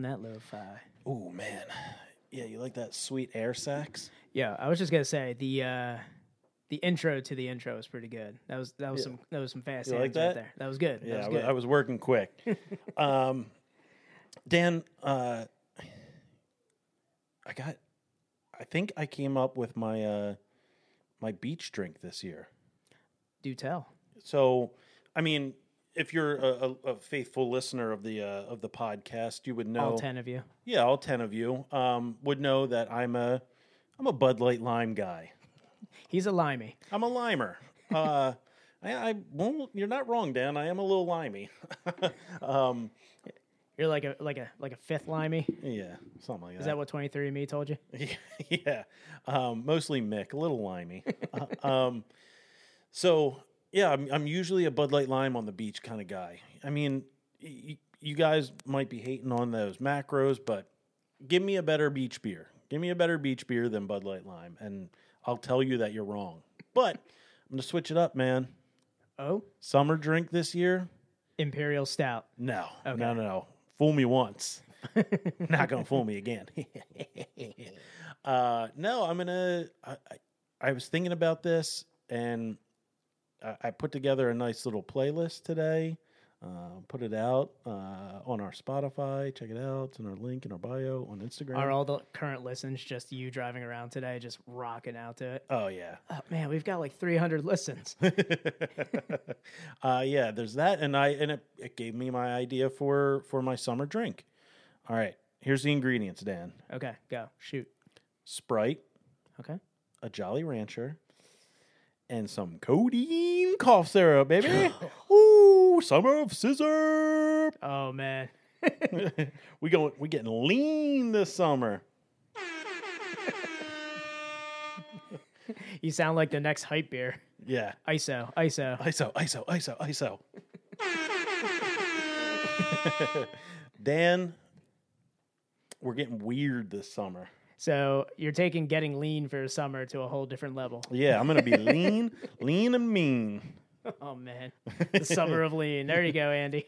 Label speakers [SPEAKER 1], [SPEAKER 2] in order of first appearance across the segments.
[SPEAKER 1] That lo-fi.
[SPEAKER 2] Oh man, yeah, you like that sweet air sax?
[SPEAKER 1] Yeah, I was just gonna say the uh the intro to the intro was pretty good. That was that was
[SPEAKER 2] Yeah.
[SPEAKER 1] some that was some fast
[SPEAKER 2] You like
[SPEAKER 1] hands right
[SPEAKER 2] that?
[SPEAKER 1] there. That was good.
[SPEAKER 2] Yeah,
[SPEAKER 1] that was
[SPEAKER 2] I was,
[SPEAKER 1] good.
[SPEAKER 2] I was working quick. um, Dan, uh, I got. I think I came up with my uh, my beach drink this year.
[SPEAKER 1] Do tell.
[SPEAKER 2] So, I mean, if you're a, a, a faithful listener of the uh, of the podcast, you would know
[SPEAKER 1] All ten of you.
[SPEAKER 2] yeah, all ten of you um, would know that I'm a I'm a Bud Light Lime guy.
[SPEAKER 1] He's a limey.
[SPEAKER 2] I'm a limer. Uh, I, I won't. You're not wrong, Dan. I am a little limey. um,
[SPEAKER 1] You're like a like a like a fifth limey.
[SPEAKER 2] yeah, something like that.
[SPEAKER 1] Is that what twenty three and me told you?
[SPEAKER 2] yeah, um, mostly Mick, a little limey. uh, um, so yeah, I'm, I'm usually a Bud Light Lime on the beach kind of guy. I mean, y- you guys might be hating on those macros, but give me a better beach beer. Give me a better beach beer than Bud Light Lime, and I'll tell you that you're wrong. But I'm gonna switch it up, man.
[SPEAKER 1] Oh,
[SPEAKER 2] Summer drink this year?
[SPEAKER 1] imperial stout.
[SPEAKER 2] No, no, no, no. Fool me once, not gonna fool me again. uh, no, I'm gonna. I, I, I was thinking about this, and I, I put together a nice little playlist today. Uh, put it out uh, on our Spotify. Check it out. It's in our link in our bio on Instagram.
[SPEAKER 1] Are all the current listens just you driving around today, just rocking out to it?
[SPEAKER 2] oh yeah,
[SPEAKER 1] Oh, man, we've got like 300 listens.
[SPEAKER 2] uh, yeah. There's that, and I and it, it gave me my idea for for my summer drink. All right, here's the ingredients, Dan.
[SPEAKER 1] Okay, go shoot.
[SPEAKER 2] Sprite.
[SPEAKER 1] Okay,
[SPEAKER 2] a Jolly Rancher, and some codeine cough syrup, baby. Ooh, summer of scissor.
[SPEAKER 1] oh man,
[SPEAKER 2] we going, we getting lean this summer.
[SPEAKER 1] you sound like the next hype beer.
[SPEAKER 2] Yeah,
[SPEAKER 1] ISO, ISO.
[SPEAKER 2] ISO, ISO, ISO, ISO. Dan, we're getting weird this summer.
[SPEAKER 1] So you're taking getting lean for summer to a whole different level.
[SPEAKER 2] Yeah, I'm gonna be lean, lean and mean.
[SPEAKER 1] Oh man, the summer of lean. There you go, Andy.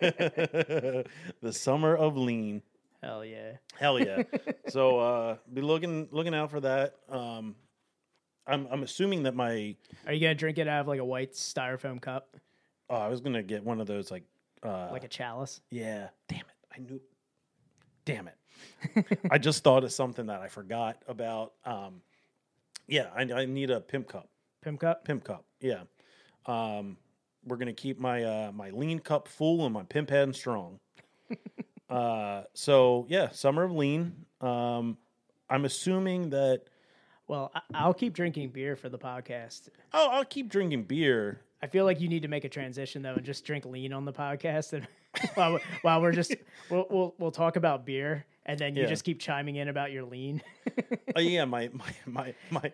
[SPEAKER 2] the summer of lean.
[SPEAKER 1] Hell yeah.
[SPEAKER 2] Hell yeah! so uh, be looking looking out for that. Um, I'm I'm assuming that my
[SPEAKER 1] Are you gonna drink it out of like a white styrofoam cup,
[SPEAKER 2] oh, I was gonna get one of those like uh,
[SPEAKER 1] like a chalice?
[SPEAKER 2] yeah. Damn it! I knew. Damn it! I just thought of something that I forgot about. Um, yeah, I, I need a pimp cup.
[SPEAKER 1] Pimp cup.
[SPEAKER 2] Pimp cup. Yeah. Um, we're gonna keep my uh, my lean cup full and my pimp hand strong. uh, so yeah, summer of lean. Um, I'm assuming that.
[SPEAKER 1] Well, I- I'll keep drinking beer for the podcast.
[SPEAKER 2] Oh, I'll keep drinking beer.
[SPEAKER 1] I feel like you need to make a transition though, and just drink lean on the podcast, and while we're, while we're just we'll, we'll we'll talk about beer, and then you
[SPEAKER 2] Yeah.
[SPEAKER 1] just keep chiming in about your lean.
[SPEAKER 2] Oh yeah, my my my my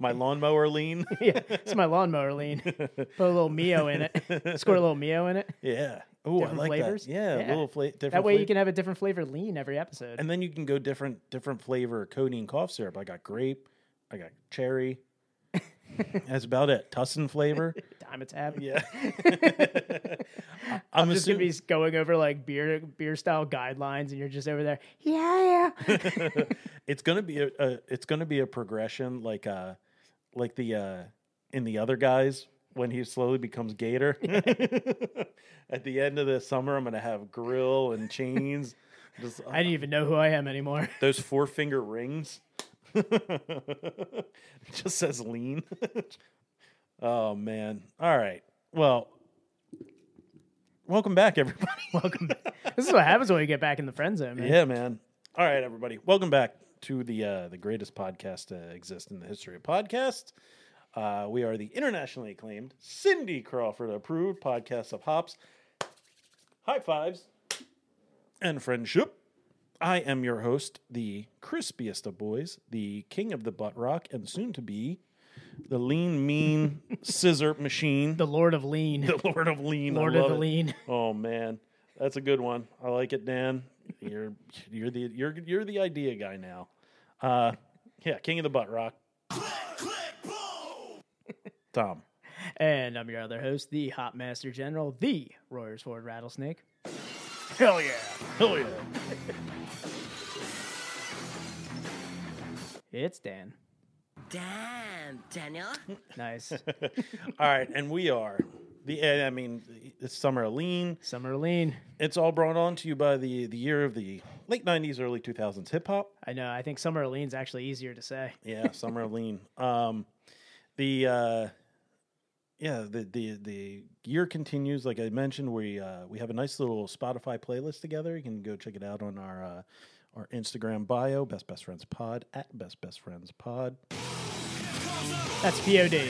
[SPEAKER 2] my lawnmower lean.
[SPEAKER 1] yeah, it's my lawnmower lean. Put a little mio in it. Squirt a little mio in it.
[SPEAKER 2] yeah. Oh, I
[SPEAKER 1] Different
[SPEAKER 2] like
[SPEAKER 1] flavors?
[SPEAKER 2] that. Yeah,
[SPEAKER 1] Yeah.
[SPEAKER 2] little fla- different.
[SPEAKER 1] That way you
[SPEAKER 2] flavor.
[SPEAKER 1] can have a different flavor lean every episode.
[SPEAKER 2] and then you can go different different flavor codeine cough syrup. I got grape. I got cherry. That's about it. Tussin flavor.
[SPEAKER 1] Time it's tab.
[SPEAKER 2] Yeah. I'm,
[SPEAKER 1] Just gonna
[SPEAKER 2] assuming.
[SPEAKER 1] be going over like beer beer style guidelines, and you're just over there. Yeah, yeah.
[SPEAKER 2] it's gonna be a, a it's gonna be a progression like uh like the uh in the other guys when he slowly becomes gator at the end of the summer i'm gonna have grill and chains just
[SPEAKER 1] I didn't even know who I am anymore.
[SPEAKER 2] those four finger rings it just says lean oh man all right well welcome back everybody welcome back
[SPEAKER 1] This is what happens when we get back in the friend zone, man.
[SPEAKER 2] yeah, man. All right, everybody. Welcome back to the uh, the greatest podcast to exist in the history of podcasts. Uh, we are the internationally acclaimed Cindy Crawford approved podcast of hops, high fives, and friendship. I am your host, the crispiest of boys, the king of the butt rock, and soon to be the lean, mean scissor machine,
[SPEAKER 1] The Lord of Lean,
[SPEAKER 2] the lord of lean. I
[SPEAKER 1] Lord of
[SPEAKER 2] love
[SPEAKER 1] the
[SPEAKER 2] it.
[SPEAKER 1] Lean.
[SPEAKER 2] Oh man, that's a good one. I like it, Dan. You're you're the you're you're the idea guy now. Uh, yeah, king of the butt rock. Tom.
[SPEAKER 1] And I'm your other host, the Hop Master General, the Royersford Rattlesnake. Hell yeah.
[SPEAKER 2] Hell yeah.
[SPEAKER 1] It's Dan.
[SPEAKER 3] Damn, Daniel.
[SPEAKER 1] Nice.
[SPEAKER 2] All right, and we are the. and I mean, it's summer lean.
[SPEAKER 1] Summer lean.
[SPEAKER 2] It's all brought on to you by the the year of the late '90s, early 2000s hip hop.
[SPEAKER 1] I know. I think summer lean's actually easier to say.
[SPEAKER 2] Yeah, summer lean. Um, the uh, yeah, the the the year continues. Like I mentioned, we uh, we have a nice little Spotify playlist together. You can go check it out on our uh, our Instagram bio, Best Best Friends Pod at Best Best Friends Pod.
[SPEAKER 1] That's POD.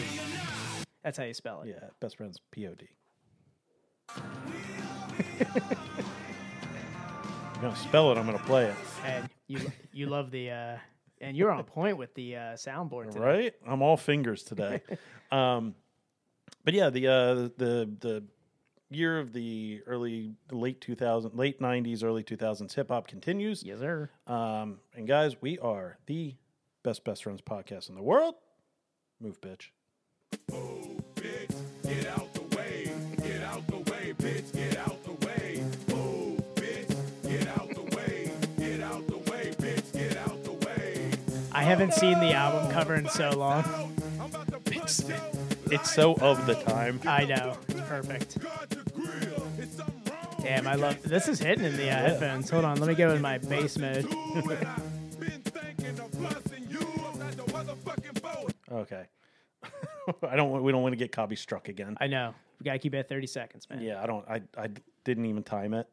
[SPEAKER 1] That's how you spell it.
[SPEAKER 2] Yeah, Best Friends Pod. I'm gonna spell it. I'm gonna play it.
[SPEAKER 1] And you you love the uh and you're on point with the uh soundboard today.
[SPEAKER 2] Right? I'm all fingers today. um, but yeah, the uh, the the year of the early late 2000 late 90s early 2000s hip hop continues.
[SPEAKER 1] Yes, sir.
[SPEAKER 2] Um, and guys, we are the best best friends podcast in the world. Move, bitch.
[SPEAKER 4] bitch. Get out the way. Get out the way, bitch. Get out the way. Move, bitch. Get out the way. Get out the way, bitch. Get out the way.
[SPEAKER 1] I haven't seen the album cover in so long.
[SPEAKER 4] I'm about to punch out.
[SPEAKER 2] It's so of the time.
[SPEAKER 1] I know. It's perfect.
[SPEAKER 4] Guard the grill. It's something wrong.
[SPEAKER 1] Damn, I love this is hitting in the uh, headphones. Hold on, let me go in my bass mode.
[SPEAKER 4] Ooh, and I've been thinking of busting you. I'm not the motherfucking boat.
[SPEAKER 2] Okay. I don't. want- We don't want to get copy struck again.
[SPEAKER 1] I know. We gotta keep it at thirty seconds, man.
[SPEAKER 2] yeah, I don't. I I didn't even time it.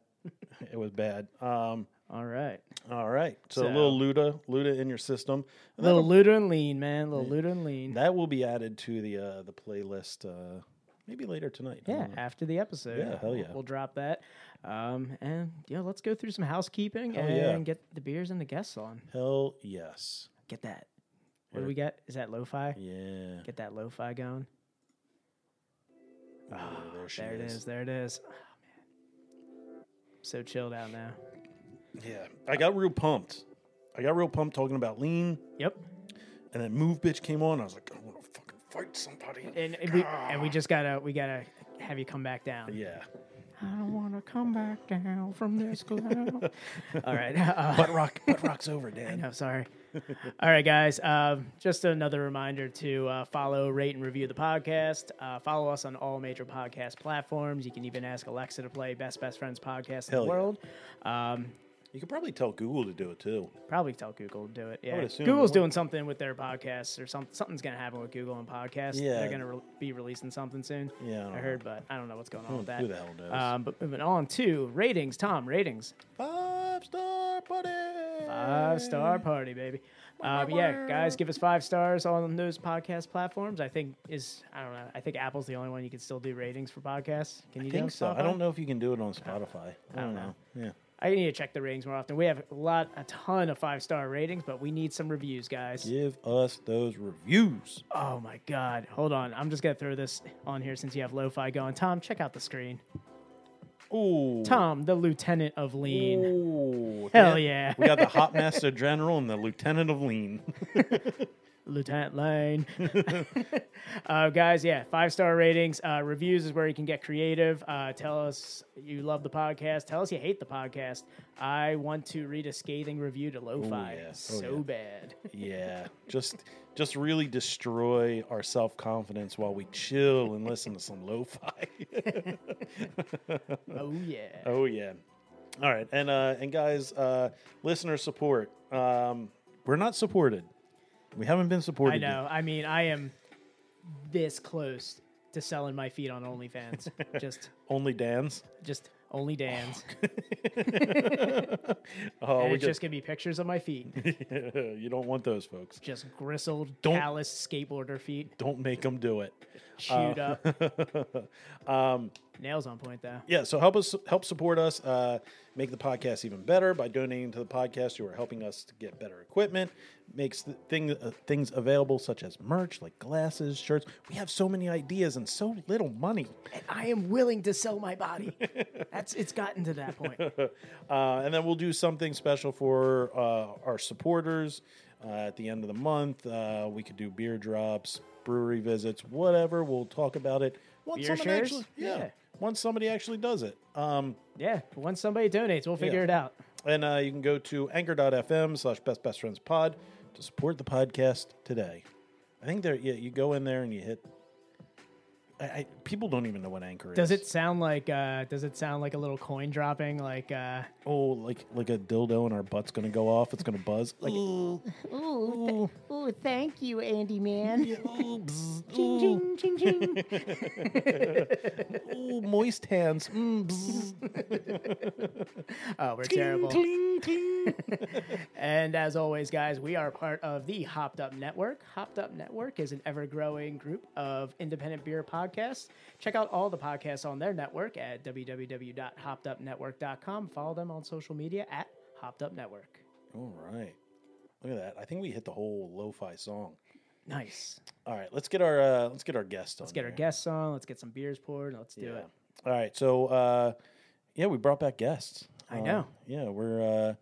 [SPEAKER 2] it was bad. Um.
[SPEAKER 1] All right.
[SPEAKER 2] All right. So, a
[SPEAKER 1] So-
[SPEAKER 2] little Luda, Luda in your system. And
[SPEAKER 1] little Luda and Lean, man. little Luda and Lean.
[SPEAKER 2] That will be added to the uh, the playlist uh, maybe later tonight. I
[SPEAKER 1] Yeah,
[SPEAKER 2] don't know.
[SPEAKER 1] after the episode.
[SPEAKER 2] Yeah, hell
[SPEAKER 1] we'll-
[SPEAKER 2] yeah.
[SPEAKER 1] We'll drop that. Um, and yeah, let's go through some housekeeping
[SPEAKER 2] Hell
[SPEAKER 1] and
[SPEAKER 2] yeah.
[SPEAKER 1] get the beers and the guests on.
[SPEAKER 2] Hell yes.
[SPEAKER 1] Get that. What do we got? Is that lo-fi?
[SPEAKER 2] Yeah.
[SPEAKER 1] Get that lo-fi going.
[SPEAKER 2] Oh, there she
[SPEAKER 1] There it is. There it is. Oh, man. So chilled out now.
[SPEAKER 2] Yeah. I got real pumped. I got real pumped talking about lean,
[SPEAKER 1] Yep.
[SPEAKER 2] and then Move Bitch came on. I was like, I want to fucking fight somebody.
[SPEAKER 1] And, and we and we just gotta we gotta have you come back down.
[SPEAKER 2] Yeah.
[SPEAKER 1] I don't wanna come back down from this cloud. All right. Uh,
[SPEAKER 2] Butt rock. Butt rock's over,
[SPEAKER 1] I
[SPEAKER 2] Dan.
[SPEAKER 1] know, sorry. All right, guys. Um, just another reminder to uh, follow, rate, and review the podcast. Uh, follow us on all major podcast platforms. You can even ask Alexa to play Best Best Friends podcast in
[SPEAKER 2] Hell
[SPEAKER 1] the
[SPEAKER 2] yeah.
[SPEAKER 1] world. Um,
[SPEAKER 2] You could probably tell Google to do it too.
[SPEAKER 1] Probably tell Google to do it. Yeah,
[SPEAKER 2] would assume
[SPEAKER 1] Google's
[SPEAKER 2] they would.
[SPEAKER 1] doing something with their podcasts, or something. Something's gonna happen with Google and podcasts.
[SPEAKER 2] Yeah.
[SPEAKER 1] they're gonna re- be releasing something soon.
[SPEAKER 2] Yeah, I
[SPEAKER 1] I,
[SPEAKER 2] don't know.
[SPEAKER 1] heard, but I don't know what's going on with that.
[SPEAKER 2] who the hell knows?
[SPEAKER 1] Um, but moving on to ratings, Tom. Ratings,
[SPEAKER 2] Five star buddy.
[SPEAKER 1] five star party, baby. Um, yeah, guys, give us five stars on those podcast platforms. I think is I don't know. I think Apple's the only one you can still do ratings for podcasts. Can you
[SPEAKER 2] I
[SPEAKER 1] do
[SPEAKER 2] think
[SPEAKER 1] it
[SPEAKER 2] so.
[SPEAKER 1] on
[SPEAKER 2] I
[SPEAKER 1] Spotify?
[SPEAKER 2] don't know if you can do it on Spotify. I don't know. Yeah.
[SPEAKER 1] I need to check the ratings more often. We have a lot, a ton of five star ratings, but we need some reviews, guys.
[SPEAKER 2] Give us those reviews.
[SPEAKER 1] Oh my god. Hold on. I'm just gonna throw this on here since you have lo-fi going. Tom, check out the screen.
[SPEAKER 2] Ooh.
[SPEAKER 1] Tom, the lieutenant of lean.
[SPEAKER 2] Ooh,
[SPEAKER 1] Hell
[SPEAKER 2] Dan-
[SPEAKER 1] yeah.
[SPEAKER 2] we got the Hot Master General and the Lieutenant of Lean.
[SPEAKER 1] Lieutenant Lane. uh, guys, yeah, five star ratings. Uh, reviews is where you can get creative. Uh, tell us you love the podcast. Tell us you hate the podcast. I want to read a scathing review to lo fi
[SPEAKER 2] Ooh, yeah. Oh,
[SPEAKER 1] so
[SPEAKER 2] yeah.
[SPEAKER 1] bad.
[SPEAKER 2] yeah, just just really destroy our self confidence while we chill and listen to some lo-fi.
[SPEAKER 1] Oh, yeah.
[SPEAKER 2] oh yeah. All right, and uh, and guys, uh, listener support. Um, we're not supported. We haven't been supported.
[SPEAKER 1] I
[SPEAKER 2] yet.
[SPEAKER 1] know. I mean, I am this close to selling my feet on OnlyFans. just,
[SPEAKER 2] Only Dan's.
[SPEAKER 1] just only Dan's.
[SPEAKER 2] Oh,
[SPEAKER 1] and
[SPEAKER 2] we
[SPEAKER 1] it's Oh, just
[SPEAKER 2] just
[SPEAKER 1] gonna be pictures of my feet,
[SPEAKER 2] you don't want those folks.
[SPEAKER 1] just gristled,
[SPEAKER 2] Don't-
[SPEAKER 1] calloused skateboarder feet,
[SPEAKER 2] Don't make them do it.
[SPEAKER 1] chewed up,
[SPEAKER 2] Um,
[SPEAKER 1] nails on point though.
[SPEAKER 2] yeah so help us help support us uh, make the podcast even better by donating to the podcast you are helping us to get better equipment makes the thing, uh, things available such as merch like glasses shirts we have so many ideas and so little money
[SPEAKER 1] And I am willing to sell my body. That's it's gotten to that point.
[SPEAKER 2] uh, and then we'll do something special for uh, our supporters uh, at the end of the month uh, we could do beer drops brewery visits whatever we'll talk about it once
[SPEAKER 1] Beer
[SPEAKER 2] someone
[SPEAKER 1] shares?
[SPEAKER 2] actually yeah,
[SPEAKER 1] Yeah.
[SPEAKER 2] once somebody actually does it. Um,
[SPEAKER 1] Yeah, once somebody donates, we'll figure
[SPEAKER 2] Yeah.
[SPEAKER 1] it out.
[SPEAKER 2] and uh, you can go to anchor.fm slash best best friends pod to support the podcast today. I think there, yeah, you go in there and you hit. I, I, people don't even know what anchor is.
[SPEAKER 1] Does it sound like uh, does it sound like a little coin dropping? Like uh,
[SPEAKER 2] Oh, like like a dildo and our butt's gonna go off. It's gonna buzz. Like
[SPEAKER 5] Ooh, ooh, th- ooh, thank you, Andy Man.
[SPEAKER 2] yeah, ooh, bzz,
[SPEAKER 5] Ching,
[SPEAKER 2] ooh,
[SPEAKER 5] ching, ching, ching.
[SPEAKER 2] ooh, moist hands. Mm, bzz,
[SPEAKER 1] oh, we're terrible.
[SPEAKER 2] cling, cling.
[SPEAKER 1] And as always, guys, we are part of the Hopped Up Network. Hopped Up Network is an ever growing group of independent beer podcasts. Check out all the podcasts on their network at www.hoppedupnetwork.com. Follow them on social media at Hopped Up Network.
[SPEAKER 2] All right, look at that. I think we hit the whole lo-fi song.
[SPEAKER 1] Nice.
[SPEAKER 2] All right, let's get our uh, let's get our guest.
[SPEAKER 1] Let's get our guests on. Let's get some beers poured. and Let's do it.
[SPEAKER 2] All right, so uh, yeah, we brought back guests.
[SPEAKER 1] I
[SPEAKER 2] Uh,
[SPEAKER 1] know.
[SPEAKER 2] yeah, we're uh,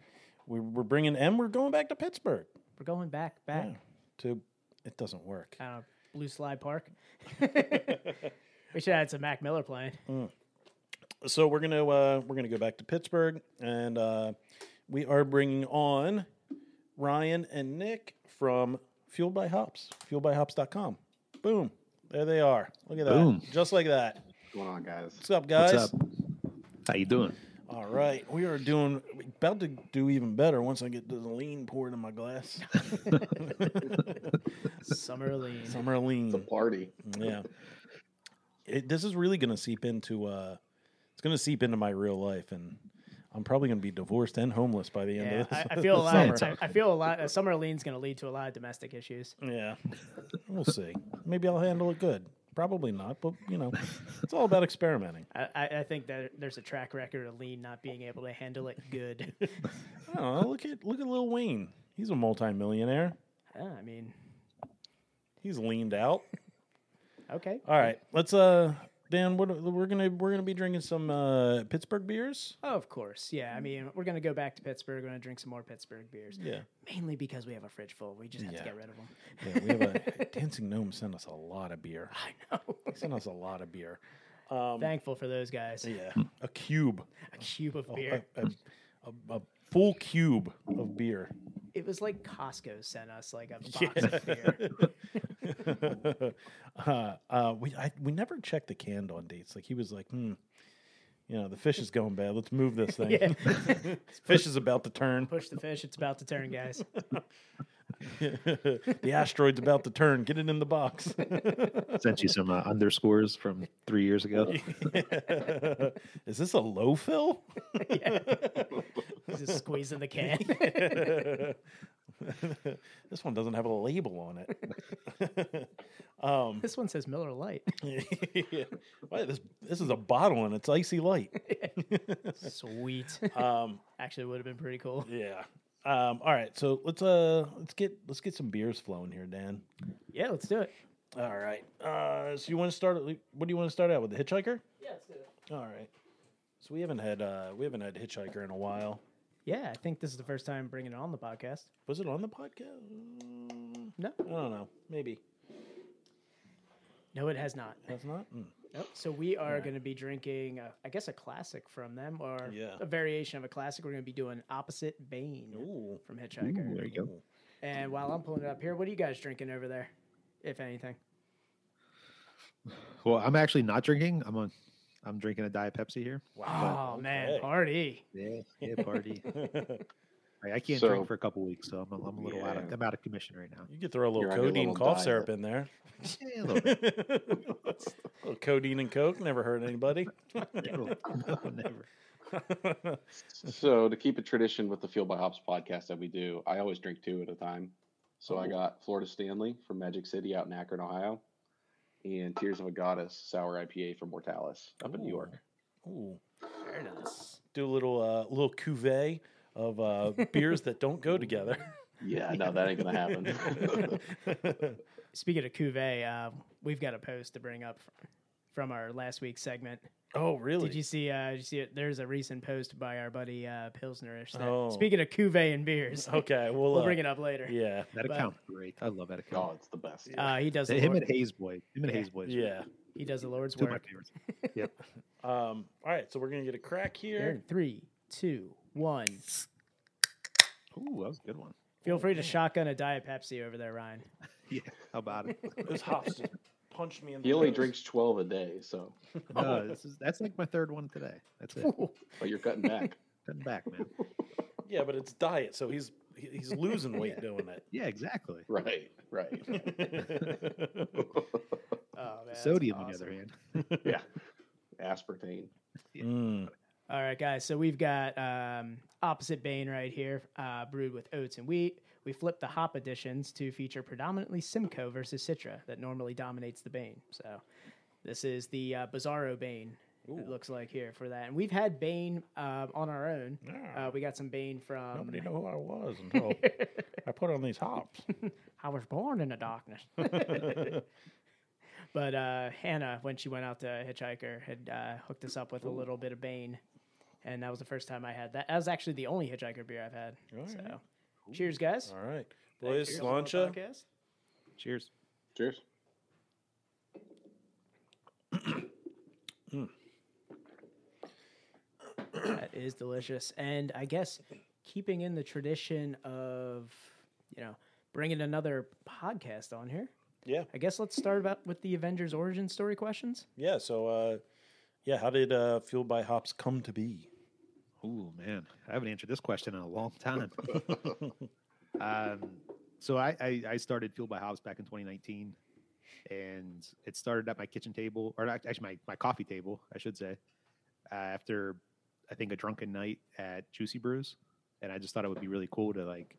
[SPEAKER 2] we're, we're bringing M. We're going back to Pittsburgh.
[SPEAKER 1] We're going back,
[SPEAKER 2] Yeah,
[SPEAKER 1] back.
[SPEAKER 2] to it doesn't work.
[SPEAKER 1] I don't know, Blue Slide Park. we should add some Mac Miller playing.
[SPEAKER 2] so we're gonna uh, we're gonna go back to Pittsburgh, and uh, we are bringing on Ryan and Nick from Fueled by Hops, fueledbyhops.com. Boom, there they are. Look at that,
[SPEAKER 6] Boom.
[SPEAKER 2] just like that.
[SPEAKER 7] going on, guys?
[SPEAKER 2] What's up, guys?
[SPEAKER 6] What's up? How you doing?
[SPEAKER 2] All right, we are doing about to do even better once I get the lean poured in my glass.
[SPEAKER 1] Summer lean.
[SPEAKER 2] Summer lean. Mm,
[SPEAKER 7] It's a party.
[SPEAKER 2] yeah it, this is really gonna seep into uh it's gonna seep into my real life and i'm probably gonna be divorced and homeless by the end
[SPEAKER 1] Yeah,
[SPEAKER 2] of this
[SPEAKER 1] I, I feel a lot.
[SPEAKER 2] summer.
[SPEAKER 1] I, I feel a lot. Uh, summer lean's going to lead to a lot of domestic issues.
[SPEAKER 2] yeah we'll see maybe i'll handle it good probably not but you know it's all about experimenting
[SPEAKER 1] I, I I think that there's a track record of Lean not being able to handle it good.
[SPEAKER 2] i don't know look at look at lil wayne he's a multimillionaire
[SPEAKER 1] Yeah, Ah, I mean,
[SPEAKER 2] he's leaned out
[SPEAKER 1] okay.
[SPEAKER 2] all right let's uh dan what we're gonna we're gonna be drinking some uh pittsburgh beers
[SPEAKER 1] Oh, of course. Yeah, I mean, we're going to go back to Pittsburgh. We're going to drink some more Pittsburgh beers.
[SPEAKER 2] yeah
[SPEAKER 1] Mainly because we have a fridge full. We just have
[SPEAKER 2] Yeah.
[SPEAKER 1] to get rid of them.
[SPEAKER 2] yeah we have a dancing gnome sent us a lot of beer
[SPEAKER 1] I know.
[SPEAKER 2] They sent us a lot of beer
[SPEAKER 1] Thankful for those guys.
[SPEAKER 2] Yeah, Oh, a cube,
[SPEAKER 1] A cube of
[SPEAKER 2] a,
[SPEAKER 1] beer.
[SPEAKER 2] a, a, a full cube of beer.
[SPEAKER 1] It was like Costco sent us like a box of beer.
[SPEAKER 2] uh, uh, we I, we never checked the can on dates. Like he was like, hmm, you know, the fish is going bad. Let's move this thing.
[SPEAKER 1] Yeah.
[SPEAKER 2] fish is about to turn.
[SPEAKER 1] Push the fish. It's about to turn, guys.
[SPEAKER 2] the asteroid's about to turn. Get it in the box.
[SPEAKER 6] Sent you some uh, underscores from three years ago.
[SPEAKER 2] is this a low fill?
[SPEAKER 1] Just squeezing the can.
[SPEAKER 2] this one doesn't have a label on it.
[SPEAKER 1] this one says Miller Light.
[SPEAKER 2] yeah. Why, this this is a bottle and it's icy light.
[SPEAKER 1] Sweet.
[SPEAKER 2] Um,
[SPEAKER 1] Actually, would have been pretty cool.
[SPEAKER 2] yeah. Um, all right, so let's uh let's get let's get some beers flowing here, Dan.
[SPEAKER 1] Yeah, let's do it.
[SPEAKER 2] All right. Uh, so you want to start? What do you want to start out with? The hitchhiker?
[SPEAKER 1] Yeah, let's do it.
[SPEAKER 2] All right. So we haven't had uh we haven't had hitchhiker in a while.
[SPEAKER 1] Yeah, I think this is the first time bringing it on the podcast.
[SPEAKER 2] Was it on the podcast?
[SPEAKER 1] No,
[SPEAKER 2] I don't know. Maybe
[SPEAKER 1] no, it has not.
[SPEAKER 2] that's not. Mm.
[SPEAKER 1] Nope. So we are going to be drinking, uh, I guess, a classic from them or
[SPEAKER 2] Yeah.
[SPEAKER 1] a variation of a classic. We're going to be doing Opposite Bane
[SPEAKER 2] Ooh.
[SPEAKER 1] from Hitchhiker.
[SPEAKER 6] There you go.
[SPEAKER 1] And while I'm pulling it up here, what are you guys drinking over there, if anything?
[SPEAKER 6] Well, I'm actually not drinking. I'm on. I'm drinking a diet Pepsi here.
[SPEAKER 1] Oh, man,
[SPEAKER 2] okay.
[SPEAKER 1] party.
[SPEAKER 6] Yeah, yeah, party. I I can't
[SPEAKER 7] So-
[SPEAKER 6] drink for a couple weeks, so I'm, I'm a little out. Of,
[SPEAKER 7] Yeah.
[SPEAKER 6] I'm out of commission right now.
[SPEAKER 2] You could throw a little
[SPEAKER 7] You're on your
[SPEAKER 2] codeine
[SPEAKER 7] little
[SPEAKER 2] cough
[SPEAKER 7] diet.
[SPEAKER 2] syrup in there.
[SPEAKER 6] Yeah, a little bit.
[SPEAKER 2] little codeine and coke never hurt anybody.
[SPEAKER 6] Never- no, never.
[SPEAKER 7] So to keep a tradition with the Fuel by Hops podcast that we do, I always drink two at a time. So I got Florida Stanley from Magic City out in Akron, Ohio, and Tears of a Goddess sour IPA from Mortalis up in New York.
[SPEAKER 2] Ooh.
[SPEAKER 1] Very nice.
[SPEAKER 2] do a little uh, little cuvee of uh, beers that don't go together.
[SPEAKER 7] Oh. Yeah, no, that ain't gonna happen.
[SPEAKER 1] Speaking of cuvee, uh, we've got a post to bring up fr- from our last week's segment.
[SPEAKER 2] oh, really?
[SPEAKER 1] Did you see? Uh, did you see? It? There's a recent post by our buddy uh, Pilsnerish. That,
[SPEAKER 2] Oh.
[SPEAKER 1] Speaking of cuvee and beers,
[SPEAKER 2] Okay, we'll,
[SPEAKER 1] we'll
[SPEAKER 2] uh,
[SPEAKER 1] bring it up later.
[SPEAKER 2] Yeah,
[SPEAKER 6] That
[SPEAKER 1] But-
[SPEAKER 6] account great. I love that account.
[SPEAKER 7] God, it's the best.
[SPEAKER 1] Uh, he does. the
[SPEAKER 6] him
[SPEAKER 1] Lord-
[SPEAKER 6] and Hayes boy. Him and Hayes boy.
[SPEAKER 2] yeah.
[SPEAKER 1] He does the Lord's
[SPEAKER 6] Two of my
[SPEAKER 1] work.
[SPEAKER 6] favorites.
[SPEAKER 2] Um, all right, so we're gonna get a crack here.
[SPEAKER 1] Aaron, Three, two, one.
[SPEAKER 6] Ooh, that was a good one.
[SPEAKER 1] Feel free to shotgun a Diet Pepsi over there, Ryan.
[SPEAKER 6] Yeah, how about it?
[SPEAKER 2] This hops just punched me in the
[SPEAKER 7] He only
[SPEAKER 2] nose.
[SPEAKER 7] drinks twelve a day, so
[SPEAKER 6] No, Uh, this is that's like my third one today. That's it.
[SPEAKER 1] Oh,
[SPEAKER 7] but you're cutting back.
[SPEAKER 6] Cutting back, man.
[SPEAKER 2] Yeah, but it's diet, so he's he- he's losing weight doing
[SPEAKER 6] Yeah, exactly.
[SPEAKER 7] right, right.
[SPEAKER 2] it.
[SPEAKER 1] Oh, man, that's
[SPEAKER 6] Sodium, on the
[SPEAKER 1] awesome.
[SPEAKER 6] other hand.
[SPEAKER 7] yeah, aspartame.
[SPEAKER 2] Mm.
[SPEAKER 1] All right, guys. So we've got um, Opposite Bane right here, uh, brewed with oats and wheat. We flipped the hop additions to feature predominantly Simcoe versus Citra that normally dominates the Bane. So this is the uh, Bizarro Bane, it looks like here for that. And we've had Bane uh, on our own.
[SPEAKER 2] Yeah.
[SPEAKER 1] Uh, um, we got some Bane from
[SPEAKER 2] Nobody knew who I was until I put on these hops.
[SPEAKER 1] I was born in the darkness. but uh, Hannah, when she went out to Hitchhiker, had uh, hooked us up with a little bit of Bane. And that was the first time I had that. That was actually the only Hitchhiker beer I've had.
[SPEAKER 2] All
[SPEAKER 1] so,
[SPEAKER 2] right.
[SPEAKER 1] cheers, guys.
[SPEAKER 2] All right,
[SPEAKER 1] Thank
[SPEAKER 2] boys,
[SPEAKER 1] you.
[SPEAKER 2] Slancha.
[SPEAKER 1] Podcast.
[SPEAKER 6] Cheers.
[SPEAKER 7] Cheers.
[SPEAKER 1] That is delicious. And I guess keeping in the tradition of, you know, bringing another podcast on here.
[SPEAKER 2] Yeah.
[SPEAKER 1] I guess let's start about with the Avengers origin story questions.
[SPEAKER 2] Yeah. So, uh, yeah, how did uh, Fueled by Hops come to be?
[SPEAKER 6] Ooh, man, I haven't answered this question in a long time. um, so I, I, I started Fueled by Hops back in 2019, and it started at my kitchen table, or act- actually my, my coffee table, I should say, uh, after I think a drunken night at Juicy Brews, and I just thought it would be really cool to like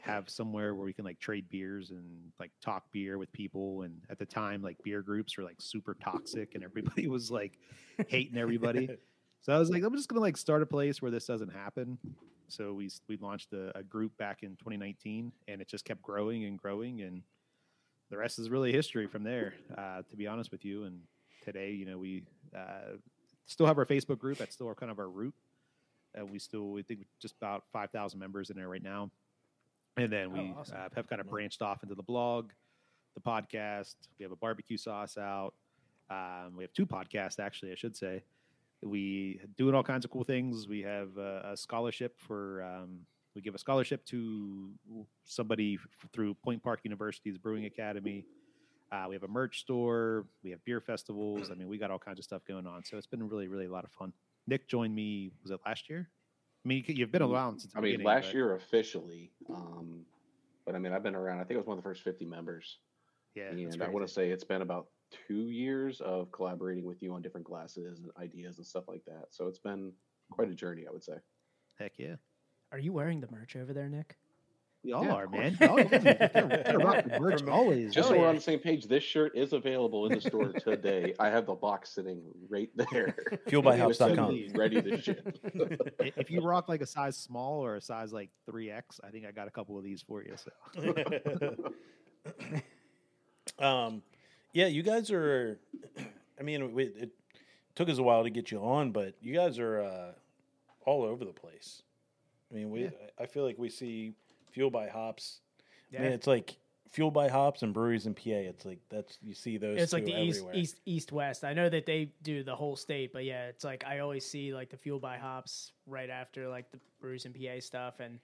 [SPEAKER 6] have somewhere where we can like trade beers and like talk beer with people and at the time like beer groups were like super toxic and everybody was like hating everybody so I was like, I'm just gonna like start a place where this doesn't happen. So we s- we launched a, a group back in 2019, and it just kept growing and growing, and the rest is really history from there. Uh, to be honest with you, and today, you know, we uh, still have our Facebook group. That's still our, kind of our root. Uh, we still we think just about 5,000 members in there right now, and then we
[SPEAKER 1] Oh, awesome.
[SPEAKER 6] uh, have kind of branched off into the blog, the podcast. We have a barbecue sauce out. Um, we have two podcasts actually, I should say we doing all kinds of cool things. We have uh, a scholarship for um, we give a scholarship to somebody f- through Point Park University's Brewing Academy. Uh, we have a merch store. We have beer festivals. I mean, we got all kinds of stuff going on. So it's been really, really a lot of fun. Nick joined me. Was it last year? I mean, you c- you've been around since. The
[SPEAKER 7] Mm, I mean,
[SPEAKER 6] beginning,
[SPEAKER 7] last
[SPEAKER 6] but-
[SPEAKER 7] year officially, um, but I mean, I've been around. I think I was one of the first 50 members,
[SPEAKER 6] Yeah, that's
[SPEAKER 7] and I want to
[SPEAKER 6] crazy.
[SPEAKER 7] say it's been about two years of collaborating with you on different glasses and ideas and stuff like that. So it's been quite a journey, I would say.
[SPEAKER 6] heck yeah,
[SPEAKER 1] Are you wearing the merch over there, Nick?
[SPEAKER 6] we all
[SPEAKER 7] Yeah,
[SPEAKER 6] are,
[SPEAKER 7] of
[SPEAKER 6] man.
[SPEAKER 7] course.
[SPEAKER 6] Y'all- y'all gotta rock the merch always.
[SPEAKER 7] Just
[SPEAKER 6] man.
[SPEAKER 7] so we're on the same page, this shirt is available in the store today. I have the box sitting right there,
[SPEAKER 2] Fueledbyhops.com.
[SPEAKER 6] Assembly.
[SPEAKER 7] ready to ship.
[SPEAKER 6] I- if you rock like a size small or a size like 3x i think i got a couple of these for you so
[SPEAKER 2] um, yeah, you guys are. I mean, we, it took us a while to get you on, but you guys are uh, all over the place. I mean, we.
[SPEAKER 6] Yeah.
[SPEAKER 2] I I feel like we see Fuel by Hops. I
[SPEAKER 1] Yeah.
[SPEAKER 2] mean, it's like Fuel by Hops and breweries in PA. It's like that's you see those.
[SPEAKER 1] it's like
[SPEAKER 2] two
[SPEAKER 1] the east,
[SPEAKER 2] everywhere.
[SPEAKER 1] east, east, west. I know that they do the whole state, but yeah, it's like I always see like the fuel by hops right after like the brews and PA stuff. And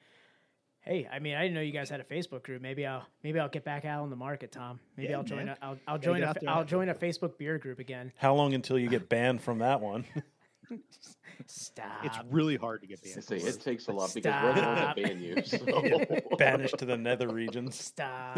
[SPEAKER 1] hey, I mean, I didn't know you guys had a Facebook group. Maybe I'll maybe I'll get back out on the market, Tom. Maybe
[SPEAKER 6] Yeah,
[SPEAKER 1] I'll join.
[SPEAKER 6] man.
[SPEAKER 1] A, I'll, I'll
[SPEAKER 6] Gotta
[SPEAKER 1] join.
[SPEAKER 6] get
[SPEAKER 1] A,
[SPEAKER 6] out there.
[SPEAKER 1] I'll join a Facebook beer group again.
[SPEAKER 2] How long until you get banned from that one?
[SPEAKER 1] Stop.
[SPEAKER 7] Ah,
[SPEAKER 6] it's really hard to get
[SPEAKER 7] I
[SPEAKER 6] banned
[SPEAKER 7] say it takes a lot because we're the ones
[SPEAKER 1] Stop.
[SPEAKER 7] that ban you. So.
[SPEAKER 2] Banished to the nether regions.
[SPEAKER 1] Stop.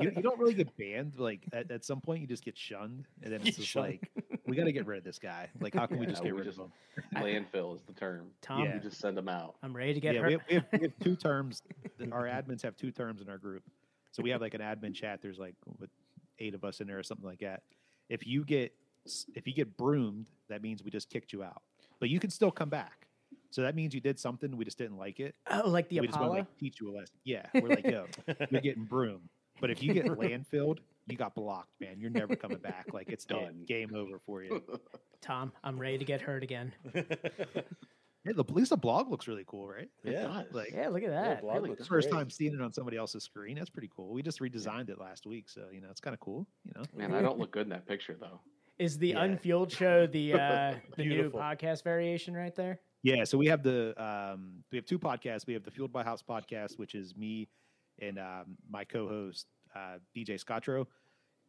[SPEAKER 6] you, you don't really get banned but, like at, at some point you just get shunned and then it's just
[SPEAKER 2] Shunned.
[SPEAKER 6] like we got to get rid of this guy like how can we
[SPEAKER 7] Yeah,
[SPEAKER 6] just get
[SPEAKER 7] we
[SPEAKER 6] rid
[SPEAKER 7] just-
[SPEAKER 6] of him
[SPEAKER 7] Landfill is the term.
[SPEAKER 1] Tom,
[SPEAKER 6] Yeah.
[SPEAKER 7] You just send them out.
[SPEAKER 1] I'm ready to get
[SPEAKER 6] yeah
[SPEAKER 1] hurt.
[SPEAKER 6] we have, we, have, we have two terms th- our admins have two terms in our group so we have like an admin chat there's like what, eight of us in there or something like that if you get s- if you get broomed that means we just kicked you out but you can still come back so that means you did something we just didn't like it
[SPEAKER 1] oh, like the
[SPEAKER 6] we just want
[SPEAKER 1] Apollo.
[SPEAKER 6] to like, teach you a lesson. Yeah, we're like, yo, you're getting broomed. But if you get landfilled, you got blocked, man. You're never coming back. Like it's done.
[SPEAKER 7] Done.
[SPEAKER 6] Game over for you.
[SPEAKER 1] Tom, I'm ready to get hurt again.
[SPEAKER 6] Yeah, the, at least the blog looks really cool, right?
[SPEAKER 2] Yeah.
[SPEAKER 7] It does.
[SPEAKER 6] Like,
[SPEAKER 1] Yeah, look at
[SPEAKER 2] Yeah,
[SPEAKER 1] that.
[SPEAKER 2] blog
[SPEAKER 6] Really,
[SPEAKER 2] looks
[SPEAKER 6] first
[SPEAKER 2] great.
[SPEAKER 6] time seeing it on somebody else's screen. That's pretty cool. We just redesigned it last week, so you know it's kind of cool. You know,
[SPEAKER 7] Man, I don't look good in that picture though.
[SPEAKER 1] Is the
[SPEAKER 6] Yeah.
[SPEAKER 1] Unfueled Show the uh, the new
[SPEAKER 2] Beautiful.
[SPEAKER 1] podcast variation right there?
[SPEAKER 6] yeah. So we have the um, we have two podcasts. We have the Fueled by Hops podcast, which is me and um, my co-host uh, BJ Scottro.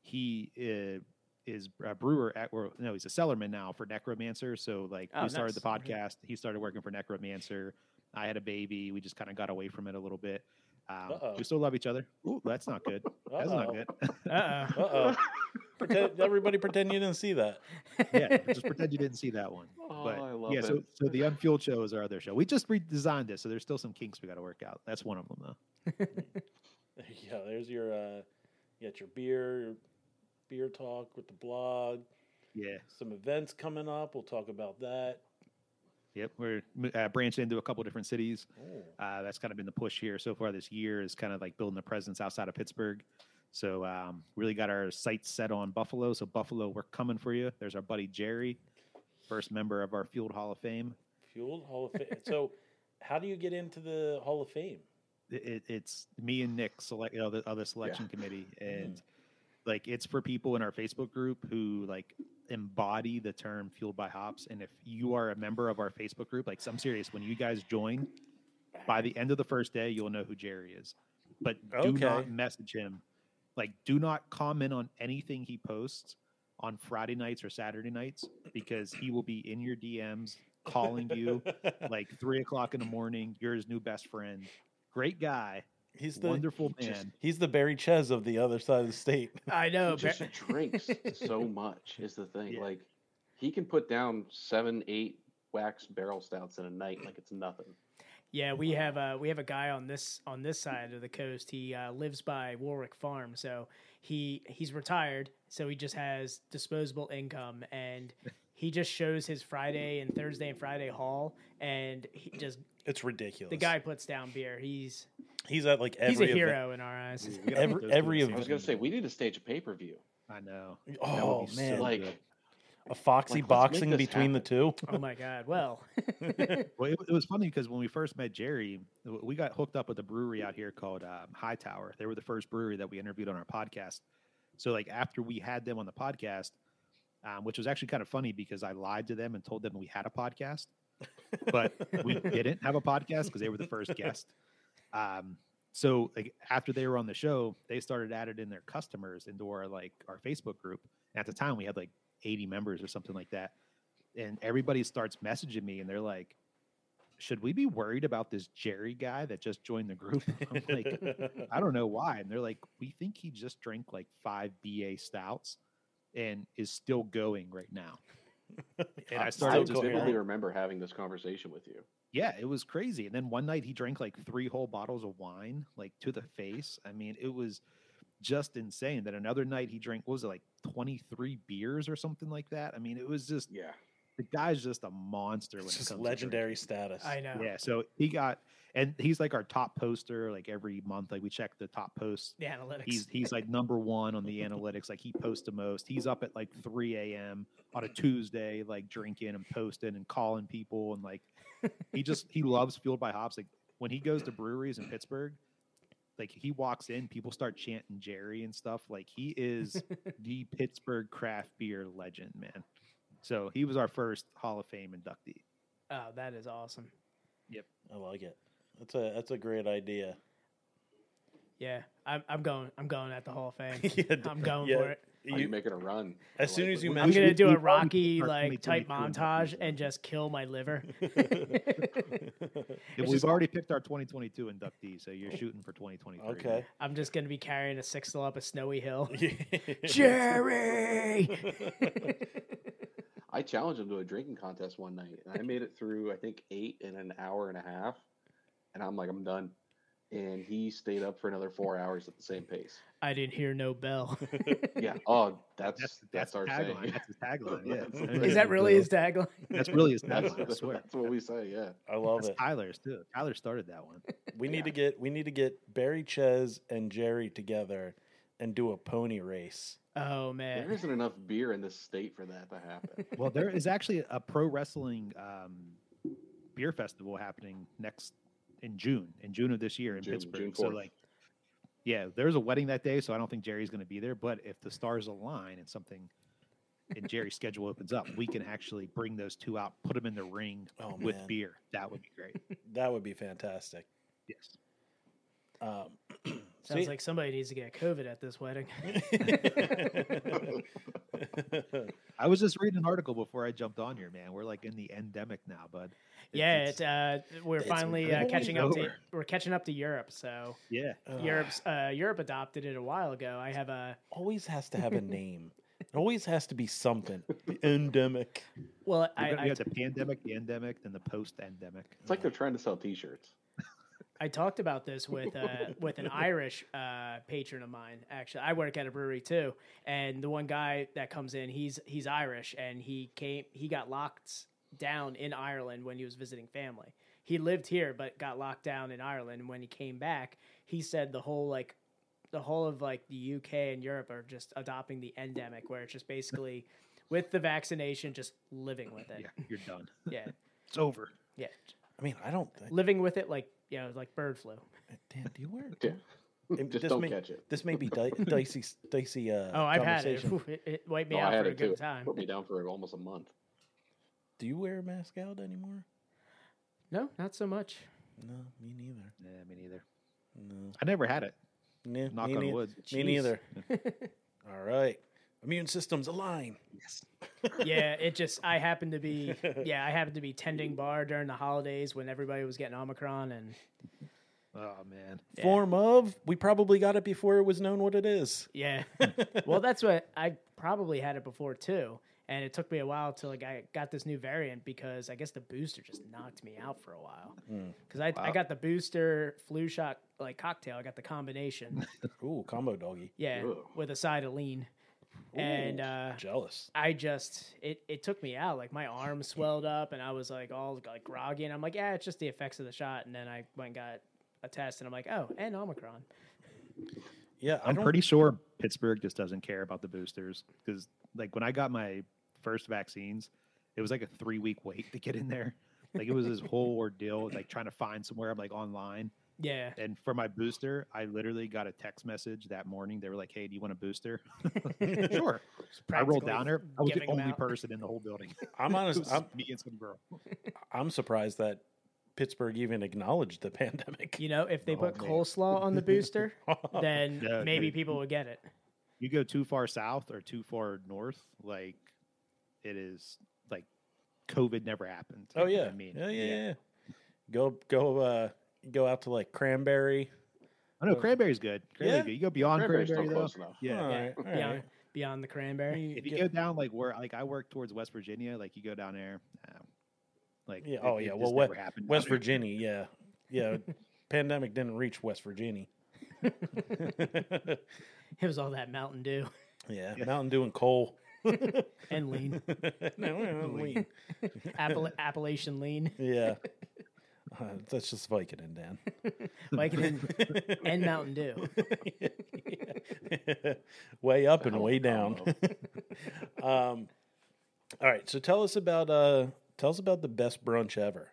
[SPEAKER 6] He uh, is a brewer at or no, he's a cellarman now for Necromancer. So like
[SPEAKER 1] Oh,
[SPEAKER 6] we started the
[SPEAKER 1] nice. Mhm.
[SPEAKER 6] podcast. He started working for Necromancer. I had a baby. We just kind of got away from it a little bit. Um,
[SPEAKER 2] Uh-oh.
[SPEAKER 6] we still love each other. Ooh, that's not good. That's not good.
[SPEAKER 1] Uh oh.
[SPEAKER 2] Uh oh. Everybody pretend you didn't see that.
[SPEAKER 6] yeah, just pretend you didn't see that one.
[SPEAKER 7] Oh,
[SPEAKER 6] But
[SPEAKER 7] I love
[SPEAKER 6] yeah,
[SPEAKER 7] it.
[SPEAKER 6] so so the unfueled show is our other show. We just redesigned it, so there's still some kinks we got to work out. That's one of them, though.
[SPEAKER 2] There you go. There's your uh, you got your beer, your beer talk with the blog.
[SPEAKER 6] Yeah,
[SPEAKER 2] Some events coming up. We'll talk about that.
[SPEAKER 6] yep. We're m- uh, branching into a couple different cities.
[SPEAKER 2] Oh,
[SPEAKER 6] Uh, that's kind of been the push here so far this year is kind of like building a presence outside of Pittsburgh. So um, really got our sights set on Buffalo. So Buffalo, we're coming for you. There's our buddy Jerry, first member of our Field Hall of Fame.
[SPEAKER 2] fueled Hall of Fame. so, how do you get into the Hall of Fame?
[SPEAKER 6] it, it- it's me and Nick select you know, the other selection committee, and like it's for people in our Facebook group who like embody the term "fueled by hops." And if you are a member of our Facebook group, like I'm serious, when you guys join, by the end of the first day, you'll know who Jerry is. But do
[SPEAKER 2] Okay.
[SPEAKER 6] not message him. Like, do not comment on anything he posts on Friday nights or Saturday nights because he will be in your DMs calling you like three o'clock in the morning. You're his new best friend. Great guy,
[SPEAKER 2] he's the
[SPEAKER 6] wonderful
[SPEAKER 2] just-
[SPEAKER 6] man.
[SPEAKER 2] he's the Barry Ches of the other side of the state.
[SPEAKER 1] I know.
[SPEAKER 7] he just
[SPEAKER 1] Bar-
[SPEAKER 7] drinks so much is the thing.
[SPEAKER 6] Yeah.
[SPEAKER 7] Like he can put down seven, eight wax barrel stouts in a night like it's nothing.
[SPEAKER 1] yeah, we have uh, we have a guy on this on this side of the coast. He uh, lives by Warwick Farm, so he he's retired, so he just has disposable income, and he just shows his Friday and Thursday and Friday haul, and he just
[SPEAKER 2] It's ridiculous.
[SPEAKER 1] the guy puts down beer. He's
[SPEAKER 2] he's at like every
[SPEAKER 1] he's a
[SPEAKER 2] event.
[SPEAKER 1] hero in our eyes.
[SPEAKER 6] Ooh, we gotta
[SPEAKER 2] Every-
[SPEAKER 6] put those two
[SPEAKER 2] every
[SPEAKER 6] in the
[SPEAKER 7] I
[SPEAKER 2] event.
[SPEAKER 7] was
[SPEAKER 6] same
[SPEAKER 7] gonna say
[SPEAKER 6] room.
[SPEAKER 7] we need to stage a pay per view.
[SPEAKER 6] I know. That would
[SPEAKER 2] Oh
[SPEAKER 6] be so
[SPEAKER 2] man,
[SPEAKER 6] good.
[SPEAKER 7] Like
[SPEAKER 2] a foxy
[SPEAKER 7] like, let's make
[SPEAKER 2] boxing
[SPEAKER 7] this
[SPEAKER 2] between the two.
[SPEAKER 1] Oh my god! Well,
[SPEAKER 6] Well, it, it was funny because when we first met Jerry, w- we got hooked up with a brewery out here called um, High Tower. They were the first brewery that we interviewed on our podcast. So, like after we had them on the podcast, um, which was actually kind of funny because I lied to them and told them we had a podcast, but we didn't have a podcast because they were the first guest. Um, so, like after they were on the show, they started added in their customers into our like our Facebook group. At the time, we had like 80 members or something like that, and everybody starts messaging me and they're like should we be worried about this Jerry guy that just joined the group? I'm like, I don't know why. And they're like, we think he just drank like five BA stouts and is still going right now. And I
[SPEAKER 7] I
[SPEAKER 2] Still
[SPEAKER 6] started just,
[SPEAKER 2] going.
[SPEAKER 7] vividly remember having this conversation with you.
[SPEAKER 6] yeah, it was crazy. And then one night he drank like three whole bottles of wine, like to the face. I mean, it was just insane. Then another night he drank, what was it, like 23 beers or something like that? I mean, it was just,
[SPEAKER 7] Yeah.
[SPEAKER 6] the guy's just a monster when
[SPEAKER 2] it's
[SPEAKER 6] it comes
[SPEAKER 2] just
[SPEAKER 6] to drinking.
[SPEAKER 2] legendary status.
[SPEAKER 1] I know.
[SPEAKER 6] Yeah, so he got and he's like our top poster like every month like we check the top posts.
[SPEAKER 1] The analytics.
[SPEAKER 6] He's he's like number 1 on the analytics like he posts the most. He's up at like 3 a.m. on a Tuesday like drinking and posting and calling people and like he just he loves fueled by hops like when he goes to breweries in Pittsburgh like he walks in people start chanting Jerry and stuff like he is the Pittsburgh craft beer legend, man. So he was our first Hall of Fame inductee.
[SPEAKER 1] oh, that is awesome.
[SPEAKER 2] I like it. That's a that's a great idea.
[SPEAKER 1] Yeah, I'm, I'm going. I'm going at the Hall of Fame.
[SPEAKER 2] Yeah,
[SPEAKER 1] I'm going
[SPEAKER 2] yeah,
[SPEAKER 1] for it.
[SPEAKER 7] Are you
[SPEAKER 2] you-
[SPEAKER 7] making a run?
[SPEAKER 2] as
[SPEAKER 7] I
[SPEAKER 2] soon
[SPEAKER 7] like
[SPEAKER 2] as
[SPEAKER 7] it.
[SPEAKER 2] you
[SPEAKER 7] We-
[SPEAKER 1] I'm
[SPEAKER 2] mentioned,
[SPEAKER 1] gonna do
[SPEAKER 6] we
[SPEAKER 1] a
[SPEAKER 6] probably
[SPEAKER 1] Rocky
[SPEAKER 6] start
[SPEAKER 1] like type
[SPEAKER 6] 2022 and
[SPEAKER 1] montage
[SPEAKER 6] definitely
[SPEAKER 1] and
[SPEAKER 6] do that.
[SPEAKER 1] just kill my liver.
[SPEAKER 6] Yeah,
[SPEAKER 1] It's
[SPEAKER 6] we've
[SPEAKER 1] just- Oh.
[SPEAKER 6] already picked our 2022 inductee, so you're shooting for 2023.
[SPEAKER 2] okay,
[SPEAKER 1] I'm just gonna be carrying a sixel up a snowy hill.
[SPEAKER 2] Jerry.
[SPEAKER 7] I challenged him to a drinking contest one night, and I made it through I think eight in an hour and a half, and I'm like, I'm done. And he stayed up for another four hours at the same pace.
[SPEAKER 1] I didn't hear no bell.
[SPEAKER 7] Yeah. Oh, that's
[SPEAKER 6] That's
[SPEAKER 7] that's,
[SPEAKER 6] that's,
[SPEAKER 7] our
[SPEAKER 6] his tagline.
[SPEAKER 7] saying.
[SPEAKER 6] That's his tagline. Yeah.
[SPEAKER 7] Is
[SPEAKER 1] is that really his tagline?
[SPEAKER 6] That's really his
[SPEAKER 7] That's,
[SPEAKER 6] tagline. I swear.
[SPEAKER 7] that's what we say. Yeah.
[SPEAKER 2] I love
[SPEAKER 6] That's
[SPEAKER 2] it.
[SPEAKER 6] Tyler's too. Tyler started that one.
[SPEAKER 2] We need to get we need to get Barry Ches and Jerry together and do a pony race.
[SPEAKER 1] Oh
[SPEAKER 7] There
[SPEAKER 1] man,
[SPEAKER 7] isn't enough beer in this state for that to happen.
[SPEAKER 6] Well, there is actually a pro wrestling um, beer festival happening next in June, in June of this year in
[SPEAKER 7] June-
[SPEAKER 6] Pittsburgh.
[SPEAKER 7] June
[SPEAKER 6] so
[SPEAKER 7] 4th.
[SPEAKER 6] like, yeah, there's a wedding that day, so I don't think Jerry's going to be there. But if the stars align and something in Jerry's schedule opens up, we can actually bring those two out, put them in the ring
[SPEAKER 2] Oh,
[SPEAKER 6] with
[SPEAKER 2] man.
[SPEAKER 6] beer. That would be great.
[SPEAKER 2] That would be fantastic.
[SPEAKER 6] yes.
[SPEAKER 2] Um,
[SPEAKER 1] Sounds
[SPEAKER 2] see-
[SPEAKER 1] like somebody needs to get COVID at this wedding.
[SPEAKER 6] I was just reading an article before I jumped on here, man. We're like in the endemic now, bud. It-
[SPEAKER 1] yeah, it's, uh, we're
[SPEAKER 2] it's
[SPEAKER 1] finally uh,
[SPEAKER 2] always
[SPEAKER 1] catching up to
[SPEAKER 6] over.
[SPEAKER 1] we're catching up to Europe. So
[SPEAKER 6] yeah.
[SPEAKER 1] Europe's uh, Europe adopted it a while ago. I have a
[SPEAKER 2] always has to have a name. It always has to be something endemic.
[SPEAKER 1] well,
[SPEAKER 6] We're
[SPEAKER 1] I,
[SPEAKER 6] gonna-
[SPEAKER 1] I,
[SPEAKER 6] we got the pandemic, the endemic, then the post-endemic.
[SPEAKER 7] It's like they're trying to sell T-shirts.
[SPEAKER 1] I talked about this with uh, with an Irish uh, patron of mine. Actually, I work at a brewery too, and the one guy that comes in, he's he's Irish, and he came he got locked down in Ireland when he was visiting family. He lived here, but got locked down in Ireland. And when he came back, he said the whole like the whole of like the UK and Europe are just adopting the endemic, where it's just basically with the vaccination, just living with it.
[SPEAKER 6] Yeah, you're done.
[SPEAKER 1] Yeah,
[SPEAKER 6] It's over.
[SPEAKER 1] yeah,
[SPEAKER 2] I mean, I don't. Think,
[SPEAKER 1] living with it like you know like bird flu.
[SPEAKER 2] Dan, do you wear?
[SPEAKER 7] Yeah.
[SPEAKER 2] It-
[SPEAKER 7] Just
[SPEAKER 2] this
[SPEAKER 7] don't
[SPEAKER 2] may,
[SPEAKER 7] catch it.
[SPEAKER 2] This may be di- dicey, dicey. Uh,
[SPEAKER 1] Oh, I've had it.
[SPEAKER 2] conversation.
[SPEAKER 1] It, it wiped me
[SPEAKER 7] No,
[SPEAKER 1] out
[SPEAKER 7] I had
[SPEAKER 1] for a
[SPEAKER 7] it too.
[SPEAKER 1] good time.
[SPEAKER 7] Put me down for almost a month.
[SPEAKER 2] Do you wear a mask out anymore?
[SPEAKER 1] No, not so much.
[SPEAKER 2] No, me neither.
[SPEAKER 6] Yeah, me neither.
[SPEAKER 2] No,
[SPEAKER 6] I never had it.
[SPEAKER 2] Nah,
[SPEAKER 6] Knock
[SPEAKER 2] me
[SPEAKER 6] on
[SPEAKER 2] nei-
[SPEAKER 6] wood.
[SPEAKER 2] Me
[SPEAKER 6] Jeez.
[SPEAKER 2] neither. All right, immune systems align.
[SPEAKER 1] Yeah, it just I happened to be yeah I happened to be tending bar during the holidays when everybody was getting Omicron and
[SPEAKER 6] Oh man.
[SPEAKER 1] Yeah.
[SPEAKER 2] Form of we probably got it before it was known what it is.
[SPEAKER 1] yeah. well, that's what I probably had it before too, and it took me a while till like I got this new variant because I guess the booster just knocked me out for a while
[SPEAKER 7] Hmm.
[SPEAKER 1] because I I
[SPEAKER 6] Wow.
[SPEAKER 1] got the booster flu shot like cocktail. I got the combination
[SPEAKER 2] Ooh, combo doggy.
[SPEAKER 1] yeah
[SPEAKER 7] Ugh.
[SPEAKER 1] with a side of lean and
[SPEAKER 2] Ooh,
[SPEAKER 1] uh,
[SPEAKER 2] jealous.
[SPEAKER 1] I just it it took me out. Like my arm swelled up, and I was like all like groggy, and I'm like, yeah, it's just the effects of the shot. And then I went and got a test, and I'm like, oh, and Omicron.
[SPEAKER 2] Yeah, I
[SPEAKER 6] I'm
[SPEAKER 2] don't-
[SPEAKER 6] pretty sure Pittsburgh just doesn't care about the boosters because, like, when I got my first vaccines, it was like a three week wait to get in there. Like, it was this whole ordeal, like trying to find somewhere. I'm like online,
[SPEAKER 1] Yeah,
[SPEAKER 6] and for my booster, I literally got a text message that morning. They were like, "Hey, do you want a booster?" sure. I
[SPEAKER 1] practically
[SPEAKER 6] rolled down there. I was the
[SPEAKER 1] giving 'em
[SPEAKER 6] only
[SPEAKER 1] out.
[SPEAKER 6] person in the whole building.
[SPEAKER 2] I'm
[SPEAKER 6] It was
[SPEAKER 2] honest.
[SPEAKER 6] just
[SPEAKER 2] I'm,
[SPEAKER 6] me and some girl.
[SPEAKER 2] I'm surprised that Pittsburgh even acknowledged the pandemic. Oh,
[SPEAKER 1] You know, if they
[SPEAKER 6] Oh,
[SPEAKER 1] put
[SPEAKER 6] man.
[SPEAKER 1] coleslaw on the booster, then
[SPEAKER 6] No,
[SPEAKER 1] maybe
[SPEAKER 6] dude.
[SPEAKER 1] people would get it.
[SPEAKER 6] you go too far south or too far north, like it is like COVID never happened.
[SPEAKER 2] oh
[SPEAKER 6] you know
[SPEAKER 2] yeah.
[SPEAKER 6] what I mean,
[SPEAKER 2] yeah, yeah, yeah. Go go uh go out to like Cranberry.
[SPEAKER 6] I know cranberry's good. Cranberry's
[SPEAKER 2] Yeah?
[SPEAKER 6] good. You go beyond
[SPEAKER 7] Cranberry's
[SPEAKER 6] cranberry,
[SPEAKER 7] still
[SPEAKER 6] though.
[SPEAKER 7] close enough.
[SPEAKER 6] Yeah.
[SPEAKER 2] All
[SPEAKER 1] Yeah,
[SPEAKER 2] right, all
[SPEAKER 1] beyond,
[SPEAKER 2] right.
[SPEAKER 1] beyond the cranberry.
[SPEAKER 6] If you
[SPEAKER 2] Get-
[SPEAKER 6] go down like where like I work towards West Virginia, like you go down there, nah. like
[SPEAKER 2] yeah,
[SPEAKER 6] it-
[SPEAKER 2] oh
[SPEAKER 6] it
[SPEAKER 2] yeah.
[SPEAKER 6] just
[SPEAKER 2] Well,
[SPEAKER 6] never
[SPEAKER 2] West,
[SPEAKER 6] happened down
[SPEAKER 2] West
[SPEAKER 6] there.
[SPEAKER 2] Virginia, yeah, yeah. pandemic didn't reach West Virginia.
[SPEAKER 1] It was all that Mountain Dew
[SPEAKER 2] Yeah, Mountain Dew and coal.
[SPEAKER 1] and lean,
[SPEAKER 2] no, lean.
[SPEAKER 1] Appala- Appalachian lean,
[SPEAKER 2] Yeah, uh, that's just Vicodin, Dan.
[SPEAKER 1] like and, and Mountain Dew.
[SPEAKER 2] way up and way down. um, all right, so tell us about uh, tell us about the best brunch ever.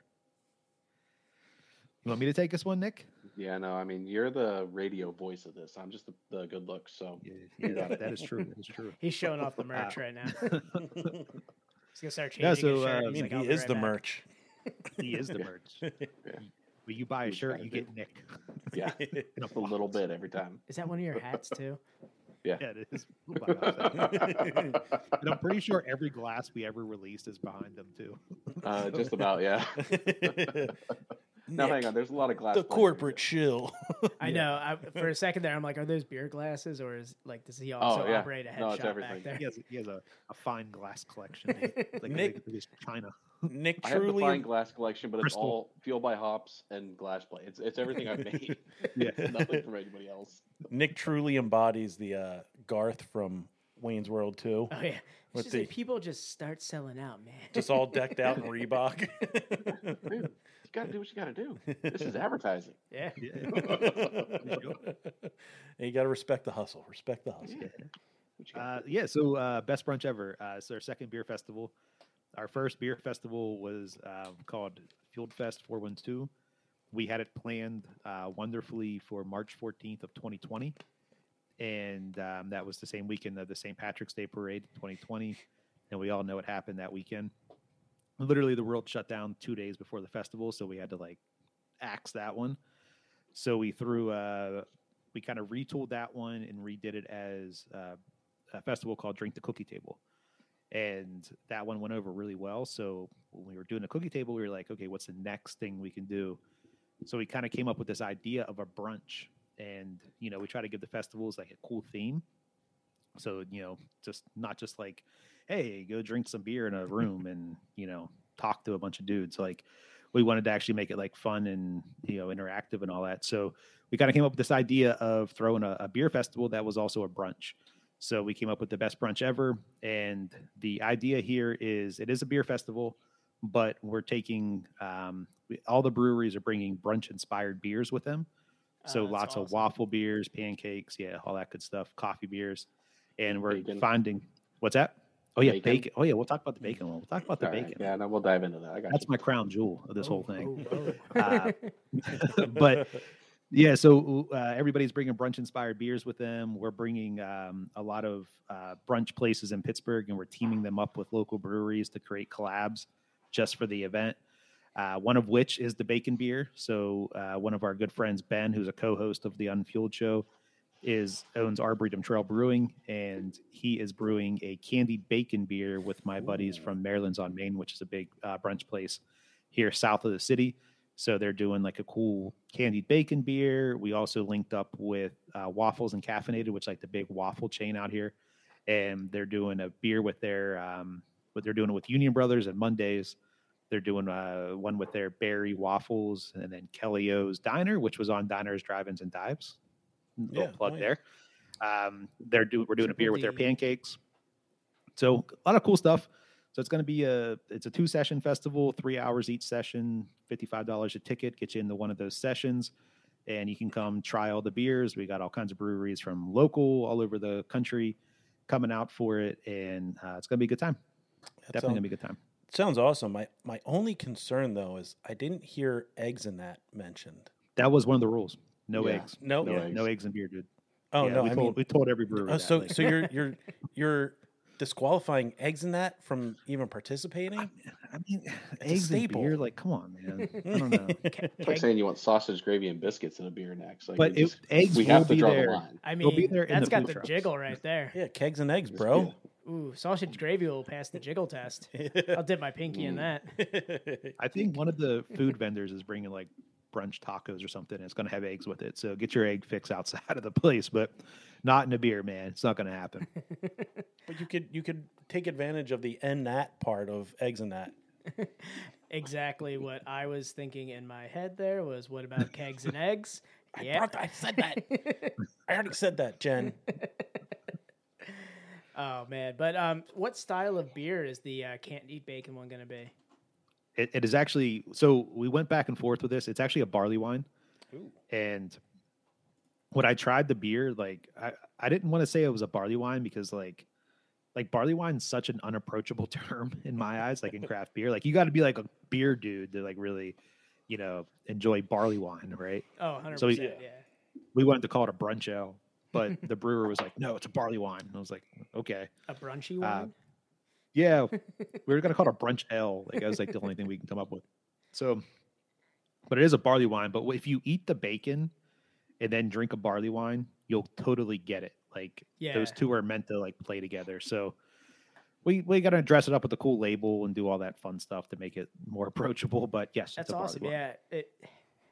[SPEAKER 6] You want me to take this one, Nick?
[SPEAKER 7] Yeah, no, I mean you're the radio voice of this. I'm just the, the good looks. So
[SPEAKER 6] Yeah, yeah that, that is true. That is true.
[SPEAKER 1] He's showing off the merch right now. He's gonna start changing
[SPEAKER 6] Yeah,
[SPEAKER 1] his
[SPEAKER 6] so,
[SPEAKER 1] shirt.
[SPEAKER 2] I
[SPEAKER 6] uh,
[SPEAKER 1] He's
[SPEAKER 2] mean,
[SPEAKER 1] like,
[SPEAKER 2] he
[SPEAKER 1] "I'll be
[SPEAKER 2] is
[SPEAKER 1] right
[SPEAKER 2] the
[SPEAKER 1] back."
[SPEAKER 2] merch.
[SPEAKER 6] He is the merch. When you buy a
[SPEAKER 7] He's
[SPEAKER 6] shirt,
[SPEAKER 7] gotta
[SPEAKER 6] you
[SPEAKER 7] be.
[SPEAKER 6] get Nick.
[SPEAKER 7] yeah, just a little bit every time. Uh,
[SPEAKER 1] Is that one of your hats too?
[SPEAKER 6] Yeah, it is. Wow, that- And I'm pretty sure every glass we ever released is behind them too.
[SPEAKER 7] uh, just about, yeah. No, hang on. There's a lot of glass.
[SPEAKER 2] the
[SPEAKER 7] plates right
[SPEAKER 2] corporate shill.
[SPEAKER 1] I know. I, for a second there, I'm like, are those beer glasses, or is like does he
[SPEAKER 7] Oh,
[SPEAKER 1] also
[SPEAKER 7] yeah.
[SPEAKER 1] operate a head
[SPEAKER 7] No, it's
[SPEAKER 1] shop back
[SPEAKER 7] everything.
[SPEAKER 1] there?
[SPEAKER 6] He has he has a, a fine glass collection. He- Like
[SPEAKER 2] Nick-
[SPEAKER 6] Nick, this China.
[SPEAKER 2] Nick
[SPEAKER 7] there. I have the
[SPEAKER 2] truly,
[SPEAKER 7] fine glass collection, but it's
[SPEAKER 6] Crystal.
[SPEAKER 7] all fuel by hops and glass plate. It's it's everything I've made.
[SPEAKER 6] Yeah.
[SPEAKER 7] Nothing from anybody else.
[SPEAKER 2] Nick truly embodies the uh, Garth from Wayne's World too.
[SPEAKER 1] Oh yeah. It's
[SPEAKER 2] With
[SPEAKER 1] just like
[SPEAKER 2] the-
[SPEAKER 1] people just start selling out, man.
[SPEAKER 2] Just all decked out in Reebok.
[SPEAKER 7] Dude, you gotta do what you gotta do. This is advertising.
[SPEAKER 1] yeah.
[SPEAKER 6] Yeah.
[SPEAKER 2] And you got to respect the hustle. Respect the hustle.
[SPEAKER 7] Yeah. What you gotta
[SPEAKER 6] Uh, yeah. So uh, best brunch ever. Uh, it's our second beer festival. our first beer festival was um, called Field Fest 412. We had it planned uh, wonderfully for March 14th of 2020, and um, that was the same weekend of the St. Patrick's Day Parade 2020, and we all know what happened that weekend. Literally, the world shut down two days before the festival, so we had to like axe that one. So we threw, uh, we kind of retooled that one and redid it as uh, a festival called Drink the Cookie Table and that one went over really well. So when we were doing a cookie table, we were like, okay, what's the next thing we can do? So we kind of came up with this idea of a brunch, and you know, we try to give the festivals like a cool theme. So you know, just not just like, hey, go drink some beer in a room and you know talk to a bunch of dudes. Like we wanted to actually make it like fun and you know interactive and all that. So we kind of came up with this idea of throwing a, a beer festival that was also a brunch. So we came up with the best brunch ever. And the idea here is it is a beer festival, but we're taking um, we, all the breweries are bringing brunch inspired beers with them. So
[SPEAKER 1] Oh, that's
[SPEAKER 6] lots of
[SPEAKER 1] awesome.
[SPEAKER 6] waffle beers, pancakes, yeah, all that good stuff, coffee beers. And we're
[SPEAKER 7] Bacon.
[SPEAKER 6] finding what's that? Oh, yeah, bacon.
[SPEAKER 7] Bacon.
[SPEAKER 6] Oh, yeah, we'll talk about the bacon one. We'll talk about the
[SPEAKER 7] All right,
[SPEAKER 6] bacon.
[SPEAKER 7] Yeah, no, we'll dive into that. I got
[SPEAKER 6] That's
[SPEAKER 7] you.
[SPEAKER 6] my crown jewel of this whole
[SPEAKER 1] Oh,
[SPEAKER 6] thing.
[SPEAKER 1] oh, oh.
[SPEAKER 6] Uh, but yeah, so uh, everybody's bringing brunch inspired beers with them. We're bringing um, a lot of uh, brunch places in Pittsburgh, and we're teaming them up with local breweries to create collabs just for the event. Uh, one of which is the bacon beer. So uh, one of our good friends, Ben, who's a co-host of the Unfueled Show, is owns Arboretum Trail Brewing, and he is brewing a candied bacon beer with my buddies from Maryland's on Main, which is a big uh, brunch place here south of the city. So they're doing like a cool candied bacon beer. We also linked up with uh, Waffles and Caffeinated, which is like the big waffle chain out here, and they're doing a beer with their um, what they're doing with Union Brothers and Mondays. They're doing uh, one with their Berry Waffles and then Kelly O's Diner, which was on Diners, Drive-ins, and Dives. Little
[SPEAKER 2] Yeah,
[SPEAKER 6] plug
[SPEAKER 2] oh, yeah.
[SPEAKER 6] there. Um, they're doing we're doing a
[SPEAKER 1] Triple
[SPEAKER 6] beer with their
[SPEAKER 1] D.
[SPEAKER 6] pancakes. So a lot of cool stuff. So it's going to be a it's a two session festival, three hours each session, fifty five dollars a ticket. Get you into one of those sessions, and you can come try all the beers. We got all kinds of breweries from local all over the country coming out for it, and uh, it's going to be a good time.
[SPEAKER 2] That
[SPEAKER 6] Definitely
[SPEAKER 2] sound-
[SPEAKER 6] going to be a good time.
[SPEAKER 2] sounds awesome. My my only concern though is I didn't hear eggs in that mentioned.
[SPEAKER 6] That was one of the rules: no
[SPEAKER 7] Yeah.
[SPEAKER 6] eggs,
[SPEAKER 2] No.
[SPEAKER 7] No
[SPEAKER 2] yeah.
[SPEAKER 7] eggs.
[SPEAKER 6] no eggs and beer, dude.
[SPEAKER 2] Oh
[SPEAKER 6] Yeah,
[SPEAKER 2] no.
[SPEAKER 6] we
[SPEAKER 2] I
[SPEAKER 6] told
[SPEAKER 2] mean,
[SPEAKER 6] we told every brewery.
[SPEAKER 2] oh,
[SPEAKER 6] that,
[SPEAKER 2] so
[SPEAKER 6] like-
[SPEAKER 2] so you're you're you're disqualifying eggs in that from even participating.
[SPEAKER 6] I mean,
[SPEAKER 2] a
[SPEAKER 6] eggs and
[SPEAKER 2] staple.
[SPEAKER 6] beer, like, come on, man. I don't know.
[SPEAKER 7] It's like saying you want sausage, gravy, and biscuits in a beer next. Like,
[SPEAKER 6] But
[SPEAKER 7] we
[SPEAKER 6] it,
[SPEAKER 7] just-
[SPEAKER 6] eggs
[SPEAKER 7] we
[SPEAKER 6] will
[SPEAKER 7] have to
[SPEAKER 6] be
[SPEAKER 7] draw
[SPEAKER 6] there.
[SPEAKER 7] the line.
[SPEAKER 1] I
[SPEAKER 6] They'll
[SPEAKER 1] mean,
[SPEAKER 6] be there in
[SPEAKER 1] that's
[SPEAKER 6] the
[SPEAKER 1] got
[SPEAKER 6] food
[SPEAKER 1] the
[SPEAKER 6] trucks.
[SPEAKER 1] jiggle right there.
[SPEAKER 2] yeah, kegs and eggs,
[SPEAKER 7] Just
[SPEAKER 2] bro.
[SPEAKER 1] Ooh, sausage gravy will pass the jiggle test. I'll dip my pinky in that.
[SPEAKER 6] I think one of the food vendors is bringing like brunch tacos or something. And it's going to have eggs with it. So get your egg fix outside of the place, but not in a beer, man. It's not going to happen.
[SPEAKER 2] but you could you could take advantage of the and that part of eggs and that.
[SPEAKER 1] Exactly what I was thinking in my head there was what about kegs and eggs?
[SPEAKER 2] I,
[SPEAKER 1] Yeah.
[SPEAKER 2] brought that- I said that. I already said that, Jen.
[SPEAKER 1] Oh man, but um, what style of beer is the uh, can't eat bacon one gonna be?
[SPEAKER 6] It, it is actually so we went back and forth with this. It's actually a barley wine,
[SPEAKER 2] Ooh.
[SPEAKER 6] and when I tried the beer, like I, I didn't want to say it was a barley wine because like like barley wine's such an unapproachable term in my eyes. Like in craft beer, like you got to be like a beer dude to like really, you know, enjoy barley wine, right?
[SPEAKER 1] Oh, 100
[SPEAKER 6] So we-
[SPEAKER 1] percent. Yeah.
[SPEAKER 6] we wanted to call it a brunch ale, but the brewer was like, "No, it's a barley wine." And I was like, "Okay,
[SPEAKER 1] a brunchy one.
[SPEAKER 6] yeah, we were gonna call it a brunch ale." Like that was like the only thing we can come up with. So, but it is a barley wine. But if you eat the bacon and then drink a barley wine, you'll totally get it. Like those
[SPEAKER 1] Yeah.
[SPEAKER 6] two are meant to like play together. So. We, we gotta dress it up with a cool label and do all that fun stuff to make it more approachable. But yes,
[SPEAKER 1] That's
[SPEAKER 6] it's a barley
[SPEAKER 1] awesome.
[SPEAKER 6] wine.
[SPEAKER 1] Yeah. It.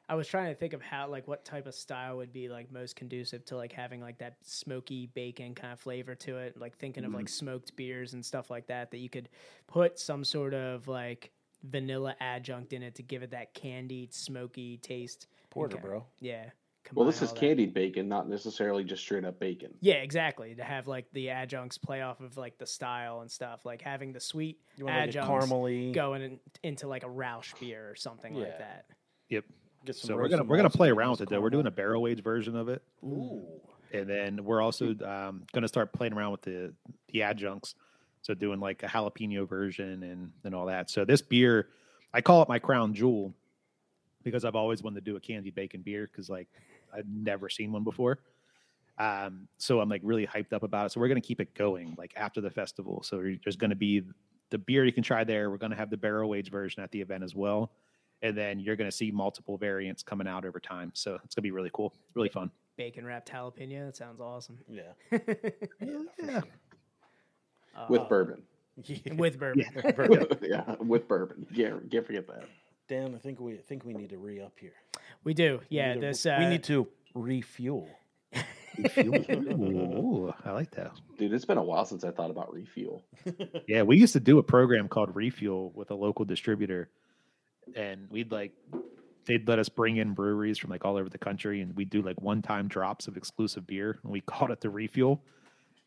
[SPEAKER 1] I was trying to think of how like what type of style would be like most conducive to like having like that smoky bacon kind of flavor to it. Like thinking of like
[SPEAKER 7] Mm-hmm.
[SPEAKER 1] smoked beers and stuff like that that you could put some sort of like vanilla adjunct in it to give it that candied smoky taste. and
[SPEAKER 2] Porter,
[SPEAKER 1] ki-
[SPEAKER 2] bro.
[SPEAKER 1] Yeah.
[SPEAKER 7] Well,
[SPEAKER 1] combine
[SPEAKER 7] this is
[SPEAKER 1] all that.
[SPEAKER 7] candied bacon, not necessarily just straight up bacon.
[SPEAKER 1] Yeah, exactly. To have like the adjuncts play off of like the style and stuff, like having the sweet
[SPEAKER 2] You want like a
[SPEAKER 1] adjuncts
[SPEAKER 2] caramely
[SPEAKER 1] going in, into like a Roush beer or something
[SPEAKER 2] Yeah.
[SPEAKER 1] like that.
[SPEAKER 6] Yep.
[SPEAKER 2] Get
[SPEAKER 6] So we're
[SPEAKER 2] roasted
[SPEAKER 6] gonna we're gonna
[SPEAKER 2] malts
[SPEAKER 6] play
[SPEAKER 2] in there,
[SPEAKER 6] around with
[SPEAKER 2] just
[SPEAKER 6] it though. We're doing a
[SPEAKER 2] caramel.
[SPEAKER 6] barrel aged version of it.
[SPEAKER 2] Ooh.
[SPEAKER 6] and then we're also um, going to start playing around with the the adjuncts. So doing like a jalapeno version and and all that. So this beer, I call it my crown jewel because I've always wanted to do a candied bacon beer because like I've never seen one before. Um, so I'm like really hyped up about it. So we're gonna keep it going like after the festival. So there- there's gonna be the beer you can try there. We're gonna have the barrel aged version at the event as well. And then you're gonna see multiple variants coming out over time. So it's gonna be really cool. It's really fun.
[SPEAKER 1] Bacon wrapped jalapeno. That sounds awesome.
[SPEAKER 2] Yeah.
[SPEAKER 6] Yeah.
[SPEAKER 1] Uh,
[SPEAKER 6] Oh.
[SPEAKER 7] with bourbon.
[SPEAKER 2] yeah.
[SPEAKER 1] With bourbon.
[SPEAKER 7] yeah, with bourbon. Yeah, can't forget that.
[SPEAKER 2] Dan, I think we I think we need to re up here.
[SPEAKER 1] We do.
[SPEAKER 2] We
[SPEAKER 1] Yeah.
[SPEAKER 2] need to-
[SPEAKER 1] This. Uh,
[SPEAKER 2] we need to refuel.
[SPEAKER 6] Ooh, I like that.
[SPEAKER 7] Dude, it's been a while since I thought about refuel.
[SPEAKER 6] Yeah, we used to do a program called Refuel with a local distributor, and we'd like they'd let us bring in breweries from like all over the country, and we'd do like one time drops of exclusive beer, and we called it the Refuel.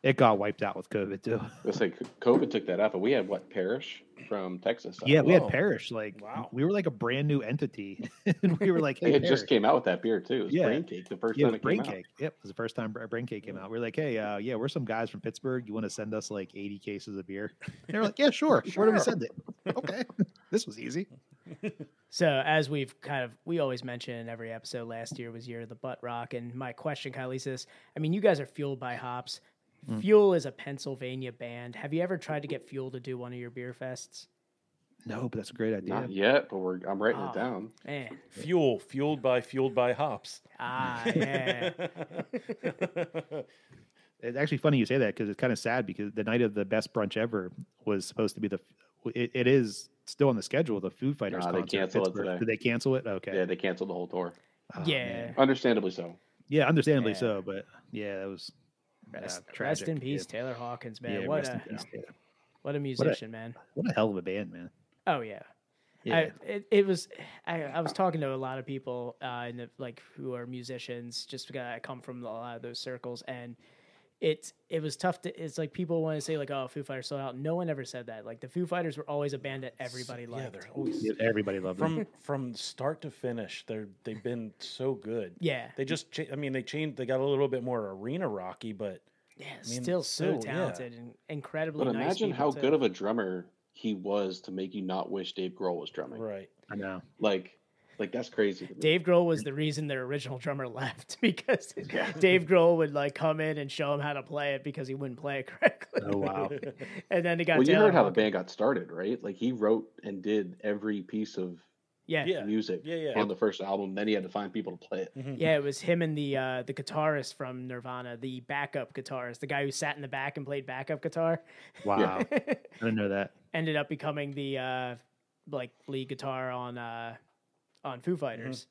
[SPEAKER 6] It got wiped out with COVID too.
[SPEAKER 7] Let's say COVID took that up, and we had what Parrish from Texas.
[SPEAKER 6] Yeah, we had
[SPEAKER 2] whoa.
[SPEAKER 6] Parish. Like
[SPEAKER 2] Wow.
[SPEAKER 6] we were like a brand new entity, and we were like,
[SPEAKER 7] They
[SPEAKER 6] hey,
[SPEAKER 7] had just
[SPEAKER 6] Parrish."
[SPEAKER 7] came out with that beer too. It was
[SPEAKER 6] Yeah.
[SPEAKER 7] Brain Cake the first
[SPEAKER 6] Yeah, it
[SPEAKER 7] time
[SPEAKER 6] was
[SPEAKER 7] it
[SPEAKER 6] brain
[SPEAKER 7] came
[SPEAKER 6] cake. Yep, it was the first time Bra- brain cake came out. We are like, hey, uh, yeah, we're some guys from Pittsburgh. You want to send us like 80 cases of beer? They were like, yeah, sure. Where do we
[SPEAKER 7] Sure.
[SPEAKER 6] send it? Okay, this was easy.
[SPEAKER 1] So as we've kind of we always mention in every episode, last year was year of the butt rock, and my question, Kylie, is this: I mean, you guys are fueled by hops. Fuel is a Pennsylvania band. Have you ever tried to get Fuel to do one of your beer fests?
[SPEAKER 6] No, but that's a great
[SPEAKER 7] out.
[SPEAKER 6] idea.
[SPEAKER 7] Not yet, but we're I'm writing
[SPEAKER 1] Ah.
[SPEAKER 7] it down.
[SPEAKER 1] Man,
[SPEAKER 2] Fuel, fueled by fueled by hops.
[SPEAKER 1] ah, yeah.
[SPEAKER 6] It's actually funny you say that because it's kind of sad because the night of the best brunch ever was supposed to be the. It, it is still on the schedule. The Food Fighters.
[SPEAKER 7] Nah, they
[SPEAKER 6] concert in
[SPEAKER 7] canceled it
[SPEAKER 6] Pittsburgh.
[SPEAKER 7] today.
[SPEAKER 6] Did they cancel it? Okay.
[SPEAKER 7] Yeah, they canceled the whole tour.
[SPEAKER 6] Oh, man.
[SPEAKER 1] yeah.
[SPEAKER 7] Understandably so.
[SPEAKER 6] Yeah, understandably
[SPEAKER 1] Yeah.
[SPEAKER 6] so, but yeah, that was yeah,
[SPEAKER 1] Rest, rest
[SPEAKER 6] tragic.
[SPEAKER 1] in peace,
[SPEAKER 6] Yeah.
[SPEAKER 1] Taylor Hawkins, man.
[SPEAKER 6] Yeah,
[SPEAKER 1] what
[SPEAKER 6] rest in
[SPEAKER 1] a
[SPEAKER 6] peace, Taylor.
[SPEAKER 1] what a musician, man.
[SPEAKER 6] What a hell of a band, man.
[SPEAKER 1] Oh yeah.
[SPEAKER 6] Yeah.
[SPEAKER 1] I, it, it was I, I was talking to a lot of people uh in the, like who are musicians just because I come from a lot of those circles and it it was tough to it's like people want to say like oh Foo Fighters sold out no one ever said that like the Foo Fighters were always a band that everybody
[SPEAKER 2] Yeah,
[SPEAKER 1] liked
[SPEAKER 2] they're always
[SPEAKER 6] Yeah, everybody loved them.
[SPEAKER 2] from from start to finish. They're they've been so good.
[SPEAKER 1] yeah
[SPEAKER 2] They just cha- I mean they changed they got a little bit more arena rocky, but
[SPEAKER 1] yeah,
[SPEAKER 2] mean,
[SPEAKER 1] still so
[SPEAKER 2] still, yeah.
[SPEAKER 1] talented and incredibly
[SPEAKER 7] But
[SPEAKER 1] nice
[SPEAKER 7] imagine how
[SPEAKER 1] people, too.
[SPEAKER 7] good of a drummer he was to make you not wish Dave Grohl was drumming.
[SPEAKER 2] right.
[SPEAKER 6] I know.
[SPEAKER 7] Like, like that's crazy. To me.
[SPEAKER 1] Dave Grohl was the reason their original drummer left because Dave Grohl would like come in and show him how to play it because he wouldn't play it correctly.
[SPEAKER 6] Oh wow.
[SPEAKER 1] And then he got
[SPEAKER 7] Well, you
[SPEAKER 1] Taylor
[SPEAKER 7] heard how the
[SPEAKER 1] Hawkins.
[SPEAKER 7] band got started, right? Like he wrote and did every piece of
[SPEAKER 1] yeah. yeah.
[SPEAKER 2] Yeah.
[SPEAKER 7] music
[SPEAKER 2] Yeah, Mm-hmm. yeah.
[SPEAKER 7] on the first album. Then he had to find people to play it.
[SPEAKER 1] it was him and the uh, the guitarist from Nirvana, the backup guitarist, the guy who sat in the back and played backup guitar,
[SPEAKER 6] Wow. I didn't know that.
[SPEAKER 1] ended up becoming the uh, like lead guitar on uh, on Foo Fighters.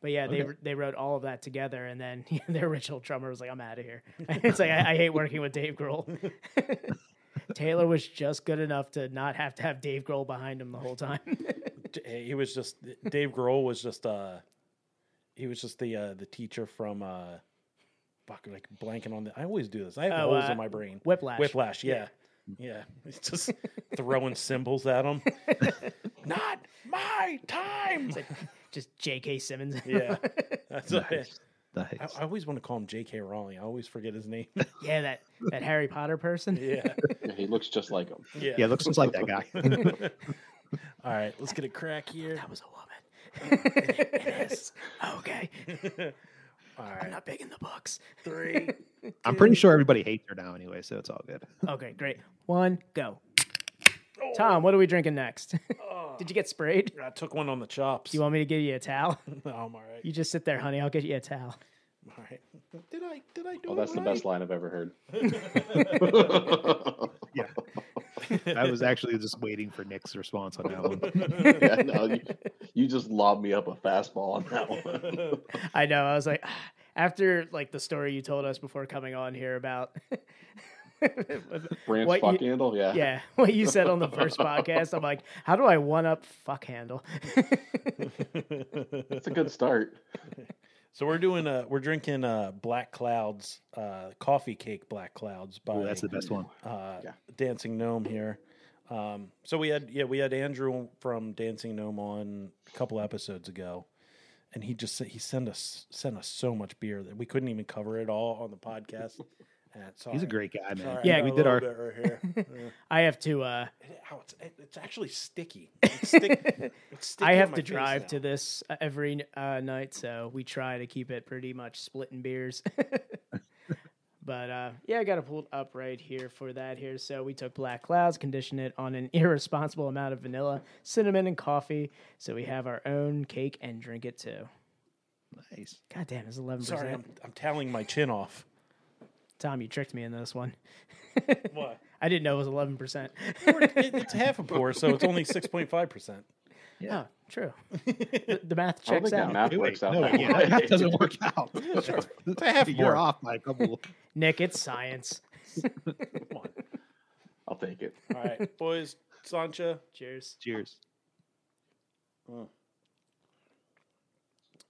[SPEAKER 1] But yeah, they
[SPEAKER 6] Okay.
[SPEAKER 1] they wrote all of that together, and then their original drummer was like, "I'm out of here." it's like I, I hate working with Dave Grohl. Taylor was just good enough to not have to have Dave Grohl behind him the whole time.
[SPEAKER 2] D- eh, He was just Dave Grohl was just uh he was just the uh the teacher from uh fuck like blanking on the I always do this. I have
[SPEAKER 1] Oh,
[SPEAKER 2] holes
[SPEAKER 1] uh,
[SPEAKER 2] in my brain.
[SPEAKER 1] Whiplash.
[SPEAKER 2] Whiplash, yeah. Yeah. It's just throwing symbols at him. Not my time.
[SPEAKER 1] Just J.K. Simmons.
[SPEAKER 2] Yeah. That's what I-
[SPEAKER 6] Nice. Nice.
[SPEAKER 2] I, I always want to call him J.K. Rowling. I always forget his name.
[SPEAKER 1] yeah, that that Harry Potter person.
[SPEAKER 2] Yeah.
[SPEAKER 7] Yeah, he looks just like him.
[SPEAKER 2] Yeah.
[SPEAKER 6] yeah, looks just like that guy.
[SPEAKER 2] All right. Let's get a crack here.
[SPEAKER 1] That was a woman. it is. Okay.
[SPEAKER 2] All
[SPEAKER 1] I'm
[SPEAKER 2] right.
[SPEAKER 1] not big in the books.
[SPEAKER 2] Three.
[SPEAKER 6] I'm pretty sure everybody hates her now anyway, so it's all good.
[SPEAKER 1] Okay, great. One, go. Tom, what are we drinking next? Did you get sprayed?
[SPEAKER 2] Oh, uh, I took one on the chops.
[SPEAKER 1] Do you want me to give you a towel?
[SPEAKER 2] No, I'm all right.
[SPEAKER 1] You just sit there, honey. I'll get you a towel.
[SPEAKER 2] All right. Did I? Did I do
[SPEAKER 7] Oh, that's
[SPEAKER 2] it
[SPEAKER 7] the
[SPEAKER 2] right?
[SPEAKER 7] best line I've ever heard.
[SPEAKER 6] I was actually just waiting for Nick's response on that one.
[SPEAKER 7] yeah, no, you, you just lobbed me up a fastball on that one.
[SPEAKER 1] I know. I was like, "Ah," after like the story you told us before coming on here about
[SPEAKER 7] Branch
[SPEAKER 1] What
[SPEAKER 7] fuck
[SPEAKER 1] you-
[SPEAKER 7] handle. Yeah.
[SPEAKER 1] yeah what you said on the first podcast. I'm like, how do I one up fuck handle?
[SPEAKER 7] That's a good start.
[SPEAKER 2] So we're doing. Uh, we're drinking uh, Black Clouds, uh, coffee cake Black Clouds by
[SPEAKER 6] Ooh, that's the best one.
[SPEAKER 2] uh,
[SPEAKER 7] Yeah.
[SPEAKER 2] Dancing Gnome here. Um, so we had yeah we had Andrew from Dancing Gnome on a couple episodes ago, and he just sa- he sent us sent us so much beer that we couldn't even cover it all on the podcast. And
[SPEAKER 6] He's a
[SPEAKER 2] sorry.
[SPEAKER 6] great guy, man.
[SPEAKER 2] Sorry, I
[SPEAKER 1] Yeah,
[SPEAKER 2] got
[SPEAKER 6] we
[SPEAKER 2] a
[SPEAKER 6] did
[SPEAKER 2] little
[SPEAKER 6] our-
[SPEAKER 2] bit right here. Uh,
[SPEAKER 1] I have to. Uh,
[SPEAKER 2] it- ow, it's, it- it's actually sticky. It's stick, it's sticky
[SPEAKER 1] I
[SPEAKER 2] on
[SPEAKER 1] have
[SPEAKER 2] my
[SPEAKER 1] to
[SPEAKER 2] face
[SPEAKER 1] drive to
[SPEAKER 2] now.
[SPEAKER 1] this uh, every uh, night, so we try to keep it pretty much splitting beers. but uh, yeah, I got it pulled up right here for that here. So we took Black Clouds, conditioned it on an irresponsible amount of vanilla, cinnamon, and coffee. So we have our own cake and drink it too.
[SPEAKER 6] Nice.
[SPEAKER 1] God damn, it's eleven
[SPEAKER 2] Sorry, I'm,
[SPEAKER 1] percent.
[SPEAKER 2] I'm toweling my chin off.
[SPEAKER 1] Tom, you tricked me in this one.
[SPEAKER 2] What?
[SPEAKER 1] I didn't know it was eleven percent.
[SPEAKER 2] It, it's half a pour, so it's only 6.5%.
[SPEAKER 1] Oh, true. the, the math
[SPEAKER 7] I don't
[SPEAKER 1] checks
[SPEAKER 7] think that
[SPEAKER 1] out.
[SPEAKER 7] math
[SPEAKER 6] Wait,
[SPEAKER 7] works
[SPEAKER 6] wait,
[SPEAKER 7] out.
[SPEAKER 6] no,
[SPEAKER 7] that
[SPEAKER 6] yeah, that
[SPEAKER 7] way.
[SPEAKER 6] doesn't work out.
[SPEAKER 2] It's a half
[SPEAKER 6] You're
[SPEAKER 2] board.
[SPEAKER 6] off Oh, by a couple.
[SPEAKER 1] Nick, it's science.
[SPEAKER 7] I'll take it.
[SPEAKER 2] All right, boys, Sancha,
[SPEAKER 1] Cheers.
[SPEAKER 6] Cheers.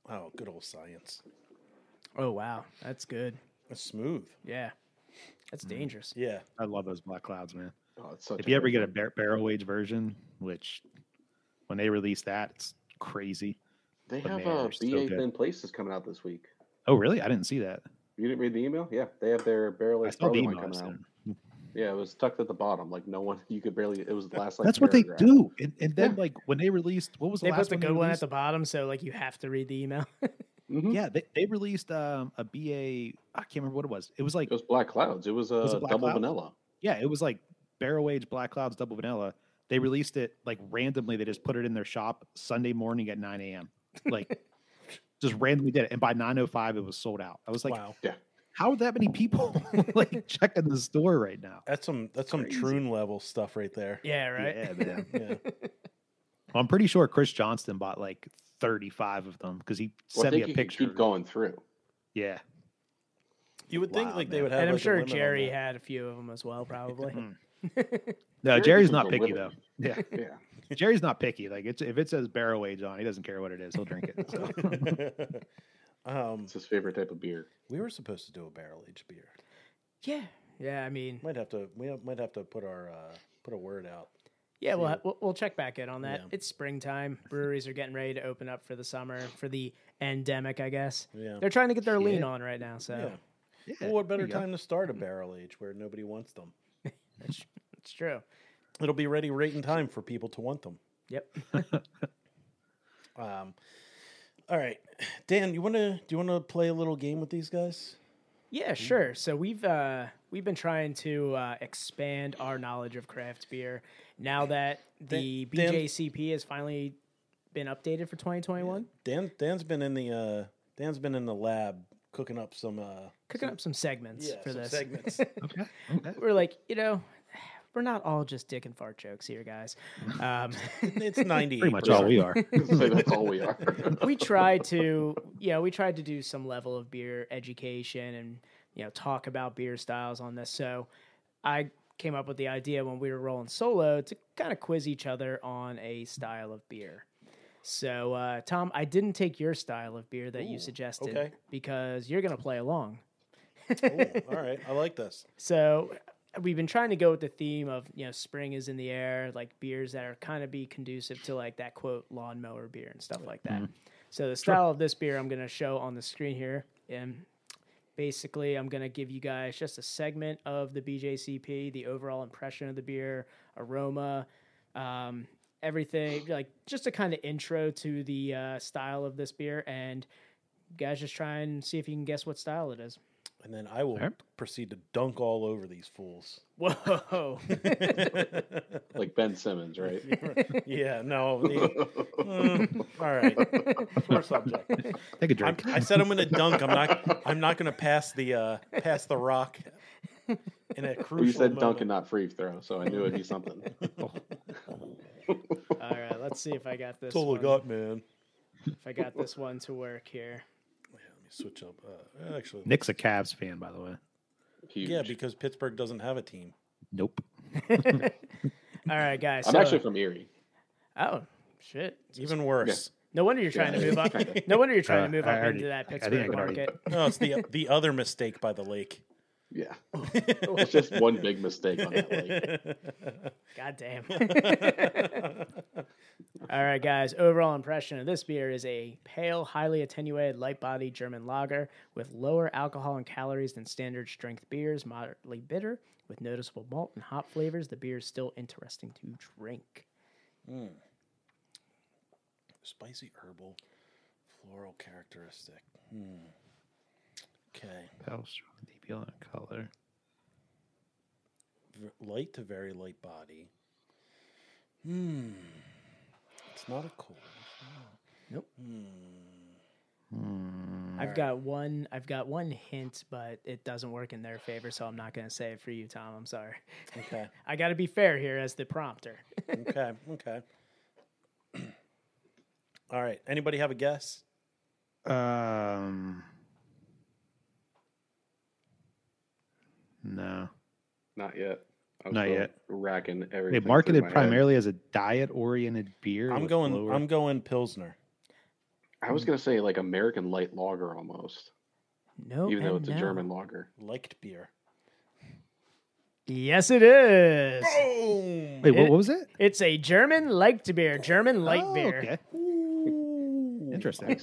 [SPEAKER 2] Oh, good old science.
[SPEAKER 1] Oh wow, that's good.
[SPEAKER 2] That's smooth.
[SPEAKER 1] Yeah, that's
[SPEAKER 2] Mm.
[SPEAKER 1] dangerous.
[SPEAKER 2] Yeah.
[SPEAKER 6] I love those black clouds, man.
[SPEAKER 7] Oh, it's such
[SPEAKER 6] If
[SPEAKER 7] a
[SPEAKER 6] you ever
[SPEAKER 7] good
[SPEAKER 6] get a
[SPEAKER 7] one.
[SPEAKER 6] bar- barrel aged version, which when they release that, it's crazy.
[SPEAKER 7] they
[SPEAKER 6] but
[SPEAKER 7] have
[SPEAKER 6] man,
[SPEAKER 7] uh,
[SPEAKER 6] they're
[SPEAKER 7] BA
[SPEAKER 6] so good.
[SPEAKER 7] Thin Places coming out this week.
[SPEAKER 6] Oh, really? I didn't see that.
[SPEAKER 7] You didn't read the email? Yeah, they have their barrel
[SPEAKER 6] I
[SPEAKER 7] aged
[SPEAKER 6] saw the
[SPEAKER 7] bourbon one
[SPEAKER 6] email. I
[SPEAKER 7] coming out.
[SPEAKER 6] sent.
[SPEAKER 7] Yeah, it was tucked at the bottom. Like no one, you could barely. It was the last. Like, uh,
[SPEAKER 6] That's what they
[SPEAKER 7] paragraph.
[SPEAKER 6] do. And, and then, like, when they released, what was the
[SPEAKER 1] They put
[SPEAKER 6] last
[SPEAKER 1] the
[SPEAKER 6] one
[SPEAKER 1] good one at
[SPEAKER 6] released?
[SPEAKER 1] the bottom, so like you have to read the email.
[SPEAKER 7] Mhm.
[SPEAKER 6] Yeah, they, they released um, a BA. I can't remember what it was. It was like,
[SPEAKER 7] It was Black Clouds. It was a
[SPEAKER 6] Was it Black
[SPEAKER 7] double
[SPEAKER 6] Clouds?
[SPEAKER 7] vanilla.
[SPEAKER 6] yeah, it was like barrel aged black clouds, double vanilla. They released it like randomly. They just put it in their shop Sunday morning at 9 a.m. Like, just randomly did it. And by 9:05, it was sold out. I was like,
[SPEAKER 2] wow.
[SPEAKER 6] how are that many people like checking the store right now?
[SPEAKER 2] That's some that's some
[SPEAKER 6] Crazy.
[SPEAKER 2] Troon level stuff right there.
[SPEAKER 1] yeah, right.
[SPEAKER 6] Yeah, man.
[SPEAKER 2] Yeah.
[SPEAKER 6] I'm pretty sure Chris Johnston bought like 35 of them because he
[SPEAKER 7] Well, I
[SPEAKER 6] sent me
[SPEAKER 7] think
[SPEAKER 6] a
[SPEAKER 7] you could
[SPEAKER 6] picture.
[SPEAKER 7] keep going through.
[SPEAKER 6] Yeah,
[SPEAKER 2] You would think
[SPEAKER 6] Wow,
[SPEAKER 2] like they
[SPEAKER 6] man.
[SPEAKER 2] would have
[SPEAKER 1] and I'm
[SPEAKER 2] like, a
[SPEAKER 1] sure
[SPEAKER 2] limit on
[SPEAKER 1] Jerry
[SPEAKER 2] that. Hmm.
[SPEAKER 1] had a few of them as well, probably.
[SPEAKER 6] Mm. no,
[SPEAKER 7] Jerry
[SPEAKER 6] Jerry's
[SPEAKER 7] was
[SPEAKER 6] not
[SPEAKER 7] a
[SPEAKER 6] picky though.
[SPEAKER 7] little-
[SPEAKER 6] Yeah,
[SPEAKER 7] Yeah,
[SPEAKER 6] Jerry's not picky. Like it's if it says barrel age on, he doesn't care what it is. He'll drink it. So.
[SPEAKER 2] um
[SPEAKER 7] it's his favorite type of beer.
[SPEAKER 2] we were supposed to do a barrel aged beer.
[SPEAKER 1] yeah, yeah. I mean,
[SPEAKER 2] Might have to we have- might have to put our uh put a word out.
[SPEAKER 1] yeah. We'll,
[SPEAKER 2] See
[SPEAKER 1] ha-
[SPEAKER 2] it.
[SPEAKER 1] we'll we'll check back in on that.
[SPEAKER 2] Yeah.
[SPEAKER 1] It's springtime. Breweries are getting ready to open up for the summer for the endemic, I guess.
[SPEAKER 2] Yeah.
[SPEAKER 1] They're trying to get their lean
[SPEAKER 6] Yeah.
[SPEAKER 1] on right now, so
[SPEAKER 2] yeah.
[SPEAKER 6] yeah,
[SPEAKER 2] Well, what
[SPEAKER 6] there
[SPEAKER 2] better
[SPEAKER 6] you go.
[SPEAKER 2] time to start a barrel age where nobody wants them?
[SPEAKER 1] it's true.
[SPEAKER 2] It'll be ready right in time for people to want them.
[SPEAKER 1] Yep.
[SPEAKER 2] Um all right. Dan, you wanna do you wanna play a little game with these guys? Mm.
[SPEAKER 1] Yeah, sure. So we've uh, we've been trying to uh, expand our knowledge of craft beer now that the
[SPEAKER 2] Dan- Dan-
[SPEAKER 1] BJCP has finally been updated for 2021.
[SPEAKER 2] Dan Dan's been in the uh Dan's been in the lab cooking up some uh
[SPEAKER 1] Cooking up some segments
[SPEAKER 2] yeah,
[SPEAKER 1] for
[SPEAKER 2] some
[SPEAKER 1] this.
[SPEAKER 2] segments.
[SPEAKER 6] Okay. okay.
[SPEAKER 1] We're like, you know, we're not all just dick and fart jokes here, guys. Um,
[SPEAKER 2] it's 90
[SPEAKER 6] Pretty much all we are.
[SPEAKER 7] so that's all we are.
[SPEAKER 1] we tried to, yeah, we tried to do some level of beer education and you know talk about beer styles on this. So I came up with the idea when we were rolling solo to kind of quiz each other on a style of beer. So uh, Tom, I didn't take your style of beer that
[SPEAKER 2] Ooh,
[SPEAKER 1] you suggested
[SPEAKER 2] okay.
[SPEAKER 1] because you're gonna play along.
[SPEAKER 2] Ooh, all right, I like this.
[SPEAKER 1] So we've been trying to go with the theme of you know spring is in the air, like beers that are kind of be conducive to like that quote lawnmower beer and stuff like that. So the style of this beer I'm going to show on the screen here, and basically I'm going to give you guys just a segment of the BJCP, the overall impression of the beer, aroma, um, everything, like just a kind of intro to the uh, style of this beer, and you guys just try and see if you can guess what style it is.
[SPEAKER 2] And then I will
[SPEAKER 6] Alright.
[SPEAKER 2] proceed to dunk all over these fools.
[SPEAKER 1] Whoa.
[SPEAKER 7] like Ben Simmons, right?
[SPEAKER 2] yeah, no. the- mm, all right. Poor subject.
[SPEAKER 6] Take a
[SPEAKER 2] I'm,
[SPEAKER 6] drink.
[SPEAKER 2] I said I'm going to dunk. I'm not I'm not going to pass the uh pass the rock in a crucial
[SPEAKER 7] Well, you said dunk
[SPEAKER 2] moment.
[SPEAKER 7] and not free throw, so I knew it'd be something.
[SPEAKER 1] All right, let's see if I got this.
[SPEAKER 2] That's all
[SPEAKER 1] one,
[SPEAKER 2] I got, man.
[SPEAKER 1] If I got this one to work here.
[SPEAKER 2] Yeah, let me switch up. Uh, actually,
[SPEAKER 6] Nick's a Cavs fan, by the way.
[SPEAKER 7] Huge.
[SPEAKER 2] yeah, because Pittsburgh doesn't have a team.
[SPEAKER 6] Nope.
[SPEAKER 1] All right, guys.
[SPEAKER 7] I'm
[SPEAKER 1] so-
[SPEAKER 6] uh,
[SPEAKER 7] actually from Erie.
[SPEAKER 1] oh shit!
[SPEAKER 2] Even worse.
[SPEAKER 1] No wonder you're trying to
[SPEAKER 7] Yeah,
[SPEAKER 1] move up.
[SPEAKER 7] kinda.
[SPEAKER 1] No wonder you're trying to
[SPEAKER 6] Uh,
[SPEAKER 1] move
[SPEAKER 6] I
[SPEAKER 1] up
[SPEAKER 6] already-
[SPEAKER 1] into that
[SPEAKER 6] I think I
[SPEAKER 1] Pittsburgh
[SPEAKER 6] could already-
[SPEAKER 1] market.
[SPEAKER 2] No, it's the the other mistake by the lake.
[SPEAKER 7] Yeah, it's just one big mistake on that. Like,
[SPEAKER 1] God damn. All All right, guys. Overall impression of this beer is a pale, highly attenuated, light bodied German lager with lower alcohol and calories than standard strength beers, moderately bitter, with noticeable malt and hop flavors. The beer is still interesting to drink.
[SPEAKER 2] Hmm. Spicy herbal, floral characteristic. Hmm. Okay.
[SPEAKER 6] Pale strong DPL in color.
[SPEAKER 2] v- light to very light body. Hmm. It's not a cold.
[SPEAKER 1] Nope.
[SPEAKER 2] Hmm.
[SPEAKER 1] I've got one I've got one hint, but it doesn't work in their favor, so I'm not gonna say it for you, Tom. I'm sorry.
[SPEAKER 2] Okay.
[SPEAKER 1] I gotta be fair here as the prompter.
[SPEAKER 2] Okay. Okay. All right. Anybody have a guess?
[SPEAKER 6] Um. No.
[SPEAKER 7] Not yet. I'm
[SPEAKER 6] Not
[SPEAKER 7] still
[SPEAKER 6] yet.
[SPEAKER 7] Racking everything.
[SPEAKER 6] They
[SPEAKER 7] through
[SPEAKER 6] market
[SPEAKER 7] my
[SPEAKER 6] it
[SPEAKER 7] head.
[SPEAKER 6] primarily as a diet-oriented beer.
[SPEAKER 2] I'm
[SPEAKER 6] with
[SPEAKER 2] going.
[SPEAKER 6] lower-
[SPEAKER 2] I'm going Pilsner.
[SPEAKER 7] I was gonna say like American light lager almost,
[SPEAKER 1] No,
[SPEAKER 7] even though
[SPEAKER 1] and
[SPEAKER 7] it's
[SPEAKER 1] Oh, no.
[SPEAKER 7] a German lager.
[SPEAKER 2] Liked beer.
[SPEAKER 1] Yes, it is.
[SPEAKER 2] Boom.
[SPEAKER 6] Wait, what,
[SPEAKER 1] it-
[SPEAKER 6] what was it?
[SPEAKER 1] It's a German light beer, German light
[SPEAKER 6] Oh,
[SPEAKER 1] beer.
[SPEAKER 6] Okay. Interesting.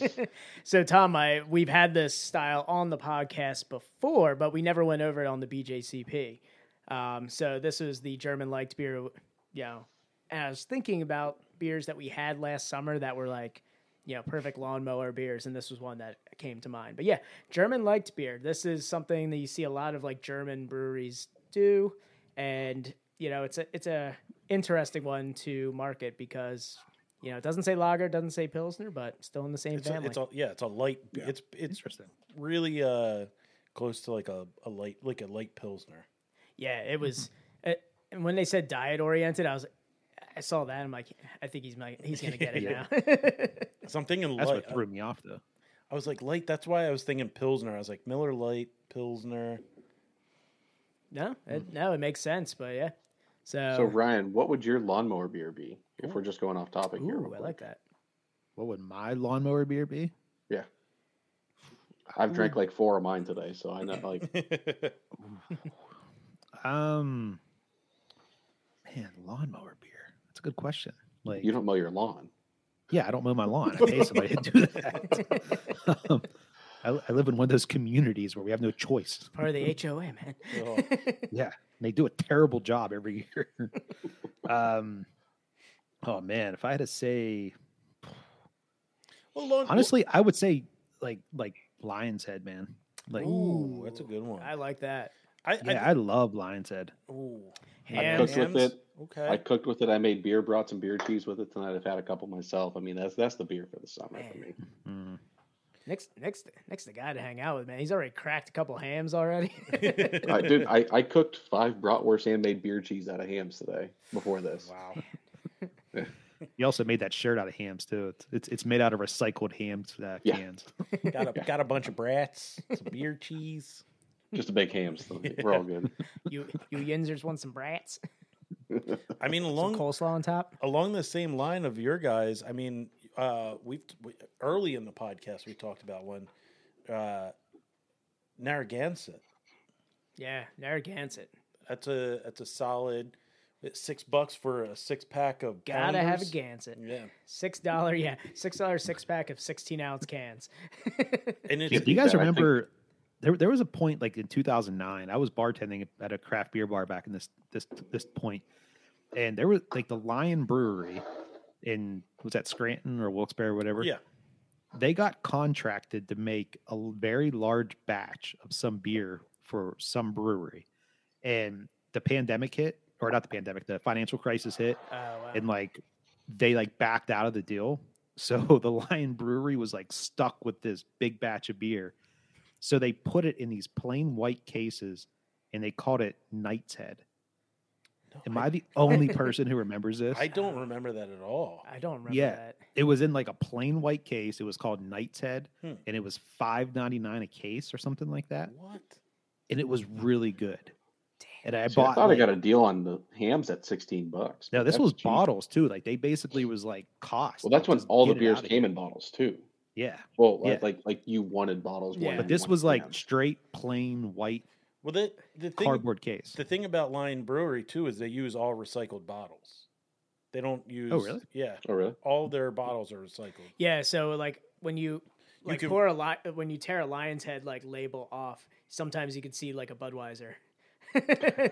[SPEAKER 1] So, Tom, I, we've had this style on the podcast before, but we never went over it on the BJCP. Um, so, this is the German light beer. You know, and I was thinking about beers that we had last summer that were like, you know, perfect lawnmower beers, and this was one that came to mind. But yeah, German light beer. This is something that you see a lot of like German breweries do, and you know, it's a it's a interesting one to market because. You know, it doesn't say lager, it doesn't say pilsner, but still in the same
[SPEAKER 2] It's a,
[SPEAKER 1] family.
[SPEAKER 2] it's a yeah. It's a light. It's it's
[SPEAKER 6] Interesting.
[SPEAKER 2] really uh close to like a, a light like a light Pilsner.
[SPEAKER 1] Yeah, it was. uh and when they said diet oriented, I was, I saw that. I'm like, I think he's my, he's gonna get it
[SPEAKER 6] Yeah.
[SPEAKER 1] now.
[SPEAKER 2] So I'm thinking
[SPEAKER 6] That's
[SPEAKER 2] light.
[SPEAKER 6] what threw me off, though.
[SPEAKER 2] I was like light. That's why I was thinking Pilsner. I was like Miller Light Pilsner.
[SPEAKER 1] no, it, no, it makes sense. But yeah, so,
[SPEAKER 7] So Ryan, what would your lawnmower beer be if we're just going off topic here? real
[SPEAKER 1] ooh, I
[SPEAKER 7] quick?
[SPEAKER 1] like that.
[SPEAKER 6] What would my lawnmower beer be?
[SPEAKER 7] I've drank like four of mine today, so I know like
[SPEAKER 6] Um, man, lawnmower beer. That's a good question. Like,
[SPEAKER 7] you don't mow your lawn.
[SPEAKER 6] yeah, I don't mow my lawn. I pay somebody to do that. um, I, li- I live in one of those communities where we have no choice.
[SPEAKER 1] Part of the HOA, man.
[SPEAKER 2] Oh.
[SPEAKER 6] Yeah, and they do a terrible job every year. um, oh man, if I had to say,
[SPEAKER 2] Well, lawn,
[SPEAKER 6] honestly, I would say like like Lion's Head, man. Like,
[SPEAKER 2] Ooh, that's a good one.
[SPEAKER 1] I like that.
[SPEAKER 2] I, I,
[SPEAKER 6] yeah, I love Lion's Head.
[SPEAKER 2] ooh.
[SPEAKER 7] I cooked
[SPEAKER 1] Hams.
[SPEAKER 7] with it.
[SPEAKER 2] Okay.
[SPEAKER 7] I cooked with it. I made beer, brought some beer cheese with it tonight. I've had a couple myself. I mean, that's that's the beer for the summer for me.
[SPEAKER 6] Mm.
[SPEAKER 1] Next, next, next, the guy to hang out with, man. He's already cracked a couple hams already.
[SPEAKER 7] I, dude, I, I cooked five bratwurst and made beer cheese out of hams today before this.
[SPEAKER 2] wow.
[SPEAKER 6] You also made that shirt out of hams too. It's it's, it's made out of recycled hams uh,
[SPEAKER 7] Yeah.
[SPEAKER 6] cans.
[SPEAKER 2] Got a got a bunch of brats, some beer cheese.
[SPEAKER 7] Just a big ham. So We're all good.
[SPEAKER 1] you, you Yinzers want some brats,
[SPEAKER 2] I mean,
[SPEAKER 1] some
[SPEAKER 2] along
[SPEAKER 1] coleslaw on top.
[SPEAKER 2] along the same line of your guys. I mean, uh, we've we, early in the podcast we talked about one uh, Narragansett.
[SPEAKER 1] Yeah, Narragansett.
[SPEAKER 2] That's a that's a solid it's six bucks for a six pack of.
[SPEAKER 1] Gotta have a
[SPEAKER 2] pounders.
[SPEAKER 1] Gansett.
[SPEAKER 2] Yeah,
[SPEAKER 1] Six dollar, yeah, six dollar six pack of sixteen ounce cans.
[SPEAKER 2] and
[SPEAKER 6] Do
[SPEAKER 2] it's
[SPEAKER 6] you guys
[SPEAKER 7] that. I think-
[SPEAKER 6] remember? There, there was a point like in 2009. I was bartending at a craft beer bar back in this this this point, and there was like the Lion Brewery in was that Scranton or Wilkes-Barre or whatever.
[SPEAKER 2] yeah.
[SPEAKER 6] they got contracted to make a l- very large batch of some beer for some brewery, and the pandemic hit, or not the pandemic, the financial crisis hit,
[SPEAKER 1] Oh, wow.
[SPEAKER 6] and like they like backed out of the deal. So the Lion Brewery was like stuck with this big batch of beer. So they put it in these plain white cases and they called it Knight's Head. Am I the only person who remembers this?
[SPEAKER 2] I don't remember that at all.
[SPEAKER 1] I don't remember
[SPEAKER 6] Yeah.
[SPEAKER 1] that.
[SPEAKER 6] it was in like a plain white case. It was called Knight's Head
[SPEAKER 2] Hmm.
[SPEAKER 6] and it was five ninety nine a case or something like that.
[SPEAKER 2] What?
[SPEAKER 6] And it was really good. And I
[SPEAKER 7] See, I
[SPEAKER 6] bought
[SPEAKER 7] thought
[SPEAKER 6] like-
[SPEAKER 7] I got a deal on the hams at sixteen bucks.
[SPEAKER 6] no,
[SPEAKER 7] but
[SPEAKER 6] this
[SPEAKER 7] that's
[SPEAKER 6] was
[SPEAKER 7] cheap.
[SPEAKER 6] bottles too. Like they basically was like cost.
[SPEAKER 7] Well, that's
[SPEAKER 6] like,
[SPEAKER 7] when
[SPEAKER 6] just
[SPEAKER 7] all the
[SPEAKER 6] get it
[SPEAKER 7] beers
[SPEAKER 6] out of
[SPEAKER 7] came
[SPEAKER 6] here.
[SPEAKER 7] in bottles too.
[SPEAKER 6] Yeah.
[SPEAKER 7] Well,
[SPEAKER 6] Yeah.
[SPEAKER 7] like like like you wanted bottles. more
[SPEAKER 1] Yeah.
[SPEAKER 7] than
[SPEAKER 6] But
[SPEAKER 7] you
[SPEAKER 6] this
[SPEAKER 7] wanted
[SPEAKER 6] was like
[SPEAKER 7] cans.
[SPEAKER 6] straight plain white
[SPEAKER 2] Well, the the thing
[SPEAKER 6] cardboard case.
[SPEAKER 2] the thing about Lion Brewery too is they use all recycled bottles. They don't use.
[SPEAKER 6] really?
[SPEAKER 2] Yeah.
[SPEAKER 7] Oh, really?
[SPEAKER 2] All their bottles are recycled.
[SPEAKER 1] Yeah, so like when you
[SPEAKER 2] You
[SPEAKER 1] like
[SPEAKER 2] can-
[SPEAKER 1] pour a lot when you tear a lion's head like label off, sometimes you can see like a Budweiser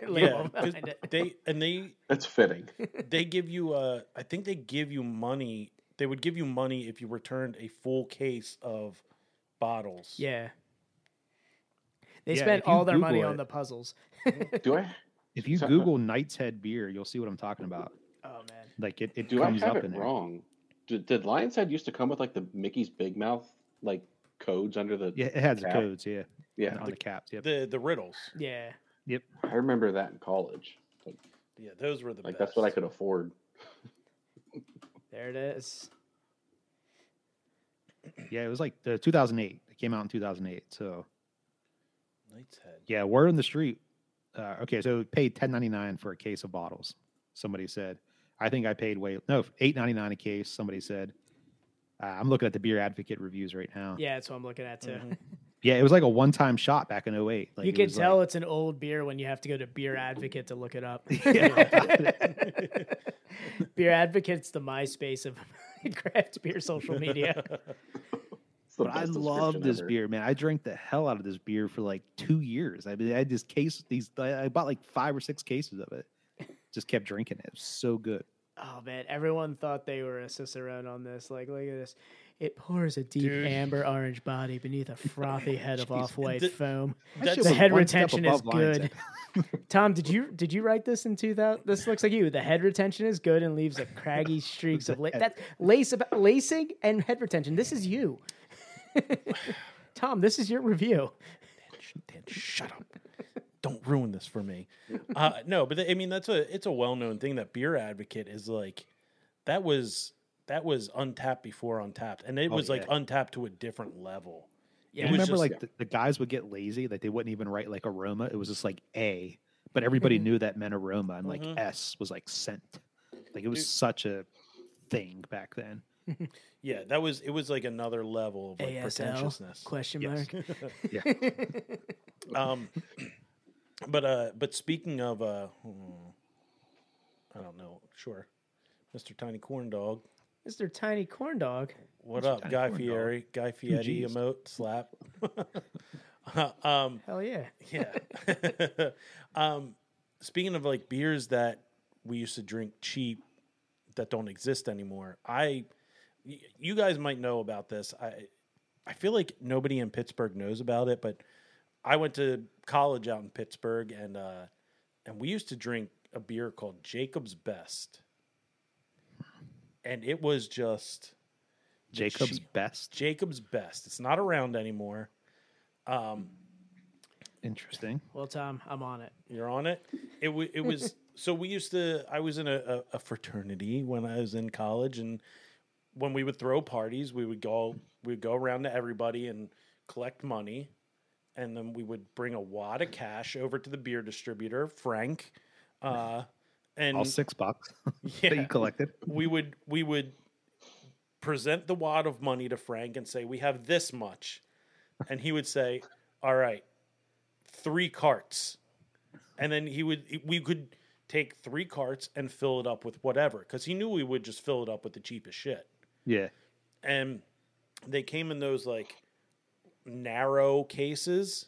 [SPEAKER 1] label
[SPEAKER 2] Yeah, 'cause
[SPEAKER 1] behind it.
[SPEAKER 2] they and they
[SPEAKER 7] That's fitting.
[SPEAKER 2] they give you uh I think they give you money. They would give you money if you returned a full case of bottles.
[SPEAKER 1] Yeah. They
[SPEAKER 6] Yeah,
[SPEAKER 1] spent
[SPEAKER 6] if you
[SPEAKER 1] all their money
[SPEAKER 6] Google
[SPEAKER 1] on
[SPEAKER 6] it-
[SPEAKER 1] the puzzles.
[SPEAKER 7] Do I
[SPEAKER 6] If you
[SPEAKER 7] So-
[SPEAKER 6] Google Knight's Head beer, you'll see what I'm talking about.
[SPEAKER 1] Oh man.
[SPEAKER 6] Like it, it
[SPEAKER 7] do I
[SPEAKER 6] comes
[SPEAKER 7] have
[SPEAKER 6] up
[SPEAKER 7] it
[SPEAKER 6] in
[SPEAKER 7] wrong? Did, did Lion's Head used to come with like the Mickey's Big Mouth like codes under the?
[SPEAKER 6] there. Yeah, it has the
[SPEAKER 7] Cap.
[SPEAKER 6] codes. Yeah,
[SPEAKER 7] Yeah.
[SPEAKER 6] on the, caps. Yep.
[SPEAKER 2] The the riddles.
[SPEAKER 1] Yeah.
[SPEAKER 7] I remember that in college. Like,
[SPEAKER 2] Yeah, those were the
[SPEAKER 7] like
[SPEAKER 2] best.
[SPEAKER 7] that's what I could afford.
[SPEAKER 1] There it is.
[SPEAKER 6] yeah, it was like the 2008. It came out in 2008. So
[SPEAKER 2] Knight's Head.
[SPEAKER 6] yeah, word on the street. Uh, okay, so we paid 10.99 for a case of bottles. Somebody said, I think I paid way no 8.99 a case. Somebody said, uh, I'm looking at the Beer Advocate reviews right now.
[SPEAKER 1] Yeah, that's what I'm looking at too.
[SPEAKER 2] Mhm.
[SPEAKER 6] Yeah, it was like a one time shot back in 08. Mm-hmm. Like
[SPEAKER 1] you
[SPEAKER 6] it
[SPEAKER 1] can
[SPEAKER 6] was
[SPEAKER 1] tell
[SPEAKER 6] Like,
[SPEAKER 1] it's an old beer when you have to go to Beer Advocate to look it up. beer Advocate's the MySpace of craft beer social media.
[SPEAKER 7] It's the
[SPEAKER 6] but I
[SPEAKER 7] best
[SPEAKER 6] love
[SPEAKER 7] description
[SPEAKER 6] this
[SPEAKER 7] ever.
[SPEAKER 6] beer, man. I drank the hell out of this beer for like two years. I mean, I had this case, these, I I bought like five or six cases of it. Just kept drinking it. It was so good.
[SPEAKER 1] Oh man, everyone thought they were a cicerone on this. Like, look at this. It pours a deep
[SPEAKER 2] Dude.
[SPEAKER 1] amber orange body beneath a frothy head of
[SPEAKER 6] Jeez.
[SPEAKER 1] off-white
[SPEAKER 2] The-
[SPEAKER 1] foam.
[SPEAKER 6] That
[SPEAKER 2] That's-
[SPEAKER 6] shit
[SPEAKER 1] The
[SPEAKER 6] was
[SPEAKER 1] head
[SPEAKER 6] one step
[SPEAKER 1] retention is
[SPEAKER 6] above Lion's
[SPEAKER 1] good.
[SPEAKER 6] Head.
[SPEAKER 1] Tom, did you did you write this in 2000? This looks like you. The head retention is good and leaves a craggy streaks of la- that lace about lacing and head retention. This is you. Tom, this is your review.
[SPEAKER 2] Dan, shut up. Don't ruin this for me. Uh, no, but I mean that's a it's a well known thing that Beer Advocate is like that was that was untapped before untapped, and it
[SPEAKER 6] Oh,
[SPEAKER 2] was like
[SPEAKER 6] yeah.
[SPEAKER 2] untapped to a different level.
[SPEAKER 1] Yeah.
[SPEAKER 2] it was
[SPEAKER 6] remember,
[SPEAKER 2] just,
[SPEAKER 6] like the, the guys would get lazy that they wouldn't even write like aroma. It was just like A, but everybody knew that meant aroma, and like
[SPEAKER 2] Mhm.
[SPEAKER 6] S was like scent. Like it was
[SPEAKER 2] Dude.
[SPEAKER 6] such a thing back then.
[SPEAKER 2] yeah, that was it was like another level of like
[SPEAKER 1] ASL?
[SPEAKER 2] pretentiousness.
[SPEAKER 1] Question
[SPEAKER 6] Yes.
[SPEAKER 1] mark.
[SPEAKER 2] Um, but uh, but speaking of uh, hmm, I don't know, sure, Mister Tiny Corn Dog,
[SPEAKER 1] Mr. Tiny Corn Dog.
[SPEAKER 2] what
[SPEAKER 6] Mr.
[SPEAKER 2] up,
[SPEAKER 6] Tiny
[SPEAKER 2] Guy
[SPEAKER 6] Corn Dog.
[SPEAKER 2] Fieri, Guy Fieri
[SPEAKER 6] geez.
[SPEAKER 2] emote slap. um,
[SPEAKER 1] Hell yeah.
[SPEAKER 2] yeah. um, speaking of like beers that we used to drink cheap that don't exist anymore, I, y- you guys might know about this. I, I feel like nobody in Pittsburgh knows about it, but I went to college out in Pittsburgh and uh, and we used to drink a beer called Jacob's Best, and it was just.
[SPEAKER 6] Jacob's
[SPEAKER 2] cheap-
[SPEAKER 6] best.
[SPEAKER 2] Jacob's Best. It's not around anymore. Um,
[SPEAKER 6] Interesting.
[SPEAKER 1] Well, Tom, I'm on it.
[SPEAKER 2] You're on it. It wa it was so we used to. I was in a, a, a fraternity when I was in college, and when we would throw parties, we would go we would go around to everybody and collect money, and then we would bring a wad of cash over to the beer distributor, Frank, uh, and
[SPEAKER 6] All six bucks that you
[SPEAKER 2] yeah,
[SPEAKER 6] collected.
[SPEAKER 2] we would we would present the wad of money to Frank and say we have this much, and he would say, "All right, three carts," and then he would we could take three carts and fill it up with whatever because he knew we would just fill it up with the cheapest shit,
[SPEAKER 6] Yeah.
[SPEAKER 2] and they came in those like narrow cases.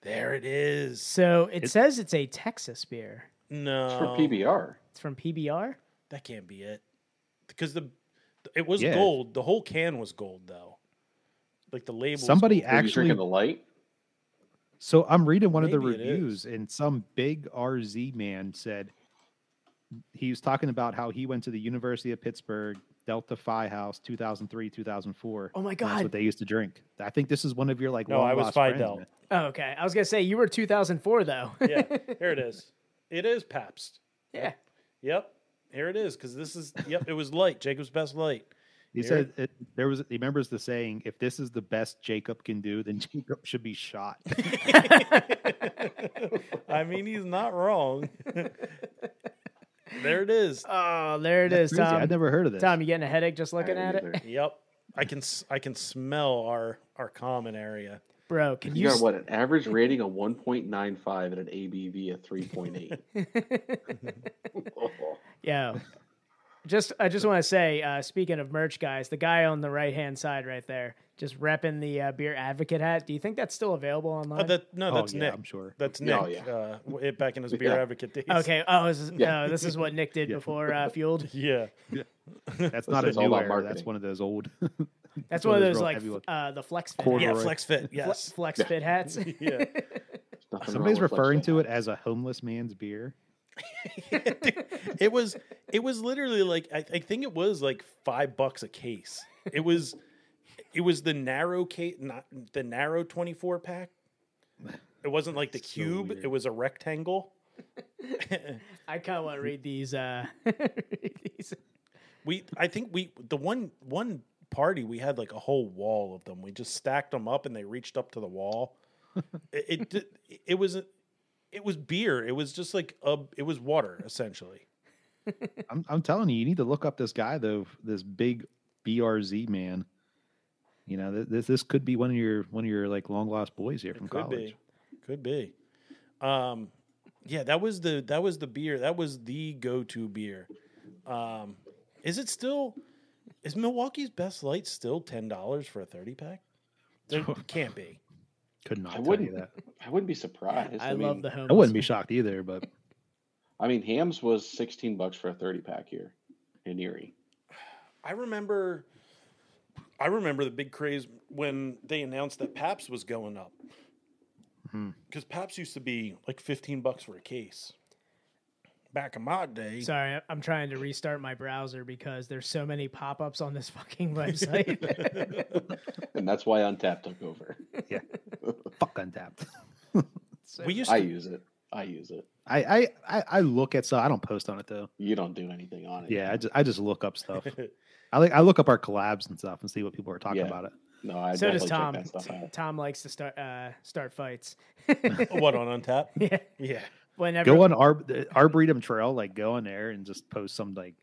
[SPEAKER 2] There it is.
[SPEAKER 1] So it says it's a Texas beer.
[SPEAKER 2] No,
[SPEAKER 7] It's
[SPEAKER 1] Um,
[SPEAKER 7] from PBR.
[SPEAKER 1] It's from PBR.
[SPEAKER 2] That can't be it. Because the it was
[SPEAKER 6] Yeah.
[SPEAKER 2] gold. The whole can was gold though. Like the label. was
[SPEAKER 6] Somebody
[SPEAKER 2] gold.
[SPEAKER 7] Were you
[SPEAKER 6] actually
[SPEAKER 7] drinking the light?
[SPEAKER 6] So I'm reading one of the
[SPEAKER 2] Maybe it
[SPEAKER 6] reviews, and some big RZ man said he was talking about how he went to the University of Pittsburgh Delta Phi House 2003 2004.
[SPEAKER 1] Oh my
[SPEAKER 6] and That's
[SPEAKER 1] God.
[SPEAKER 6] what they used to drink. I think this is one of your like.
[SPEAKER 2] No, I was
[SPEAKER 6] long-lost
[SPEAKER 2] Phi
[SPEAKER 6] friends,
[SPEAKER 2] Del.
[SPEAKER 6] man.
[SPEAKER 1] Oh, okay. I was gonna say you were 2004 though.
[SPEAKER 2] yeah, here it is. It is Pabst.
[SPEAKER 1] yeah.
[SPEAKER 2] Yep, here it is. Because this is yep. It was light. Jacob's best light.
[SPEAKER 6] He
[SPEAKER 2] Here.
[SPEAKER 6] said it, there was. He remembers the saying, "If this is the best Jacob can do, then Jacob should be shot."
[SPEAKER 2] I mean, he's not wrong. there it is.
[SPEAKER 1] Oh, there it
[SPEAKER 6] That's
[SPEAKER 1] is,
[SPEAKER 6] crazy.
[SPEAKER 1] Tom.
[SPEAKER 6] I'd never heard of this.
[SPEAKER 1] Tom, you getting a headache just looking at
[SPEAKER 7] haven't
[SPEAKER 1] it,
[SPEAKER 7] either.
[SPEAKER 2] Yep. I can s- I can smell our our common area.
[SPEAKER 1] bro? Can
[SPEAKER 7] You
[SPEAKER 1] you?
[SPEAKER 7] got what? An average rating of 1.95 and an ABV of 3.8.
[SPEAKER 1] Yeah. Just I just want to say, uh, speaking of merch, guys, the guy on the right hand side right there, just repping the uh, beer advocate hat. Do you think that's still available
[SPEAKER 2] Uh,
[SPEAKER 1] online?
[SPEAKER 2] that, no,
[SPEAKER 6] Oh,
[SPEAKER 2] that's
[SPEAKER 6] yeah,
[SPEAKER 2] Nick.
[SPEAKER 6] I'm sure.
[SPEAKER 2] That's Nick.
[SPEAKER 7] Oh, yeah.
[SPEAKER 2] uh, w- it back in his beer
[SPEAKER 7] Yeah.
[SPEAKER 2] advocate days.
[SPEAKER 1] okay. Oh, this is,
[SPEAKER 7] Yeah.
[SPEAKER 1] no, this is what Nick did before uh, fueled.
[SPEAKER 2] Yeah.
[SPEAKER 6] That's not
[SPEAKER 7] It's
[SPEAKER 6] a
[SPEAKER 7] all
[SPEAKER 6] new
[SPEAKER 7] about
[SPEAKER 6] era. That's
[SPEAKER 7] marketing.
[SPEAKER 6] one of those old.
[SPEAKER 1] That's one of those
[SPEAKER 6] real
[SPEAKER 1] like
[SPEAKER 6] heavy
[SPEAKER 1] f-
[SPEAKER 6] ones.
[SPEAKER 1] uh, the flex fit.
[SPEAKER 6] Corduroy.
[SPEAKER 2] Yeah.
[SPEAKER 1] hats.
[SPEAKER 6] Right.
[SPEAKER 2] Flex fit.
[SPEAKER 1] Fle-
[SPEAKER 2] Yes.
[SPEAKER 1] flex
[SPEAKER 7] Yeah.
[SPEAKER 1] fit hats.
[SPEAKER 2] yeah.
[SPEAKER 7] There's nothing wrong
[SPEAKER 6] Somebody's
[SPEAKER 7] with flex
[SPEAKER 6] referring
[SPEAKER 7] fit.
[SPEAKER 6] to it as a homeless man's beer.
[SPEAKER 2] It was. It was literally like I, I think it was like five bucks a case. It was. It was the narrow case, not the narrow twenty four pack. It wasn't like the
[SPEAKER 6] So
[SPEAKER 2] cube.
[SPEAKER 6] weird.
[SPEAKER 2] It was a rectangle.
[SPEAKER 1] I kind of want to read these. Uh, these.
[SPEAKER 2] We, I think we, the one one party we had like a whole wall of them. We just stacked them up, and they reached up to the wall. it, it di- it was it was beer. It was just like a it was water essentially.
[SPEAKER 6] I'm, I'm telling you, you need to look up this guy though. This big BRZ man. You know, th- this this could be one of your one of your like long lost boys here from
[SPEAKER 2] Could
[SPEAKER 6] college.
[SPEAKER 2] be, could be. Um, yeah, that was the that was the beer. That was the go to beer. Um, is it still? Is Milwaukee's Best Light still ten dollars for a thirty pack? There can't be.
[SPEAKER 6] Could not
[SPEAKER 7] I
[SPEAKER 6] tell
[SPEAKER 7] wouldn't.
[SPEAKER 6] you that.
[SPEAKER 7] I wouldn't be surprised.
[SPEAKER 1] I love
[SPEAKER 7] mean,
[SPEAKER 1] the homeless.
[SPEAKER 6] I wouldn't be shocked either, but
[SPEAKER 7] I mean, Hams was 16 bucks for a 30 pack here in Erie.
[SPEAKER 2] I remember I remember the big craze when they announced that Paps was going up.
[SPEAKER 6] Mhm.
[SPEAKER 2] Because Paps used to be like 15 bucks for a case. Back in my day.
[SPEAKER 1] Sorry, I- I'm trying to restart my browser because there's so many pop-ups on this fucking website.
[SPEAKER 7] And that's why Untapped took over.
[SPEAKER 6] fuck untapped.
[SPEAKER 2] we used
[SPEAKER 7] I
[SPEAKER 2] to,
[SPEAKER 7] use it. I use it.
[SPEAKER 6] I, I I I look at stuff. I don't post on it though.
[SPEAKER 7] You don't do anything on it.
[SPEAKER 6] Yeah, I just I just look up stuff. I like I look up our collabs and stuff and see what people are talking
[SPEAKER 7] Yeah.
[SPEAKER 6] about it.
[SPEAKER 7] No, I
[SPEAKER 1] so does
[SPEAKER 7] definitely check
[SPEAKER 1] Tom.
[SPEAKER 7] that stuff out.
[SPEAKER 1] Tom likes to start uh, start fights.
[SPEAKER 2] what on Untap?
[SPEAKER 1] yeah.
[SPEAKER 2] Yeah.
[SPEAKER 1] Whenever
[SPEAKER 6] Go on Ar- the Arboretum Trail, like go on there and just post some like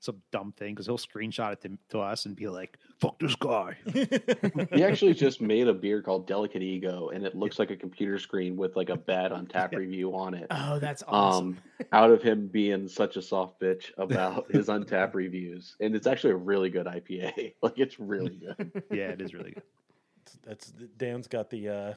[SPEAKER 6] some dumb thing because he'll screenshot it to, to us and be like, "Fuck this guy."
[SPEAKER 7] He actually just made a beer called Delicate Ego, and it looks like a computer screen with like a bad Untapped review on it.
[SPEAKER 1] Oh, that's awesome.
[SPEAKER 7] Um, out of him being such a soft bitch about his Untapped reviews, and it's actually a really good IPA. Like it's really good.
[SPEAKER 6] Yeah, it is really good.
[SPEAKER 2] That's Dan's got the uh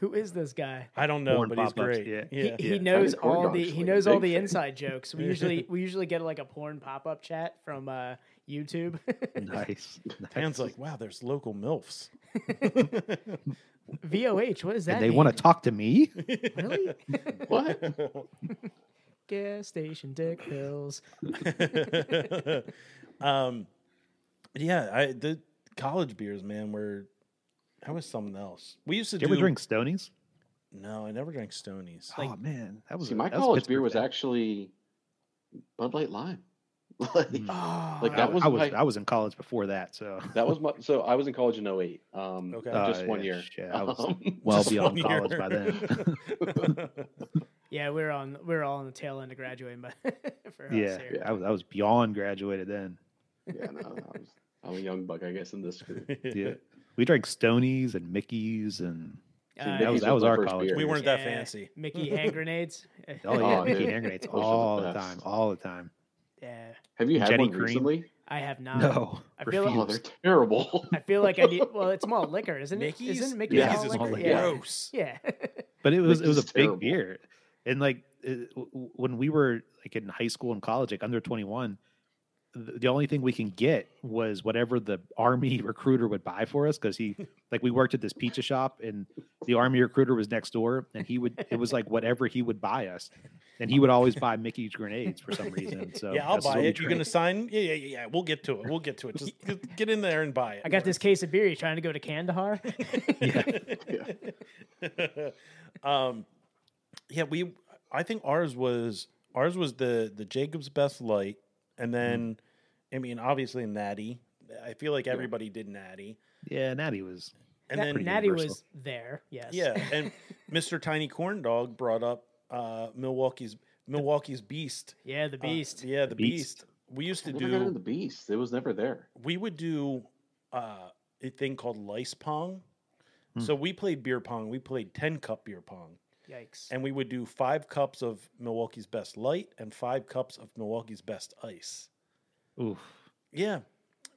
[SPEAKER 1] Who is this guy?
[SPEAKER 2] I don't know,
[SPEAKER 6] Born
[SPEAKER 2] but he's
[SPEAKER 6] pop-ups,
[SPEAKER 2] great.
[SPEAKER 6] yeah.
[SPEAKER 1] He,
[SPEAKER 2] Yeah.
[SPEAKER 1] he
[SPEAKER 6] Yeah.
[SPEAKER 1] knows
[SPEAKER 7] Tiny corn
[SPEAKER 1] all the
[SPEAKER 7] dogs,
[SPEAKER 1] he
[SPEAKER 7] like,
[SPEAKER 1] knows all
[SPEAKER 7] big
[SPEAKER 1] the
[SPEAKER 7] fan.
[SPEAKER 1] inside jokes. We usually we usually get like a porn pop-up chat from uh, YouTube.
[SPEAKER 6] Nice.
[SPEAKER 2] Dan's like, wow, there's local MILFs.
[SPEAKER 1] VOH, what is that?
[SPEAKER 6] and they want to
[SPEAKER 1] mean?
[SPEAKER 6] talk to me.
[SPEAKER 1] really
[SPEAKER 7] What?
[SPEAKER 1] gas station dick pills.
[SPEAKER 2] um, yeah, I the college beers, man, were that was something else. We used to
[SPEAKER 6] Did you
[SPEAKER 2] do
[SPEAKER 6] ever drink Stonies?
[SPEAKER 2] No, I never drank Stonies.
[SPEAKER 6] oh man, that was
[SPEAKER 7] See,
[SPEAKER 6] a-
[SPEAKER 7] my
[SPEAKER 6] that was
[SPEAKER 7] college beer
[SPEAKER 6] Pittsburgh
[SPEAKER 7] was
[SPEAKER 6] back-
[SPEAKER 7] actually Bud Light Lime. like,
[SPEAKER 6] Hmm.
[SPEAKER 1] Oh,
[SPEAKER 7] like,
[SPEAKER 6] I
[SPEAKER 7] that was
[SPEAKER 6] I was
[SPEAKER 7] my-
[SPEAKER 6] I was in college before that, so
[SPEAKER 7] that was my. So I was in college in 08. Um,
[SPEAKER 2] Okay.
[SPEAKER 7] just
[SPEAKER 6] Oh,
[SPEAKER 7] one
[SPEAKER 6] yeah,
[SPEAKER 7] year.
[SPEAKER 6] shit, I was
[SPEAKER 7] Um,
[SPEAKER 6] well
[SPEAKER 2] Just
[SPEAKER 6] beyond
[SPEAKER 2] one year.
[SPEAKER 6] college by then.
[SPEAKER 1] Yeah, we're on we're all on the tail end of graduating, but for us
[SPEAKER 6] yeah,
[SPEAKER 1] here.
[SPEAKER 6] I was I was beyond graduated then.
[SPEAKER 7] yeah, no, I was, I'm a young buck, I guess, in this group.
[SPEAKER 6] Yeah, we drank Stonies and Mickey's and
[SPEAKER 1] Uh,
[SPEAKER 6] that was
[SPEAKER 7] Mickey's
[SPEAKER 6] that was
[SPEAKER 7] was my
[SPEAKER 6] our
[SPEAKER 7] first
[SPEAKER 6] college.
[SPEAKER 7] beer.
[SPEAKER 2] we
[SPEAKER 6] beer.
[SPEAKER 2] weren't that
[SPEAKER 1] Yeah,
[SPEAKER 2] fancy.
[SPEAKER 1] Mickey hand grenades.
[SPEAKER 6] Oh yeah,
[SPEAKER 7] Oh,
[SPEAKER 6] Mickey
[SPEAKER 7] dude.
[SPEAKER 6] hand grenades
[SPEAKER 7] Those are the
[SPEAKER 6] all the
[SPEAKER 7] best.
[SPEAKER 6] time, all the time.
[SPEAKER 1] yeah.
[SPEAKER 7] Have you had
[SPEAKER 6] Jenny
[SPEAKER 7] one
[SPEAKER 6] Green?
[SPEAKER 7] recently?
[SPEAKER 1] I have not.
[SPEAKER 6] No,
[SPEAKER 1] Um, I feel like-
[SPEAKER 7] Oh,
[SPEAKER 6] refused.
[SPEAKER 7] they're terrible.
[SPEAKER 1] I feel like I need. Well, it's malt liquor, isn't it?
[SPEAKER 2] Mickey's?
[SPEAKER 1] Isn't Mickey's
[SPEAKER 7] Yeah.
[SPEAKER 1] malt
[SPEAKER 2] Mickey's is
[SPEAKER 1] liquor?
[SPEAKER 6] malt liquor.
[SPEAKER 1] Yeah.
[SPEAKER 2] Gross.
[SPEAKER 1] yeah.
[SPEAKER 6] but it was it was a
[SPEAKER 7] Mickey's
[SPEAKER 6] big
[SPEAKER 7] terrible.
[SPEAKER 6] beer, and like it, w- w- when we were like in high school and college, like under twenty one, the, the only thing we can get was whatever the army recruiter would buy for us because he like we worked at this pizza shop and the army recruiter was next door and he would it was like whatever he would buy us, and he would always buy Mickey's grenades for some reason. So
[SPEAKER 2] yeah, I'll
[SPEAKER 6] that's what
[SPEAKER 2] buy
[SPEAKER 6] we
[SPEAKER 2] it. You're gonna
[SPEAKER 6] drank.
[SPEAKER 2] sign? Yeah, yeah, yeah, yeah. We'll get to it. We'll get to it. Just get- get in there and buy it.
[SPEAKER 1] I got
[SPEAKER 2] for
[SPEAKER 1] this case of beer. You trying to go to Kandahar?
[SPEAKER 2] um, yeah, we. I think ours was ours was the the Jacob's Best Light,
[SPEAKER 6] Mm-hmm.
[SPEAKER 2] and then I mean, obviously Natty. I feel like everybody did Natty,
[SPEAKER 6] yeah, Natty was
[SPEAKER 2] and
[SPEAKER 1] Na-
[SPEAKER 2] then
[SPEAKER 6] Pretty
[SPEAKER 1] Natty
[SPEAKER 6] universal.
[SPEAKER 1] was there. Yes.
[SPEAKER 2] yeah, and Mr. Tiny Corn Dog brought up uh, Milwaukee's Milwaukee's Beast.
[SPEAKER 1] Yeah, the
[SPEAKER 2] Uh,
[SPEAKER 1] beast.
[SPEAKER 2] yeah, the beast.
[SPEAKER 6] Beast.
[SPEAKER 2] We used to
[SPEAKER 7] I never got into
[SPEAKER 2] do.
[SPEAKER 7] the Beast. It was never there.
[SPEAKER 2] We would do uh, a thing called lice pong.
[SPEAKER 6] Hmm.
[SPEAKER 2] So we played beer pong. We played ten cup beer pong.
[SPEAKER 1] Yikes.
[SPEAKER 2] and we would do five cups of Milwaukee's best light and five cups of Milwaukee's best ice.
[SPEAKER 6] Oof.
[SPEAKER 2] Yeah.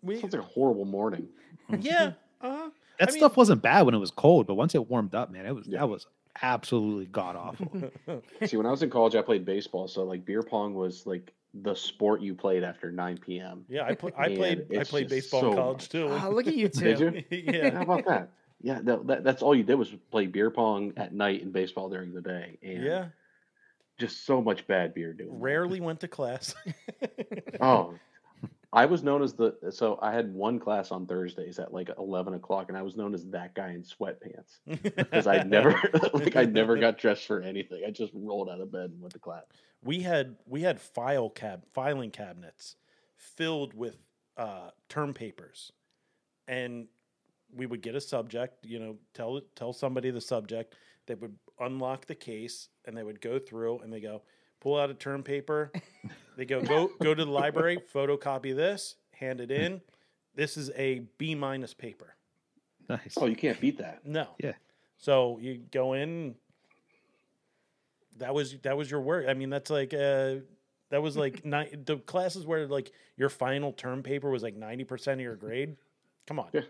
[SPEAKER 2] We,
[SPEAKER 7] Sounds like a horrible morning.
[SPEAKER 2] yeah. Uh-huh.
[SPEAKER 6] That
[SPEAKER 2] I mean-
[SPEAKER 6] stuff wasn't bad when it was cold, but once it warmed up, man, it was
[SPEAKER 7] Yeah.
[SPEAKER 6] that was absolutely god awful.
[SPEAKER 7] See, when I was in college, I played baseball, so like beer pong was like the sport you played after 9 p.m.
[SPEAKER 2] Yeah, I, pl- I
[SPEAKER 7] Man,
[SPEAKER 2] played I
[SPEAKER 7] it's
[SPEAKER 2] played
[SPEAKER 7] just
[SPEAKER 2] baseball in
[SPEAKER 7] so
[SPEAKER 2] college too.
[SPEAKER 1] Oh, look at you two.
[SPEAKER 7] Did you? How
[SPEAKER 2] yeah.
[SPEAKER 7] about that? Yeah, that, that, that's all you did was play beer pong at night and baseball during the day. And
[SPEAKER 2] Yeah.
[SPEAKER 7] just so much bad beer doing. that.
[SPEAKER 2] Rarely went to class.
[SPEAKER 7] Oh, I was known as the so I had one class on Thursdays at like eleven o'clock, and I was known as that guy in sweatpants because I never like I never got dressed for anything. I just rolled out of bed and went to class.
[SPEAKER 2] we had we had file cab filing cabinets filled with uh, term papers, and we would get a subject. You know, tell tell somebody the subject. They would unlock the case and they would go through and they go pull out a term paper. they go go go to the library, photocopy this, hand it in. This is a B minus paper.
[SPEAKER 6] nice.
[SPEAKER 7] Oh, you can't beat that.
[SPEAKER 2] No.
[SPEAKER 6] Yeah.
[SPEAKER 2] So you go in. That was that was your work. I mean, that's like uh, that was like nine, the classes where like your final term paper was like ninety percent of your grade. Come on,
[SPEAKER 7] Yeah.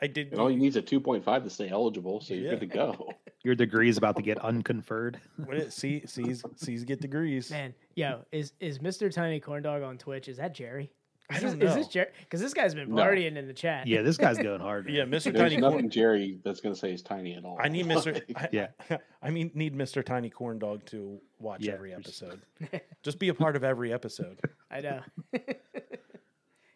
[SPEAKER 2] I did.
[SPEAKER 7] And all you need is a two point five to stay eligible, so you're good to go.
[SPEAKER 6] Your degree is about to get unconferred.
[SPEAKER 2] What is, see, sees, sees get degrees.
[SPEAKER 1] Man, yo, is is Mr. Tiny Corn Dog on Twitch? Is that Jerry?
[SPEAKER 2] I
[SPEAKER 1] Is
[SPEAKER 2] don't
[SPEAKER 1] this,
[SPEAKER 2] know.
[SPEAKER 1] Is this Jerry? Because this guy's been
[SPEAKER 7] No.
[SPEAKER 1] partying in the chat.
[SPEAKER 6] yeah, this guy's going hard.
[SPEAKER 2] yeah,
[SPEAKER 6] man.
[SPEAKER 2] Mr.
[SPEAKER 7] There's
[SPEAKER 2] Tiny
[SPEAKER 7] nothing
[SPEAKER 2] Corn.
[SPEAKER 7] Jerry that's gonna say is tiny at all.
[SPEAKER 2] I need Mr.
[SPEAKER 7] Like,
[SPEAKER 2] I,
[SPEAKER 6] Yeah.
[SPEAKER 2] I mean, need Mr. Tiny Corn Dog to watch
[SPEAKER 6] Yeah,
[SPEAKER 2] every
[SPEAKER 6] there's-
[SPEAKER 2] episode. Just be a part of every episode.
[SPEAKER 1] I know.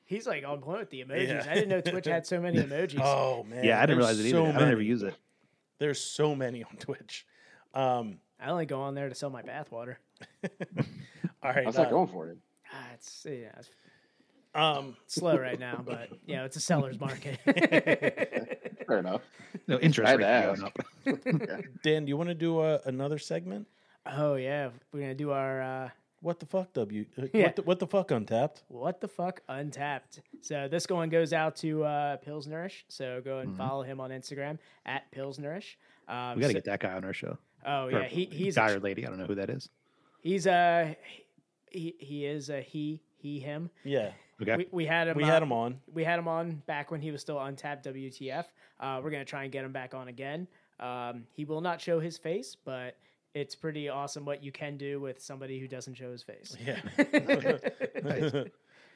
[SPEAKER 1] He's like on point with the emojis.
[SPEAKER 2] Yeah.
[SPEAKER 1] I didn't know Twitch had so many emojis.
[SPEAKER 2] Oh man,
[SPEAKER 6] yeah, I didn't
[SPEAKER 2] there's
[SPEAKER 6] realize it either.
[SPEAKER 2] So
[SPEAKER 6] I don't ever
[SPEAKER 2] many.
[SPEAKER 6] use it.
[SPEAKER 2] There's so many on Twitch. Um,
[SPEAKER 1] I only go on there to sell my bathwater.
[SPEAKER 2] all right,
[SPEAKER 7] How's that
[SPEAKER 2] uh,
[SPEAKER 7] going for it?
[SPEAKER 1] Ah, it's yeah, it's
[SPEAKER 2] Um,
[SPEAKER 1] slow right now, but you know, it's a seller's market.
[SPEAKER 7] Fair enough.
[SPEAKER 6] No interest
[SPEAKER 7] I'd
[SPEAKER 6] rate going
[SPEAKER 7] ask.
[SPEAKER 6] up.
[SPEAKER 2] Dan, do you want to do uh another segment?
[SPEAKER 1] oh yeah, we're gonna do our uh,
[SPEAKER 2] What the fuck, W? uh,
[SPEAKER 1] Yeah.
[SPEAKER 2] What, the, what the fuck, Untapped?
[SPEAKER 1] What the fuck untapped? So this one goes out to uh, Pills Nourish. So go
[SPEAKER 2] Mm-hmm.
[SPEAKER 1] and follow him on Instagram at Pills Nourish. Um,
[SPEAKER 6] We got to
[SPEAKER 1] so-
[SPEAKER 6] get that guy on our show.
[SPEAKER 1] Oh
[SPEAKER 6] Or
[SPEAKER 1] yeah, he, he's
[SPEAKER 6] guy
[SPEAKER 1] a,
[SPEAKER 6] or lady. I don't know who that is.
[SPEAKER 1] he's a he he is a he he him.
[SPEAKER 2] Yeah,
[SPEAKER 6] Okay.
[SPEAKER 1] We, we had him.
[SPEAKER 2] we
[SPEAKER 1] uh,
[SPEAKER 2] had him on.
[SPEAKER 1] We had him on back when he was still untapped WTF. Uh, we're gonna try and get him back on again. Um, he will not show his face, but it's pretty awesome what you can do with somebody who doesn't show his face.
[SPEAKER 2] Yeah,
[SPEAKER 7] We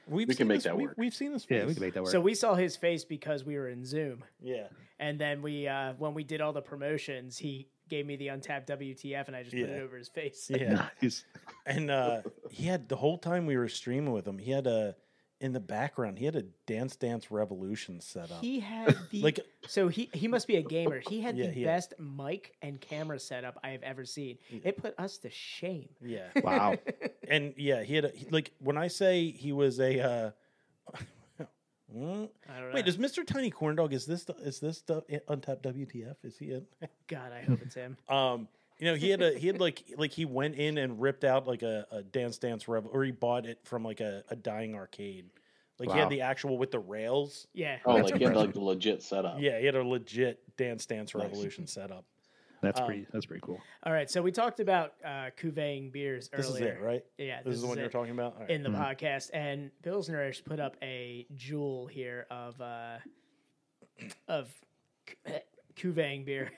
[SPEAKER 2] we've
[SPEAKER 7] can
[SPEAKER 2] seen
[SPEAKER 7] make
[SPEAKER 2] this-
[SPEAKER 7] that
[SPEAKER 2] we-
[SPEAKER 7] work.
[SPEAKER 2] We've seen this.
[SPEAKER 6] yeah, we
[SPEAKER 2] face.
[SPEAKER 6] can make that work.
[SPEAKER 1] so we saw his face because we were in Zoom.
[SPEAKER 2] Yeah,
[SPEAKER 1] And then we, uh, when we did all the promotions, he gave me the untapped WTF, and I just put
[SPEAKER 2] Yeah.
[SPEAKER 1] it over his face.
[SPEAKER 2] yeah.
[SPEAKER 6] Nice.
[SPEAKER 2] and uh, he had the whole time we were streaming with him. He had a in the background. He had a Dance Dance Revolution set up.
[SPEAKER 1] He had the
[SPEAKER 2] like
[SPEAKER 1] so he he must be a gamer. He had
[SPEAKER 2] Yeah,
[SPEAKER 1] the
[SPEAKER 2] he had-
[SPEAKER 1] best mic and camera setup I have ever seen. It put us to shame.
[SPEAKER 2] yeah,
[SPEAKER 6] Wow.
[SPEAKER 2] and yeah, he had a, he- like when I say he was a. Uh, Mm.
[SPEAKER 1] I don't know.
[SPEAKER 2] Wait, is Mr. Tiny Corn Dog? Is this the- is this the Untapped WTF? Is he in?
[SPEAKER 1] God, I hope it's him.
[SPEAKER 2] Um, you know, he had a he had like like he went in and ripped out like a, a Dance Dance Rev, or he bought it from like a, a dying arcade. Like he
[SPEAKER 6] Wow.
[SPEAKER 2] had the actual with the rails.
[SPEAKER 1] Yeah.
[SPEAKER 7] Oh,
[SPEAKER 6] That's
[SPEAKER 7] like you had like
[SPEAKER 6] impressive.
[SPEAKER 7] the legit setup.
[SPEAKER 2] Yeah, he had a legit Dance Dance
[SPEAKER 7] Nice.
[SPEAKER 2] Revolution setup.
[SPEAKER 6] That's
[SPEAKER 2] Um,
[SPEAKER 6] pretty. That's pretty cool.
[SPEAKER 1] All right. So we talked about uh, cuveying beers earlier.
[SPEAKER 2] This is it, right?
[SPEAKER 1] Yeah.
[SPEAKER 2] This, is the one you're
[SPEAKER 1] it.
[SPEAKER 2] talking about. Mm-hmm. All right.
[SPEAKER 1] in the podcast. And Bill's Nourish put up a jewel here of uh, of cuvang beer.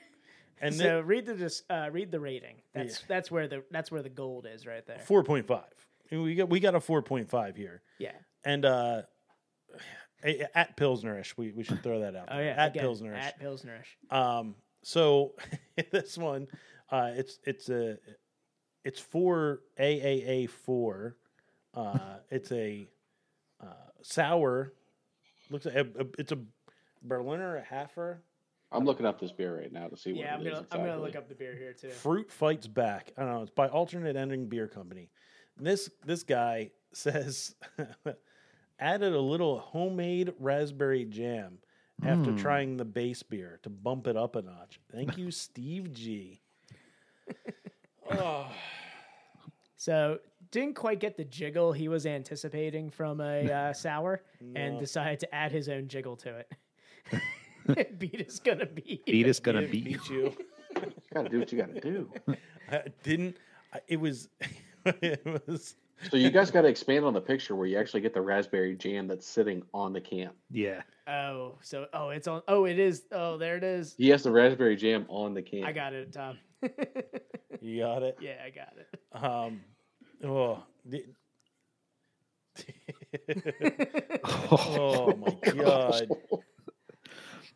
[SPEAKER 2] and
[SPEAKER 1] so read the dis- uh, read the rating. That's that's where the that's where the gold is right there.
[SPEAKER 2] four point five. We got we got a four point five here,
[SPEAKER 1] Yeah.
[SPEAKER 2] and uh, a- a- at Pilsnerish, we we should throw that out.
[SPEAKER 1] Oh
[SPEAKER 2] there.
[SPEAKER 1] yeah.
[SPEAKER 2] at
[SPEAKER 1] again,
[SPEAKER 2] Pilsnerish.
[SPEAKER 1] At Bill's Nourish.
[SPEAKER 2] Um, so this one, uh, it's it's a it's for AAA four. Uh, it's a uh, sour. Looks like a, a- it's a Berliner Hafer.
[SPEAKER 7] I'm looking up this beer right now to see what
[SPEAKER 1] Yeah, I'm
[SPEAKER 7] it is
[SPEAKER 1] gonna I'm gonna
[SPEAKER 7] exactly.
[SPEAKER 1] look up the beer here too.
[SPEAKER 2] Fruit fights back. I don't know. It's by Alternate Ending Beer Company. This this guy says added a little homemade raspberry jam after
[SPEAKER 6] Mm.
[SPEAKER 2] trying the base beer to bump it up a notch. Thank you, Steve G. oh.
[SPEAKER 1] So didn't quite get the jiggle he was anticipating from a uh, sour, and
[SPEAKER 2] No.
[SPEAKER 1] decided to add his own jiggle to it. beat is gonna beat.
[SPEAKER 6] Beat is gonna
[SPEAKER 2] Yeah,
[SPEAKER 6] beat you.
[SPEAKER 2] you.
[SPEAKER 7] You gotta do what you gotta do.
[SPEAKER 2] I didn't. I, it was. it was.
[SPEAKER 7] So you guys got to expand on the picture where you actually get the raspberry jam that's sitting on the can.
[SPEAKER 6] Yeah.
[SPEAKER 1] Oh, so oh, it's on. Oh, it is. Oh, there it is.
[SPEAKER 7] He has the raspberry jam on the can.
[SPEAKER 1] I got it, Tom.
[SPEAKER 2] You got it.
[SPEAKER 1] yeah, I got it.
[SPEAKER 2] Um, oh, the- oh my god!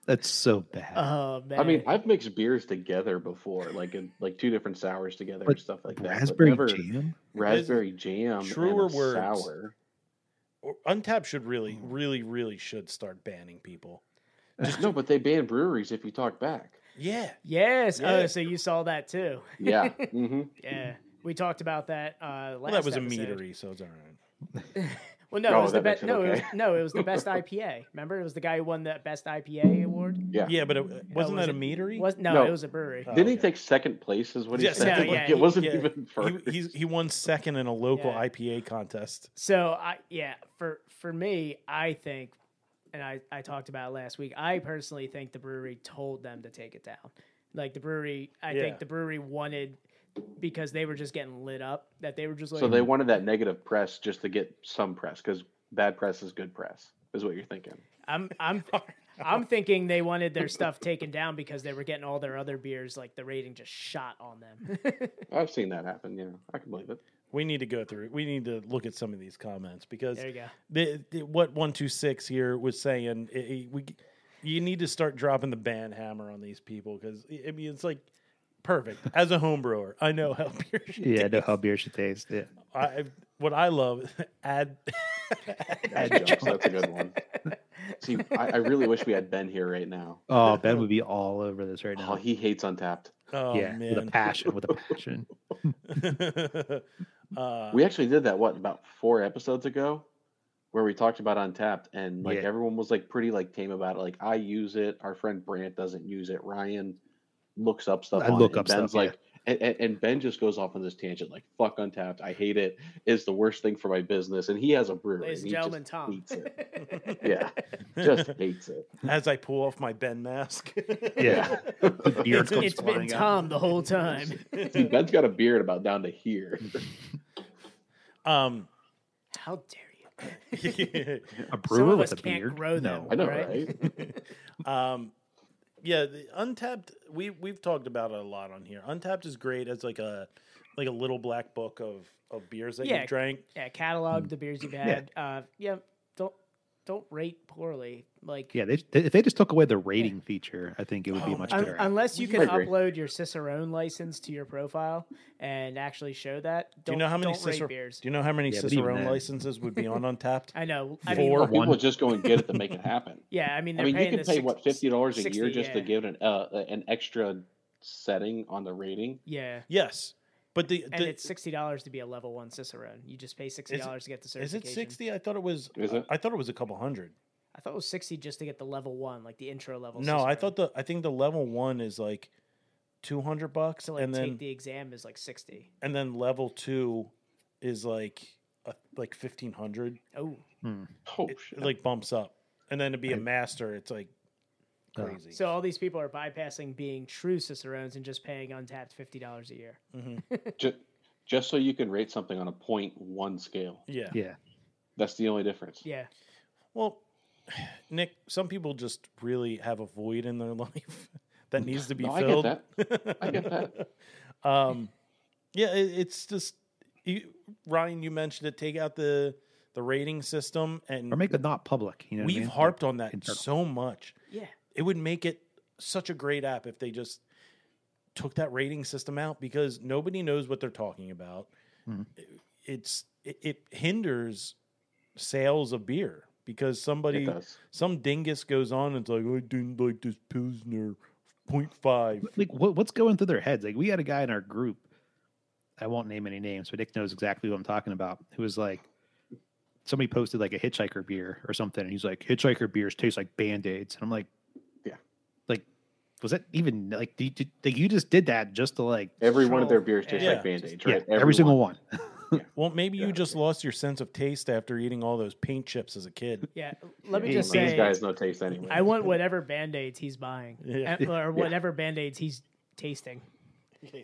[SPEAKER 6] That's so bad.
[SPEAKER 1] Oh man.
[SPEAKER 7] I mean, I've mixed beers together before, like in like two different sours together
[SPEAKER 6] But
[SPEAKER 7] and stuff like that. but
[SPEAKER 6] Raspberry
[SPEAKER 7] never
[SPEAKER 6] jam?
[SPEAKER 7] raspberry jam,
[SPEAKER 2] truer
[SPEAKER 7] truer and a
[SPEAKER 2] words.
[SPEAKER 7] sour.
[SPEAKER 2] Untapped should really,
[SPEAKER 1] Mm.
[SPEAKER 2] really, really should start banning people.
[SPEAKER 7] no, but they ban breweries if you talk back.
[SPEAKER 2] Yeah,
[SPEAKER 1] yes.
[SPEAKER 2] Yeah.
[SPEAKER 1] Oh, so you saw that too?
[SPEAKER 7] Yeah, hmm
[SPEAKER 1] Yeah. We talked about that uh, last.
[SPEAKER 2] well, that was
[SPEAKER 1] episode.
[SPEAKER 2] a meatery, so it's all right.
[SPEAKER 1] Well, no,
[SPEAKER 7] Oh,
[SPEAKER 1] it was the
[SPEAKER 7] that
[SPEAKER 1] best.
[SPEAKER 7] makes it
[SPEAKER 1] No, it was,
[SPEAKER 7] okay.
[SPEAKER 1] no, it was the best IPA. Remember, it was the guy who won that best IPA award.
[SPEAKER 7] yeah.
[SPEAKER 2] Yeah, but it, wasn't
[SPEAKER 1] was
[SPEAKER 2] that a
[SPEAKER 1] it-
[SPEAKER 2] meatery?
[SPEAKER 1] Was no,
[SPEAKER 7] No. Uh,
[SPEAKER 1] it was a brewery.
[SPEAKER 2] Oh,
[SPEAKER 7] Didn't he
[SPEAKER 2] okay.
[SPEAKER 7] take second place? Is what he
[SPEAKER 2] Yes,
[SPEAKER 7] said.
[SPEAKER 1] yeah,
[SPEAKER 7] like,
[SPEAKER 1] yeah,
[SPEAKER 7] it
[SPEAKER 1] he-
[SPEAKER 7] wasn't
[SPEAKER 2] yeah,
[SPEAKER 7] even
[SPEAKER 2] He,
[SPEAKER 7] first.
[SPEAKER 2] he's, he won second in a local
[SPEAKER 1] Yeah.
[SPEAKER 2] IPA contest.
[SPEAKER 1] So I yeah, for for me, I think and I, I talked about it last week, I personally think the brewery told them to take it down. Like the brewery I
[SPEAKER 2] Yeah.
[SPEAKER 1] think the brewery wanted because they were just getting lit up that they were just like
[SPEAKER 7] so they wanted that negative press just to get some press because bad press is good press, is what you're thinking.
[SPEAKER 1] I'm I'm I'm thinking they wanted their stuff taken down because they were getting all their other beers like the rating just shot on them.
[SPEAKER 7] I've seen that happen. Yeah, I can believe it.
[SPEAKER 2] We need to go through. We need to look at some of these comments because
[SPEAKER 1] there you go.
[SPEAKER 2] the, the, what one two six here was saying, i i- we you need to start dropping the ban hammer on these people because I mean it's like perfect. As a home brewer, I know how beer. Should
[SPEAKER 6] yeah, I
[SPEAKER 2] taste.
[SPEAKER 6] know how beer should taste. Yeah.
[SPEAKER 2] I what I love add
[SPEAKER 7] Bad jokes, that's a good one. See, I, I really wish we had Ben here right now.
[SPEAKER 6] Oh, Ben would be all over this right now.
[SPEAKER 7] Oh, he hates Untapped.
[SPEAKER 2] oh
[SPEAKER 6] yeah, with a
[SPEAKER 2] man.
[SPEAKER 6] passion, with a passion.
[SPEAKER 2] uh,
[SPEAKER 7] We actually did that what about four episodes ago, where we talked about Untapped, and like
[SPEAKER 6] Yeah.
[SPEAKER 7] everyone was like pretty like tame about it. Like I use it. Our friend Brant doesn't use it. Ryan looks up stuff.
[SPEAKER 6] I
[SPEAKER 7] on
[SPEAKER 6] look
[SPEAKER 7] it, and
[SPEAKER 6] up stuff,
[SPEAKER 7] Ben's
[SPEAKER 6] yeah.
[SPEAKER 7] like, and, and, and Ben just goes off on this tangent like "fuck Untapped." I hate it. It's the worst thing for my business, and he has a brewery.
[SPEAKER 1] Ladies
[SPEAKER 7] and
[SPEAKER 1] and
[SPEAKER 7] he just
[SPEAKER 1] gentlemen, Tom.
[SPEAKER 7] hates it. Yeah, just hates it.
[SPEAKER 2] as I pull off my Ben mask.
[SPEAKER 6] Yeah. The beer
[SPEAKER 2] It's-
[SPEAKER 6] comes
[SPEAKER 1] it's been
[SPEAKER 6] flying out.
[SPEAKER 1] Tom the whole time.
[SPEAKER 7] See, Ben's got a beard about down to here.
[SPEAKER 2] um
[SPEAKER 1] How dare you?
[SPEAKER 6] A
[SPEAKER 1] Some
[SPEAKER 6] brewer
[SPEAKER 1] of
[SPEAKER 6] with
[SPEAKER 1] us
[SPEAKER 6] a
[SPEAKER 1] can't
[SPEAKER 6] beard?
[SPEAKER 1] grow them.
[SPEAKER 6] no.
[SPEAKER 7] I know,
[SPEAKER 1] Right.
[SPEAKER 7] right?
[SPEAKER 2] um yeah the untapped we we've talked about it a lot on here untapped is great as like a like a little black book of of beers that
[SPEAKER 1] Yeah.
[SPEAKER 2] you drank
[SPEAKER 1] Yeah, uh,
[SPEAKER 2] Mm.
[SPEAKER 1] catalog the beers you've had. Uh, yeah, don't don't rate poorly. Like
[SPEAKER 6] Yeah, they, they, if they just took away the rating feature, I think it would be
[SPEAKER 2] Oh,
[SPEAKER 6] much
[SPEAKER 1] un-
[SPEAKER 6] better.
[SPEAKER 1] unless you
[SPEAKER 7] I
[SPEAKER 1] can
[SPEAKER 7] agree.
[SPEAKER 1] upload your Cicerone license to your profile and actually show that.
[SPEAKER 2] do
[SPEAKER 1] Don't,
[SPEAKER 2] you know how many
[SPEAKER 1] don't rate
[SPEAKER 2] Cicer-
[SPEAKER 1] beers?
[SPEAKER 2] do you know how many
[SPEAKER 6] Yeah, but even
[SPEAKER 2] cicerone
[SPEAKER 6] then-
[SPEAKER 2] licenses would be on untapped
[SPEAKER 1] I know. I mean,
[SPEAKER 2] four
[SPEAKER 7] Or people
[SPEAKER 6] One.
[SPEAKER 7] just go and get it to make it happen.
[SPEAKER 1] yeah, I mean,
[SPEAKER 7] I
[SPEAKER 1] they're
[SPEAKER 7] mean, you
[SPEAKER 1] paying
[SPEAKER 7] can
[SPEAKER 1] the
[SPEAKER 7] pay
[SPEAKER 1] six-
[SPEAKER 7] what fifty dollars a
[SPEAKER 1] 60,
[SPEAKER 7] year just to
[SPEAKER 1] yeah.
[SPEAKER 7] give it an uh, an extra setting on the rating.
[SPEAKER 1] Yeah,
[SPEAKER 2] yes but the,
[SPEAKER 1] and
[SPEAKER 2] the
[SPEAKER 1] it's sixty dollars to be a level one Cicerone. You just pay sixty dollars to get the
[SPEAKER 2] is
[SPEAKER 1] certification.
[SPEAKER 2] it 60 i thought it was
[SPEAKER 7] Is it?
[SPEAKER 2] i thought it was a couple hundred
[SPEAKER 1] I thought it was sixty just to get the level one, like the intro level.
[SPEAKER 2] no i
[SPEAKER 1] Cicerone.
[SPEAKER 2] thought the i think the level one is like 200 bucks
[SPEAKER 1] to like
[SPEAKER 2] and then
[SPEAKER 1] take the exam is like sixty.
[SPEAKER 2] and then level two is like a, like 1500
[SPEAKER 1] Oh,
[SPEAKER 7] Oh
[SPEAKER 2] it,
[SPEAKER 7] shit!
[SPEAKER 2] it, like bumps up, and then to be a
[SPEAKER 6] Right.
[SPEAKER 2] master, it's like
[SPEAKER 6] Oh.
[SPEAKER 2] crazy.
[SPEAKER 1] so all these people are bypassing being true Cicerones and just paying untapped fifty dollars a year.
[SPEAKER 2] Mhm.
[SPEAKER 7] just, just so you can rate something on a point one scale.
[SPEAKER 2] yeah.
[SPEAKER 6] Uh, yeah.
[SPEAKER 7] That's the only difference.
[SPEAKER 1] Yeah.
[SPEAKER 2] Well, Nick, some people just really have a void in their life that needs to be
[SPEAKER 7] No, I get
[SPEAKER 2] filled.
[SPEAKER 7] that. I get
[SPEAKER 2] that. um, yeah, it, it's just you, Ryan. You mentioned it. Take out the the rating system, and
[SPEAKER 6] Or make it not public. You know what I
[SPEAKER 2] we've
[SPEAKER 6] mean? Like,
[SPEAKER 2] harped on that
[SPEAKER 6] internal.
[SPEAKER 2] so much.
[SPEAKER 1] Yeah.
[SPEAKER 2] it would make it such a great app if they just took that rating system out because nobody knows what they're talking about.
[SPEAKER 6] Mhm.
[SPEAKER 2] It's it, it hinders sales of beer because
[SPEAKER 7] It
[SPEAKER 2] somebody
[SPEAKER 7] does.
[SPEAKER 2] some dingus goes on and's like I didn't like this pilsner 0.5.
[SPEAKER 6] like what, what's going through their heads like we had a guy in our group i won't name any names but nick knows exactly who i'm talking about who was like somebody posted like a hitchhiker beer or something and he's like hitchhiker beers taste like band-aids and i'm like
[SPEAKER 7] Yeah.
[SPEAKER 6] like was that even like did, did, like you just did that just to like
[SPEAKER 7] Every one of their
[SPEAKER 1] Control.
[SPEAKER 7] beers tastes
[SPEAKER 2] Yeah.
[SPEAKER 7] like Band Aids,
[SPEAKER 6] yeah,
[SPEAKER 7] right?
[SPEAKER 6] every single one
[SPEAKER 2] Well, maybe you
[SPEAKER 7] Yeah.
[SPEAKER 2] just lost your sense of taste after eating all those paint chips as a kid.
[SPEAKER 1] Yeah. Let me
[SPEAKER 7] Well,
[SPEAKER 1] just
[SPEAKER 6] Yeah.
[SPEAKER 7] These
[SPEAKER 1] say
[SPEAKER 7] guys no taste anyway.
[SPEAKER 1] I want whatever band aids he's buying.
[SPEAKER 2] Yeah.
[SPEAKER 1] and- Or whatever band aids he's tasting.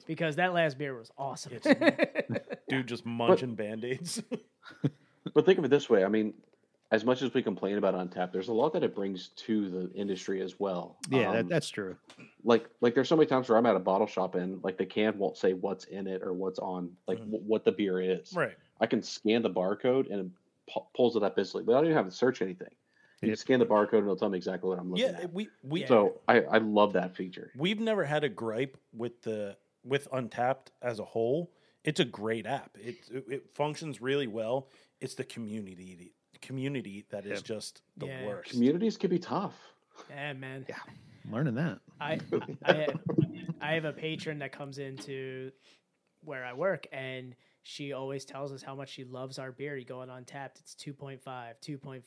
[SPEAKER 1] because that last beer was awesome.
[SPEAKER 2] Dude, just munching band aids.
[SPEAKER 7] But think of it this way. I mean, as much as we complain about Untapped, there's a lot that it brings to the industry as well.
[SPEAKER 6] Yeah,
[SPEAKER 7] Um,
[SPEAKER 6] that, that's true.
[SPEAKER 7] like like there's so many times where I'm at a bottle shop and like the can won't say what's in it or what's on like
[SPEAKER 2] Mhm.
[SPEAKER 7] wh- what the beer is.
[SPEAKER 2] right.
[SPEAKER 7] I can scan the barcode and it pu- pulls it up instantly. But I don't even have to search anything. You
[SPEAKER 6] Yep.
[SPEAKER 7] scan the barcode and it'll tell me exactly what I'm looking
[SPEAKER 2] Yeah,
[SPEAKER 7] at.
[SPEAKER 2] we we
[SPEAKER 7] So I, I love that feature.
[SPEAKER 2] we've never had a gripe with the with Untapped as a whole. It's a great app. It it, it functions really well. It's the community community that is
[SPEAKER 6] Yeah.
[SPEAKER 2] just the
[SPEAKER 1] Yeah.
[SPEAKER 2] worst.
[SPEAKER 7] Communities can be tough.
[SPEAKER 1] yeah, man.
[SPEAKER 6] Yeah. learning that.
[SPEAKER 1] I, I, I have a patron that comes into where I work, and she always tells us how much she loves our beer. You go on Untapped, it's 2.5, 2.5,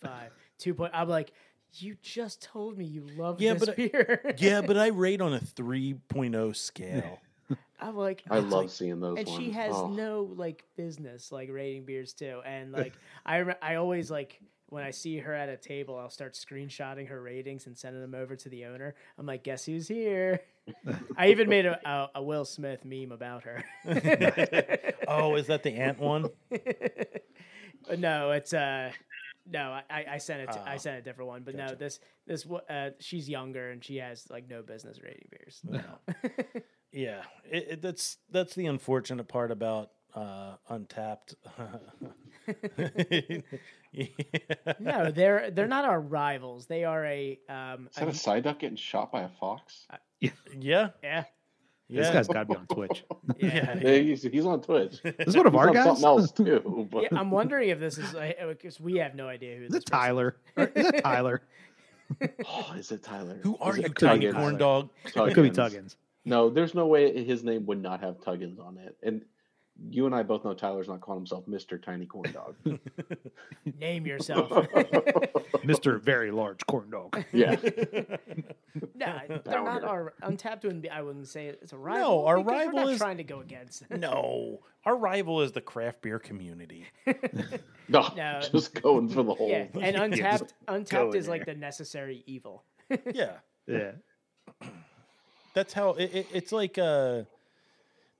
[SPEAKER 1] 2. Point, I'm like, you just told me you love
[SPEAKER 2] Yeah,
[SPEAKER 1] this
[SPEAKER 2] but I-
[SPEAKER 1] beer.
[SPEAKER 2] yeah, but I rate on a 3.0 scale.
[SPEAKER 1] I'm like,
[SPEAKER 7] I
[SPEAKER 1] it's
[SPEAKER 7] love
[SPEAKER 1] like-
[SPEAKER 7] seeing those
[SPEAKER 1] and
[SPEAKER 7] ones.
[SPEAKER 1] she has
[SPEAKER 7] Oh,
[SPEAKER 1] no like business like rating beers too and like i re- i always like when i see her at a table i'll start screenshotting her ratings and sending them over to the owner i'm like guess who's here i even made a, a, a will smith meme about her
[SPEAKER 2] oh, is that the ant one?
[SPEAKER 1] But no it's uh no, I- I, I sent it. To, I
[SPEAKER 2] Ah,
[SPEAKER 1] sent a different one, but
[SPEAKER 2] gotcha.
[SPEAKER 1] no, this this wo- uh, she's younger and she has like no business rating beers.
[SPEAKER 2] Yeah, it, it, that's that's the unfortunate part about uh, Untapped. Yeah.
[SPEAKER 1] no, they're they're not our rivals. They are a um.
[SPEAKER 7] Is that a
[SPEAKER 1] a-
[SPEAKER 7] side duck getting shot by a fox?
[SPEAKER 2] yeah,
[SPEAKER 1] yeah,
[SPEAKER 6] This
[SPEAKER 2] yeah,
[SPEAKER 6] guy's got to be on Twitch.
[SPEAKER 1] yeah.
[SPEAKER 7] Yeah, he's, he's on Twitch. He's
[SPEAKER 6] This is one of our
[SPEAKER 7] on
[SPEAKER 6] guys.
[SPEAKER 7] something else too. But
[SPEAKER 1] yeah, I'm wondering if this is because we have no idea who
[SPEAKER 6] Is
[SPEAKER 1] this
[SPEAKER 6] it
[SPEAKER 1] person-
[SPEAKER 6] Tyler? Is it Tyler?
[SPEAKER 7] oh, is it Tyler?
[SPEAKER 2] Who are
[SPEAKER 7] Is it
[SPEAKER 2] you, tiny
[SPEAKER 7] Tuggins?
[SPEAKER 2] corn dog?
[SPEAKER 6] It could be
[SPEAKER 7] Tuggins.
[SPEAKER 6] Tuggins.
[SPEAKER 7] No, there's no way his name would not have Tuggins on it. And you and I both know Tyler's not calling himself Mr. Tiny Corn Dog.
[SPEAKER 1] Name yourself.
[SPEAKER 6] Mr. Very Large Corn Dog.
[SPEAKER 7] yeah.
[SPEAKER 1] nah, they're not
[SPEAKER 7] Founder.
[SPEAKER 1] our untapped. Wouldn't be. I wouldn't say it's a rival.
[SPEAKER 2] No, our
[SPEAKER 1] because
[SPEAKER 2] rival
[SPEAKER 1] we're not
[SPEAKER 2] is-
[SPEAKER 1] trying to go against. them.
[SPEAKER 2] No, our rival is the craft beer community.
[SPEAKER 7] No,
[SPEAKER 1] No.
[SPEAKER 7] just going for the whole.
[SPEAKER 1] yeah, and untapped. Untapped
[SPEAKER 6] in
[SPEAKER 1] is like the necessary evil.
[SPEAKER 2] Yeah,
[SPEAKER 6] Yeah.
[SPEAKER 2] that's how it, it, it's like. Uh,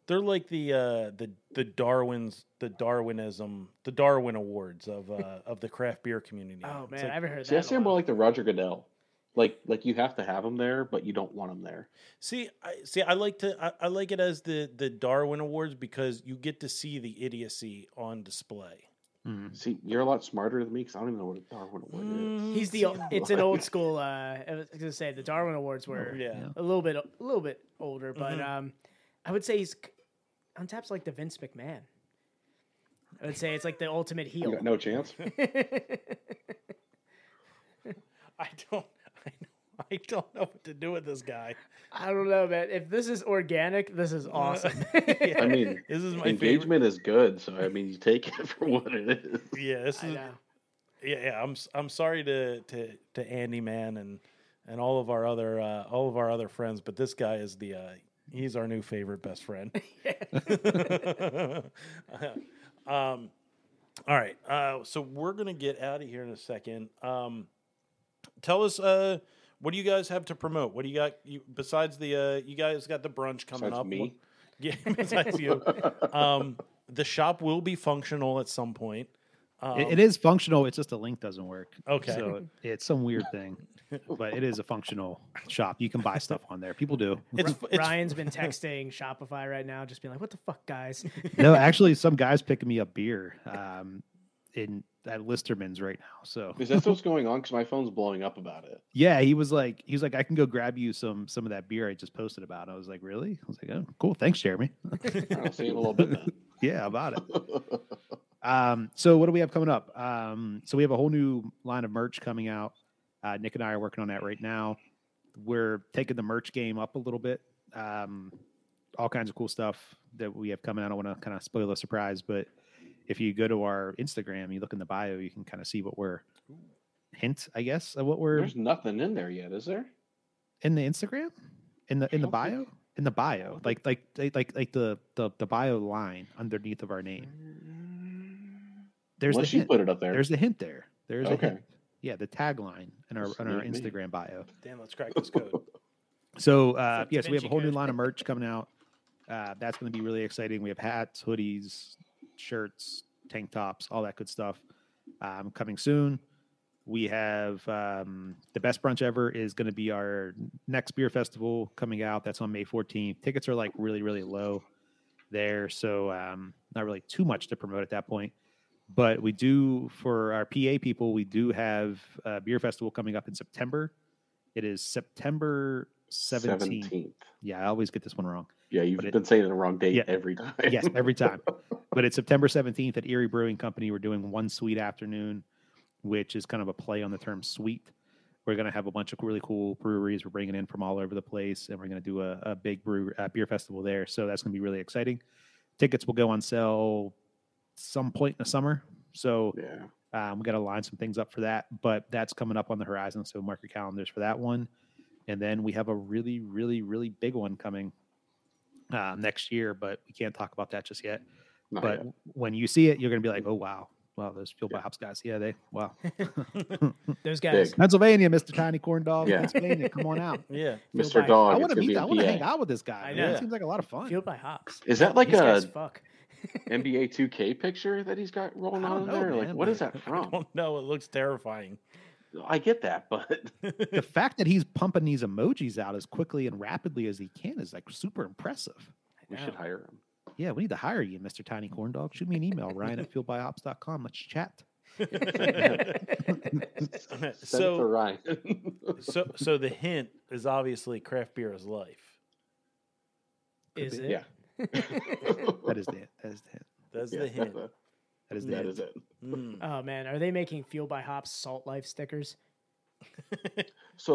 [SPEAKER 2] they're like the uh, the the Darwin's the Darwinism the Darwin Awards of uh, of the craft beer community.
[SPEAKER 1] Oh
[SPEAKER 2] It's
[SPEAKER 1] man,
[SPEAKER 2] like-
[SPEAKER 1] I haven't heard
[SPEAKER 7] See, I
[SPEAKER 1] that. in a
[SPEAKER 7] see him more
[SPEAKER 1] while.
[SPEAKER 7] like the Roger Goodell. Like, like you have to have him there, but you don't want him there.
[SPEAKER 2] See, I see. I like to. I, I like it as the the Darwin Awards because you get to see the idiocy on display.
[SPEAKER 6] Mm.
[SPEAKER 7] See, you're a lot smarter than me because I don't even know what a Darwin Award is.
[SPEAKER 1] He's the. o- It's an old school. Uh, I was gonna say the Darwin Awards were
[SPEAKER 2] Oh, yeah.
[SPEAKER 1] a little bit, a little bit older, but
[SPEAKER 2] Mhm.
[SPEAKER 1] um, I would say he's c- untapped's like the Vince McMahon. I would say it's like the ultimate
[SPEAKER 7] You
[SPEAKER 1] heel.
[SPEAKER 7] got no chance.
[SPEAKER 2] I don't. I know. I don't know what to do with this guy.
[SPEAKER 1] I don't know, man. If this is organic, this
[SPEAKER 6] Uh,
[SPEAKER 1] is awesome.
[SPEAKER 7] I mean,
[SPEAKER 2] This is my favorite.
[SPEAKER 7] engagement is good, so I mean, you take it for what it is.
[SPEAKER 2] Yeah, this
[SPEAKER 1] I
[SPEAKER 2] is.
[SPEAKER 1] know.
[SPEAKER 2] Yeah, yeah. I'm. s- I'm sorry to to to Andy Man and and all of our other uh, all of our other friends, but this guy is the. Uh, he's our new favorite best friend. um, all right. Uh, so we're gonna get out of here in a second. Um, tell us uh, what do you guys have to promote? What do you got? You, besides the uh, you guys got the brunch coming
[SPEAKER 7] Besides
[SPEAKER 2] up.
[SPEAKER 7] me?
[SPEAKER 2] What- yeah, besides you. Um, the shop will be functional at some point. Um,
[SPEAKER 6] It- it is functional. It's just the link doesn't work.
[SPEAKER 2] Okay.
[SPEAKER 6] So it's some weird thing, but it is a functional shop. You can buy stuff on there. People do.
[SPEAKER 2] It's, it's
[SPEAKER 1] Ryan's been texting Shopify right now, just being like, "What the fuck, guys?"
[SPEAKER 6] no, actually, some guys picking me up beer um, in at Listerman's right now. So
[SPEAKER 7] Is that what's going on? Because my phone's blowing up about it.
[SPEAKER 6] yeah, he was like, he was like, I can go grab you some some of that beer I just posted about. I was like, really? I was like, oh, cool, thanks, Jeremy.
[SPEAKER 7] I'll see you in a little bit then.
[SPEAKER 6] yeah, about it. Um, so what do we have coming up? Um, so we have a whole new line of merch coming out. Uh, Nick and I are working on that right now. We're taking the merch game up a little bit. Um, all kinds of cool stuff that we have coming out. I don't want to kind of spoil a surprise, but if you go to our Instagram, you look in the bio, you can kind of see what we're hint, I guess, of what we're
[SPEAKER 7] There's nothing in there yet, is there?
[SPEAKER 6] in the Instagram, in the in the
[SPEAKER 7] I don't
[SPEAKER 6] bio, in the bio, like like like like like the the, the bio line underneath of our name. There's
[SPEAKER 7] Unless
[SPEAKER 6] the
[SPEAKER 7] you
[SPEAKER 6] hint.
[SPEAKER 7] put it up there.
[SPEAKER 6] There's the hint there. There's a
[SPEAKER 7] Okay.
[SPEAKER 6] hint. Yeah, the tagline in our on our
[SPEAKER 7] Sneak me.
[SPEAKER 6] Instagram bio.
[SPEAKER 2] Damn, let's crack this code.
[SPEAKER 6] So uh,
[SPEAKER 1] Da
[SPEAKER 6] yes, we have
[SPEAKER 1] Vinci
[SPEAKER 6] a whole new
[SPEAKER 1] Code.
[SPEAKER 6] line of merch coming out. Uh, that's going to be really exciting. We have hats, hoodies, shirts, tank tops, all that good stuff um, coming soon. We have um, the best brunch ever is going to be our next beer festival coming out. That's on May 14th. Tickets are like really, really low there, so um, not really too much to promote at that point. But we do for our PA people, we do have a beer festival coming up in September. It is September 17th. Yeah, I always get this one wrong.
[SPEAKER 7] Yeah, you've
[SPEAKER 6] But it-
[SPEAKER 7] been saying the wrong date
[SPEAKER 6] Yeah.
[SPEAKER 7] every time.
[SPEAKER 6] Yes, every time. But it's September 17th at Erie Brewing Company. We're doing one sweet afternoon, which is kind of a play on the term sweet. We're going to have a bunch of really cool breweries we're bringing in from all over the place, and we're going to do a, a big brew, uh, beer festival there. So that's going to be really exciting. Tickets will go on sale some point in the summer. So
[SPEAKER 7] Yeah.
[SPEAKER 6] um, we got to line some things up for that, but that's coming up on the horizon. So mark your calendars for that one. And then we have a really, really, really big one coming uh, next year, but we can't talk about that just yet.
[SPEAKER 7] Not
[SPEAKER 6] but
[SPEAKER 7] yet.
[SPEAKER 6] when you see it, you're going to be like, oh, wow. Wow, those fuel by hops guys. Yeah, they, wow.
[SPEAKER 1] Those guys.
[SPEAKER 6] Pennsylvania, Mr. Tiny Corn Dog,
[SPEAKER 7] Yeah.
[SPEAKER 6] Pennsylvania. Come on out.
[SPEAKER 2] Yeah.
[SPEAKER 1] Feel
[SPEAKER 7] Mr.
[SPEAKER 1] by-
[SPEAKER 6] I
[SPEAKER 7] Dog,
[SPEAKER 6] want
[SPEAKER 7] it's
[SPEAKER 6] to
[SPEAKER 7] gonna
[SPEAKER 6] meet,
[SPEAKER 7] be
[SPEAKER 6] I
[SPEAKER 7] in
[SPEAKER 6] want to hang
[SPEAKER 7] PA.
[SPEAKER 6] out with this guy.
[SPEAKER 1] I
[SPEAKER 6] man.
[SPEAKER 2] know.
[SPEAKER 6] It seems like a lot of fun.
[SPEAKER 1] Fueled by hops.
[SPEAKER 7] Is that like
[SPEAKER 1] These guys
[SPEAKER 7] a
[SPEAKER 1] fuck.
[SPEAKER 7] NBA 2K picture that he's got rolling
[SPEAKER 6] I don't
[SPEAKER 7] on in
[SPEAKER 6] know,
[SPEAKER 7] there? like,
[SPEAKER 6] man,
[SPEAKER 7] what is
[SPEAKER 6] but-
[SPEAKER 7] that
[SPEAKER 2] I
[SPEAKER 7] from?
[SPEAKER 2] don't know. It looks terrifying.
[SPEAKER 7] I get that, but
[SPEAKER 6] the fact that he's pumping these emojis out as quickly and rapidly as he can is like super impressive.
[SPEAKER 7] we
[SPEAKER 1] know.
[SPEAKER 7] should hire him.
[SPEAKER 6] Yeah, we need to hire you, Mr. Tiny Corn Dog. Shoot me an email, Ryan at fueledbyops.com. Let's chat.
[SPEAKER 7] Send it to
[SPEAKER 2] so,
[SPEAKER 7] Ryan.
[SPEAKER 2] so, so the hint is obviously craft beer is life.
[SPEAKER 1] Is
[SPEAKER 6] be.
[SPEAKER 1] it?
[SPEAKER 7] Yeah.
[SPEAKER 6] That is the hint. That is the hint.
[SPEAKER 2] That's
[SPEAKER 7] Yeah,
[SPEAKER 2] the
[SPEAKER 7] that's
[SPEAKER 2] hint.
[SPEAKER 7] it.
[SPEAKER 6] That is the
[SPEAKER 7] That
[SPEAKER 6] hint.
[SPEAKER 7] is it.
[SPEAKER 2] Mm.
[SPEAKER 1] Oh man, are they making Fuel by Hops Salt Life stickers?
[SPEAKER 7] So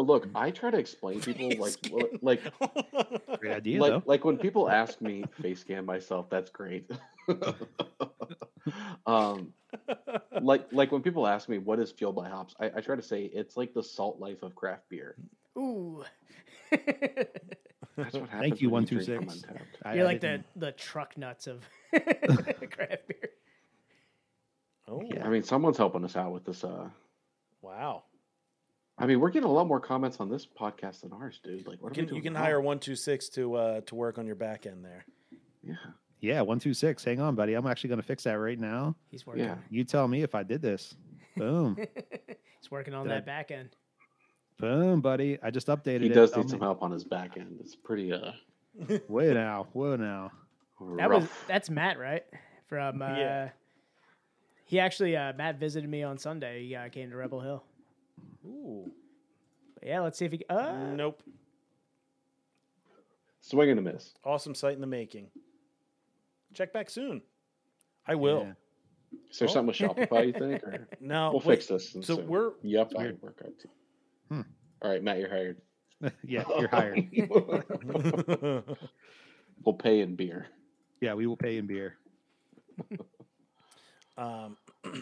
[SPEAKER 7] look, I try to explain people like well, like
[SPEAKER 6] Great idea,
[SPEAKER 7] like
[SPEAKER 6] though.
[SPEAKER 7] like when people ask me face scan myself, that's great. um like like when people ask me what is fuel by hops, I, I try to say it's like the salt life of craft beer.
[SPEAKER 1] Ooh.
[SPEAKER 7] That's what happens.
[SPEAKER 6] Thank you,
[SPEAKER 7] when
[SPEAKER 6] one two
[SPEAKER 7] drink from
[SPEAKER 6] six.
[SPEAKER 7] Untappd.
[SPEAKER 6] I-
[SPEAKER 1] You're
[SPEAKER 6] I
[SPEAKER 1] like the,
[SPEAKER 6] didn't-
[SPEAKER 1] the truck nuts of craft beer.
[SPEAKER 2] oh,
[SPEAKER 7] I mean, someone's helping us out with this. Uh,
[SPEAKER 2] wow.
[SPEAKER 7] I mean, we're getting a lot more comments on this podcast than ours, dude. Like, what
[SPEAKER 2] You
[SPEAKER 7] are
[SPEAKER 2] can,
[SPEAKER 7] we doing
[SPEAKER 2] you can
[SPEAKER 7] wrong?
[SPEAKER 2] hire 126 to uh, to work on your back end there.
[SPEAKER 7] Yeah,
[SPEAKER 6] Yeah, one two six. Hang on, buddy. I'm actually going to fix that right now.
[SPEAKER 1] He's working.
[SPEAKER 7] Yeah.
[SPEAKER 6] You tell me if I did this. Boom,
[SPEAKER 1] He's working on
[SPEAKER 6] Did I-
[SPEAKER 1] that back end.
[SPEAKER 6] boom, buddy. I just updated
[SPEAKER 7] he
[SPEAKER 6] it.
[SPEAKER 7] does
[SPEAKER 6] Tell
[SPEAKER 7] need
[SPEAKER 6] me-
[SPEAKER 7] some help on his back end. It's pretty uh
[SPEAKER 6] Whoa now, whoa now.
[SPEAKER 1] That
[SPEAKER 7] rough.
[SPEAKER 1] was that's Matt, right? From uh,
[SPEAKER 2] Yeah.
[SPEAKER 1] he actually uh, Matt visited me on Sunday. He uh, came to Rebel Hill.
[SPEAKER 2] Ooh.
[SPEAKER 1] But yeah, let's see if he. Uh,
[SPEAKER 2] Nope.
[SPEAKER 7] swing and a miss.
[SPEAKER 2] Awesome site in the making. Check back soon. I will.
[SPEAKER 6] Yeah.
[SPEAKER 7] Is there
[SPEAKER 2] Oh.
[SPEAKER 7] something with Shopify? You think? Or...
[SPEAKER 2] Now
[SPEAKER 7] We'll
[SPEAKER 2] wait,
[SPEAKER 7] fix this. and
[SPEAKER 2] So
[SPEAKER 7] soon.
[SPEAKER 2] we're
[SPEAKER 7] Yep, I
[SPEAKER 6] Weird.
[SPEAKER 7] work out too.
[SPEAKER 6] Hmm.
[SPEAKER 7] All right, Matt, you're hired.
[SPEAKER 6] yeah, you're hired.
[SPEAKER 7] we'll pay in beer.
[SPEAKER 6] Yeah, we will pay in beer.
[SPEAKER 2] um,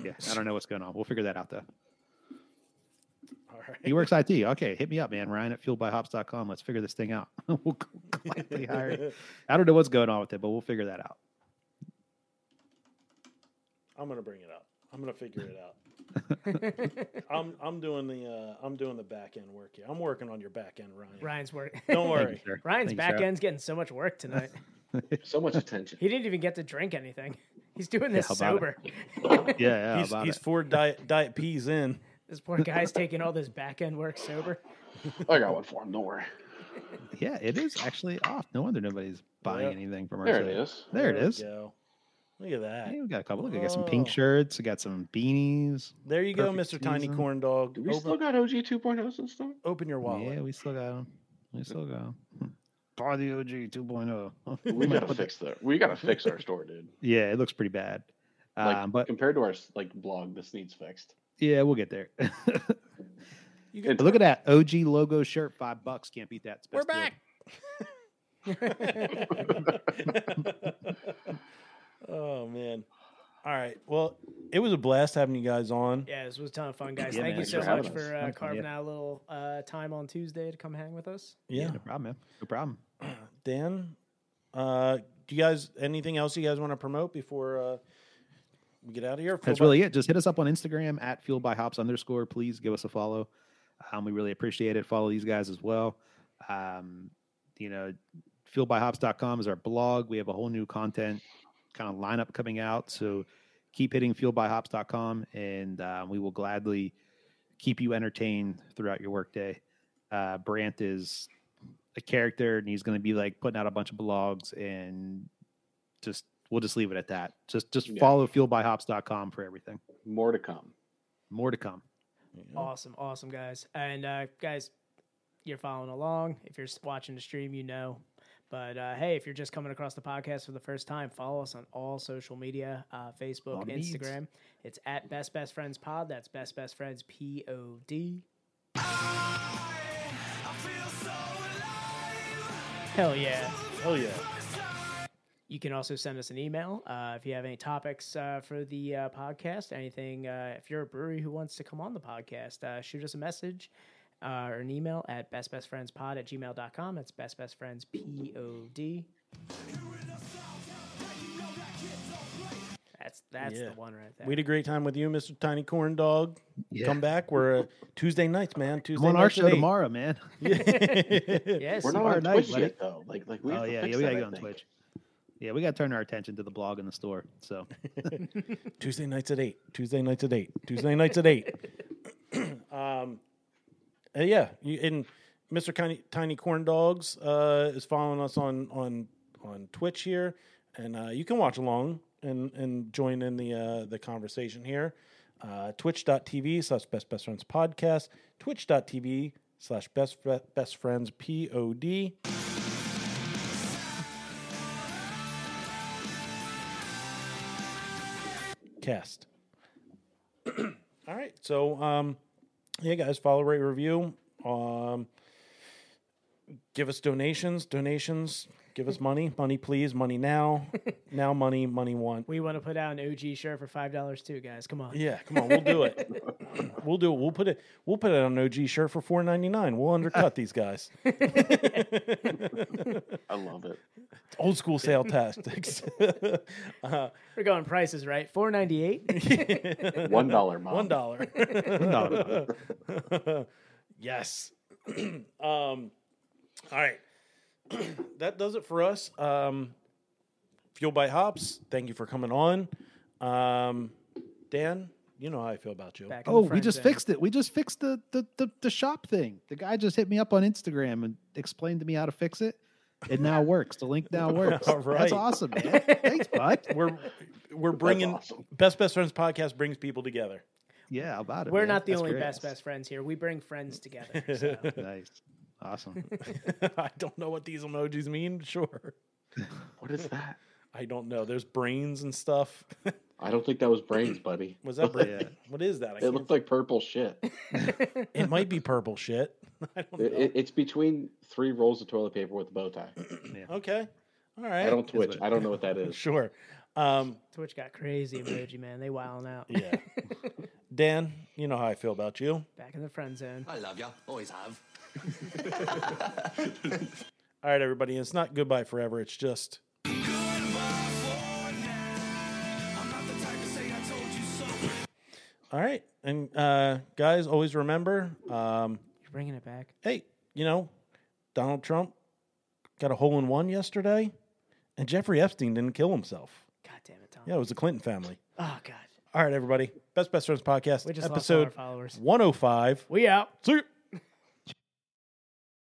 [SPEAKER 6] Yeah, I don't know what's going on. We'll figure that out though.
[SPEAKER 2] all right.
[SPEAKER 6] He works IT. Okay, hit me up, man. Ryan at fueledbyhops.com. Let's figure this thing out. we'll gladly hire. you. I don't know what's going on with it, but we'll figure that out.
[SPEAKER 2] I'm gonna bring it up. I'm gonna figure it out. I'm I'm doing the uh, I'm doing the back end work here. I'm working on your back end, Ryan.
[SPEAKER 1] Ryan's work.
[SPEAKER 2] Don't
[SPEAKER 6] Thank you,
[SPEAKER 2] worry.
[SPEAKER 6] sir.
[SPEAKER 1] Ryan's
[SPEAKER 6] Thank you,
[SPEAKER 1] back
[SPEAKER 6] sir.
[SPEAKER 1] end's getting so much work tonight.
[SPEAKER 7] So much attention.
[SPEAKER 1] he didn't even get to drink anything. He's doing this
[SPEAKER 6] how about
[SPEAKER 1] sober.
[SPEAKER 6] it? Yeah, yeah.
[SPEAKER 2] he's
[SPEAKER 6] about
[SPEAKER 2] he's
[SPEAKER 6] it.
[SPEAKER 2] four diet diet peas in.
[SPEAKER 1] This poor guy's taking all this back end work sober.
[SPEAKER 7] I got one for him. Don't worry.
[SPEAKER 6] Yeah, it is actually off. No wonder nobody's buying
[SPEAKER 2] Yeah.
[SPEAKER 6] anything from our
[SPEAKER 7] There it
[SPEAKER 6] site.
[SPEAKER 7] is.
[SPEAKER 6] There, it
[SPEAKER 2] we
[SPEAKER 6] is.
[SPEAKER 2] go. Look at that.
[SPEAKER 6] Hey, we got a couple. Look, I got some pink
[SPEAKER 2] Oh.
[SPEAKER 6] shirts. I got some beanies.
[SPEAKER 2] There you go, Mr.
[SPEAKER 6] Perfect
[SPEAKER 2] Tiny
[SPEAKER 6] season.
[SPEAKER 2] Corn Dog.
[SPEAKER 7] Do we
[SPEAKER 2] Open,
[SPEAKER 7] still got OG 2.0 and stuff?
[SPEAKER 2] open your wallet.
[SPEAKER 6] Yeah, we still got them. We still got them. Bar the OG 2.0.
[SPEAKER 7] We
[SPEAKER 6] Might
[SPEAKER 7] gotta
[SPEAKER 6] put that-
[SPEAKER 7] fix that. We gotta fix our store, dude.
[SPEAKER 6] Yeah, it looks pretty bad.
[SPEAKER 7] Like
[SPEAKER 6] Um, but
[SPEAKER 7] compared to our s- like blog, this needs fixed.
[SPEAKER 6] yeah, we'll get there.
[SPEAKER 7] And
[SPEAKER 6] Look at that OG logo shirt, five bucks. Can't beat that. It's
[SPEAKER 2] We're
[SPEAKER 6] best deal.
[SPEAKER 2] back. oh man. All right. Well, it was a blast having you guys on.
[SPEAKER 1] Yeah, this was a ton of fun, guys.
[SPEAKER 6] Yeah,
[SPEAKER 1] Thank
[SPEAKER 6] man,
[SPEAKER 1] you
[SPEAKER 6] thanks
[SPEAKER 1] so
[SPEAKER 7] for
[SPEAKER 1] much
[SPEAKER 7] having us.
[SPEAKER 1] for
[SPEAKER 6] Fun,
[SPEAKER 1] uh,
[SPEAKER 6] fun,
[SPEAKER 1] carving
[SPEAKER 6] yeah.
[SPEAKER 1] out a little uh, time on Tuesday to come hang with us.
[SPEAKER 6] Yeah,
[SPEAKER 2] Yeah.
[SPEAKER 6] no problem, man. No problem.
[SPEAKER 2] Dan, uh, do you guys anything else you guys want to promote before uh, we get out of here?
[SPEAKER 6] That's
[SPEAKER 2] Feel
[SPEAKER 6] really it. Just hit us up on Instagram at fueled by hops underscore. Please give us a follow. Um, we really appreciate it. Follow these guys as well. Um, you know, fueledbyhops.com is our blog. We have a whole new content kind of lineup coming out. So keep hitting fueledbyhops.com and uh, we will gladly keep you entertained throughout your workday. Uh, Brant is a character and he's going to be like putting out a bunch of blogs and just we'll just leave it at that. Just just
[SPEAKER 7] Yeah.
[SPEAKER 6] follow fueledbyhops.com for everything.
[SPEAKER 7] More to come.
[SPEAKER 6] More to come.
[SPEAKER 1] Awesome, awesome guys, and uh, guys, you're following along. If you're s- watching the stream, you know. But uh, hey, if you're just coming across the podcast for the first time, follow us on all social media: uh, Facebook,
[SPEAKER 6] On the beats.
[SPEAKER 1] Instagram. It's at Best Best Friends Pod. That's Best Best Friends P O D. Hell yeah!
[SPEAKER 2] Hell yeah.
[SPEAKER 1] You can also send us an email uh, if you have any topics uh, for the uh, podcast. Anything, uh, if you're a brewery who wants to come on the podcast, uh, shoot us a message uh, or an email at bestbestfriendspod at gmail.com. That's bestbestfriendspod. That's that's
[SPEAKER 2] Yeah.
[SPEAKER 1] the one right there.
[SPEAKER 2] We had a great time with you, Mr. Tiny Corn Dog.
[SPEAKER 6] Yeah.
[SPEAKER 2] Come back. We're uh, Tuesday nights, man. Tuesday
[SPEAKER 6] Come on our
[SPEAKER 2] nights at
[SPEAKER 6] show
[SPEAKER 2] eight.
[SPEAKER 6] tomorrow, man.
[SPEAKER 2] yeah.
[SPEAKER 1] yes,
[SPEAKER 7] We're not
[SPEAKER 6] tomorrow
[SPEAKER 7] on
[SPEAKER 6] night,
[SPEAKER 7] Twitch
[SPEAKER 6] buddy.
[SPEAKER 7] yet though. Like like we have
[SPEAKER 6] oh
[SPEAKER 7] to
[SPEAKER 6] yeah,
[SPEAKER 7] fix
[SPEAKER 6] yeah, we
[SPEAKER 7] that,
[SPEAKER 6] gotta
[SPEAKER 7] I
[SPEAKER 6] get on
[SPEAKER 7] think.
[SPEAKER 6] Twitch. Yeah, we gotta turn our attention to the blog in the store. So
[SPEAKER 2] Tuesday nights at eight. Tuesday nights at eight. Tuesday nights at eight. um, uh, yeah, you, and Mr. Tiny, Tiny Corn Dogs uh, is following us on on on Twitch here, and uh, you can watch along and and join in the uh, the conversation here. Uh, twitch.tv slash best best friends podcast twitch.tv slash best Fri- best friends pod cast all right so um yeah guys follow rate review um give us donations donations give us money money please money now now money money want
[SPEAKER 1] we want to put out an OG shirt for five dollars too, guys. Come on.
[SPEAKER 2] yeah come on we'll do it we'll do it we'll put it we'll put it on an og shirt for 4.99 we'll undercut these guys
[SPEAKER 7] I love it.
[SPEAKER 2] old school sale tactics uh,
[SPEAKER 1] We're going prices right. Four ninety eight.
[SPEAKER 7] One dollar, mom.
[SPEAKER 2] One dollar.
[SPEAKER 6] dollar.
[SPEAKER 2] yes. um, all right. that does it for us. Um, Fuel by Hops. Thank you for coming on. Um, Dan, you know how I feel about you.
[SPEAKER 1] Back in the
[SPEAKER 6] Oh, we
[SPEAKER 1] friend
[SPEAKER 6] just
[SPEAKER 1] zone.
[SPEAKER 6] fixed it. We just fixed the, the the the shop thing. The guy just hit me up on Instagram and explained to me how to fix it. It now works. The link now works.
[SPEAKER 2] All right.
[SPEAKER 6] That's awesome, man. Thanks, bud.
[SPEAKER 2] We're we're bringing
[SPEAKER 7] awesome.
[SPEAKER 2] best best friends podcast brings people together.
[SPEAKER 6] Yeah, how about it.
[SPEAKER 1] We're
[SPEAKER 6] man?
[SPEAKER 1] not the
[SPEAKER 6] That's
[SPEAKER 1] only
[SPEAKER 6] great.
[SPEAKER 1] best best friends here. We bring friends together. So.
[SPEAKER 6] Nice. Awesome.
[SPEAKER 2] I don't know what these emojis mean. Sure,
[SPEAKER 7] What is that?
[SPEAKER 2] I don't know. There's brains and stuff.
[SPEAKER 7] I don't think that was Oh, brains, buddy.
[SPEAKER 2] Was that brain?
[SPEAKER 6] Yeah.
[SPEAKER 2] What is that? I
[SPEAKER 7] It
[SPEAKER 2] can't-
[SPEAKER 7] looked like purple shit. It,
[SPEAKER 2] it might be purple shit. I don't know.
[SPEAKER 7] it, it's between three rolls of toilet paper with a bow tie.
[SPEAKER 2] Okay. All right.
[SPEAKER 7] I don't twitch.
[SPEAKER 6] what-
[SPEAKER 7] I don't know what that is.
[SPEAKER 2] Sure. Um,
[SPEAKER 1] Twitch got crazy emoji, man. They wilding out.
[SPEAKER 2] yeah. Dan, you know how I feel about you.
[SPEAKER 1] Back in the friend zone.
[SPEAKER 3] I love ya. Always have.
[SPEAKER 2] All right, everybody. It's not goodbye forever. It's just all right. And uh, guys, always remember, um,
[SPEAKER 1] You're bringing it back.
[SPEAKER 2] hey, you know, Donald Trump got a hole in one yesterday, and Jeffrey Epstein didn't kill himself.
[SPEAKER 1] God damn it, Tom.
[SPEAKER 2] Yeah, it was the Clinton family.
[SPEAKER 1] Oh God.
[SPEAKER 2] All right, everybody. Best Best Friends Podcast,
[SPEAKER 1] We just lost all our
[SPEAKER 2] episode
[SPEAKER 1] followers.
[SPEAKER 2] 105.
[SPEAKER 1] We out.
[SPEAKER 2] See you.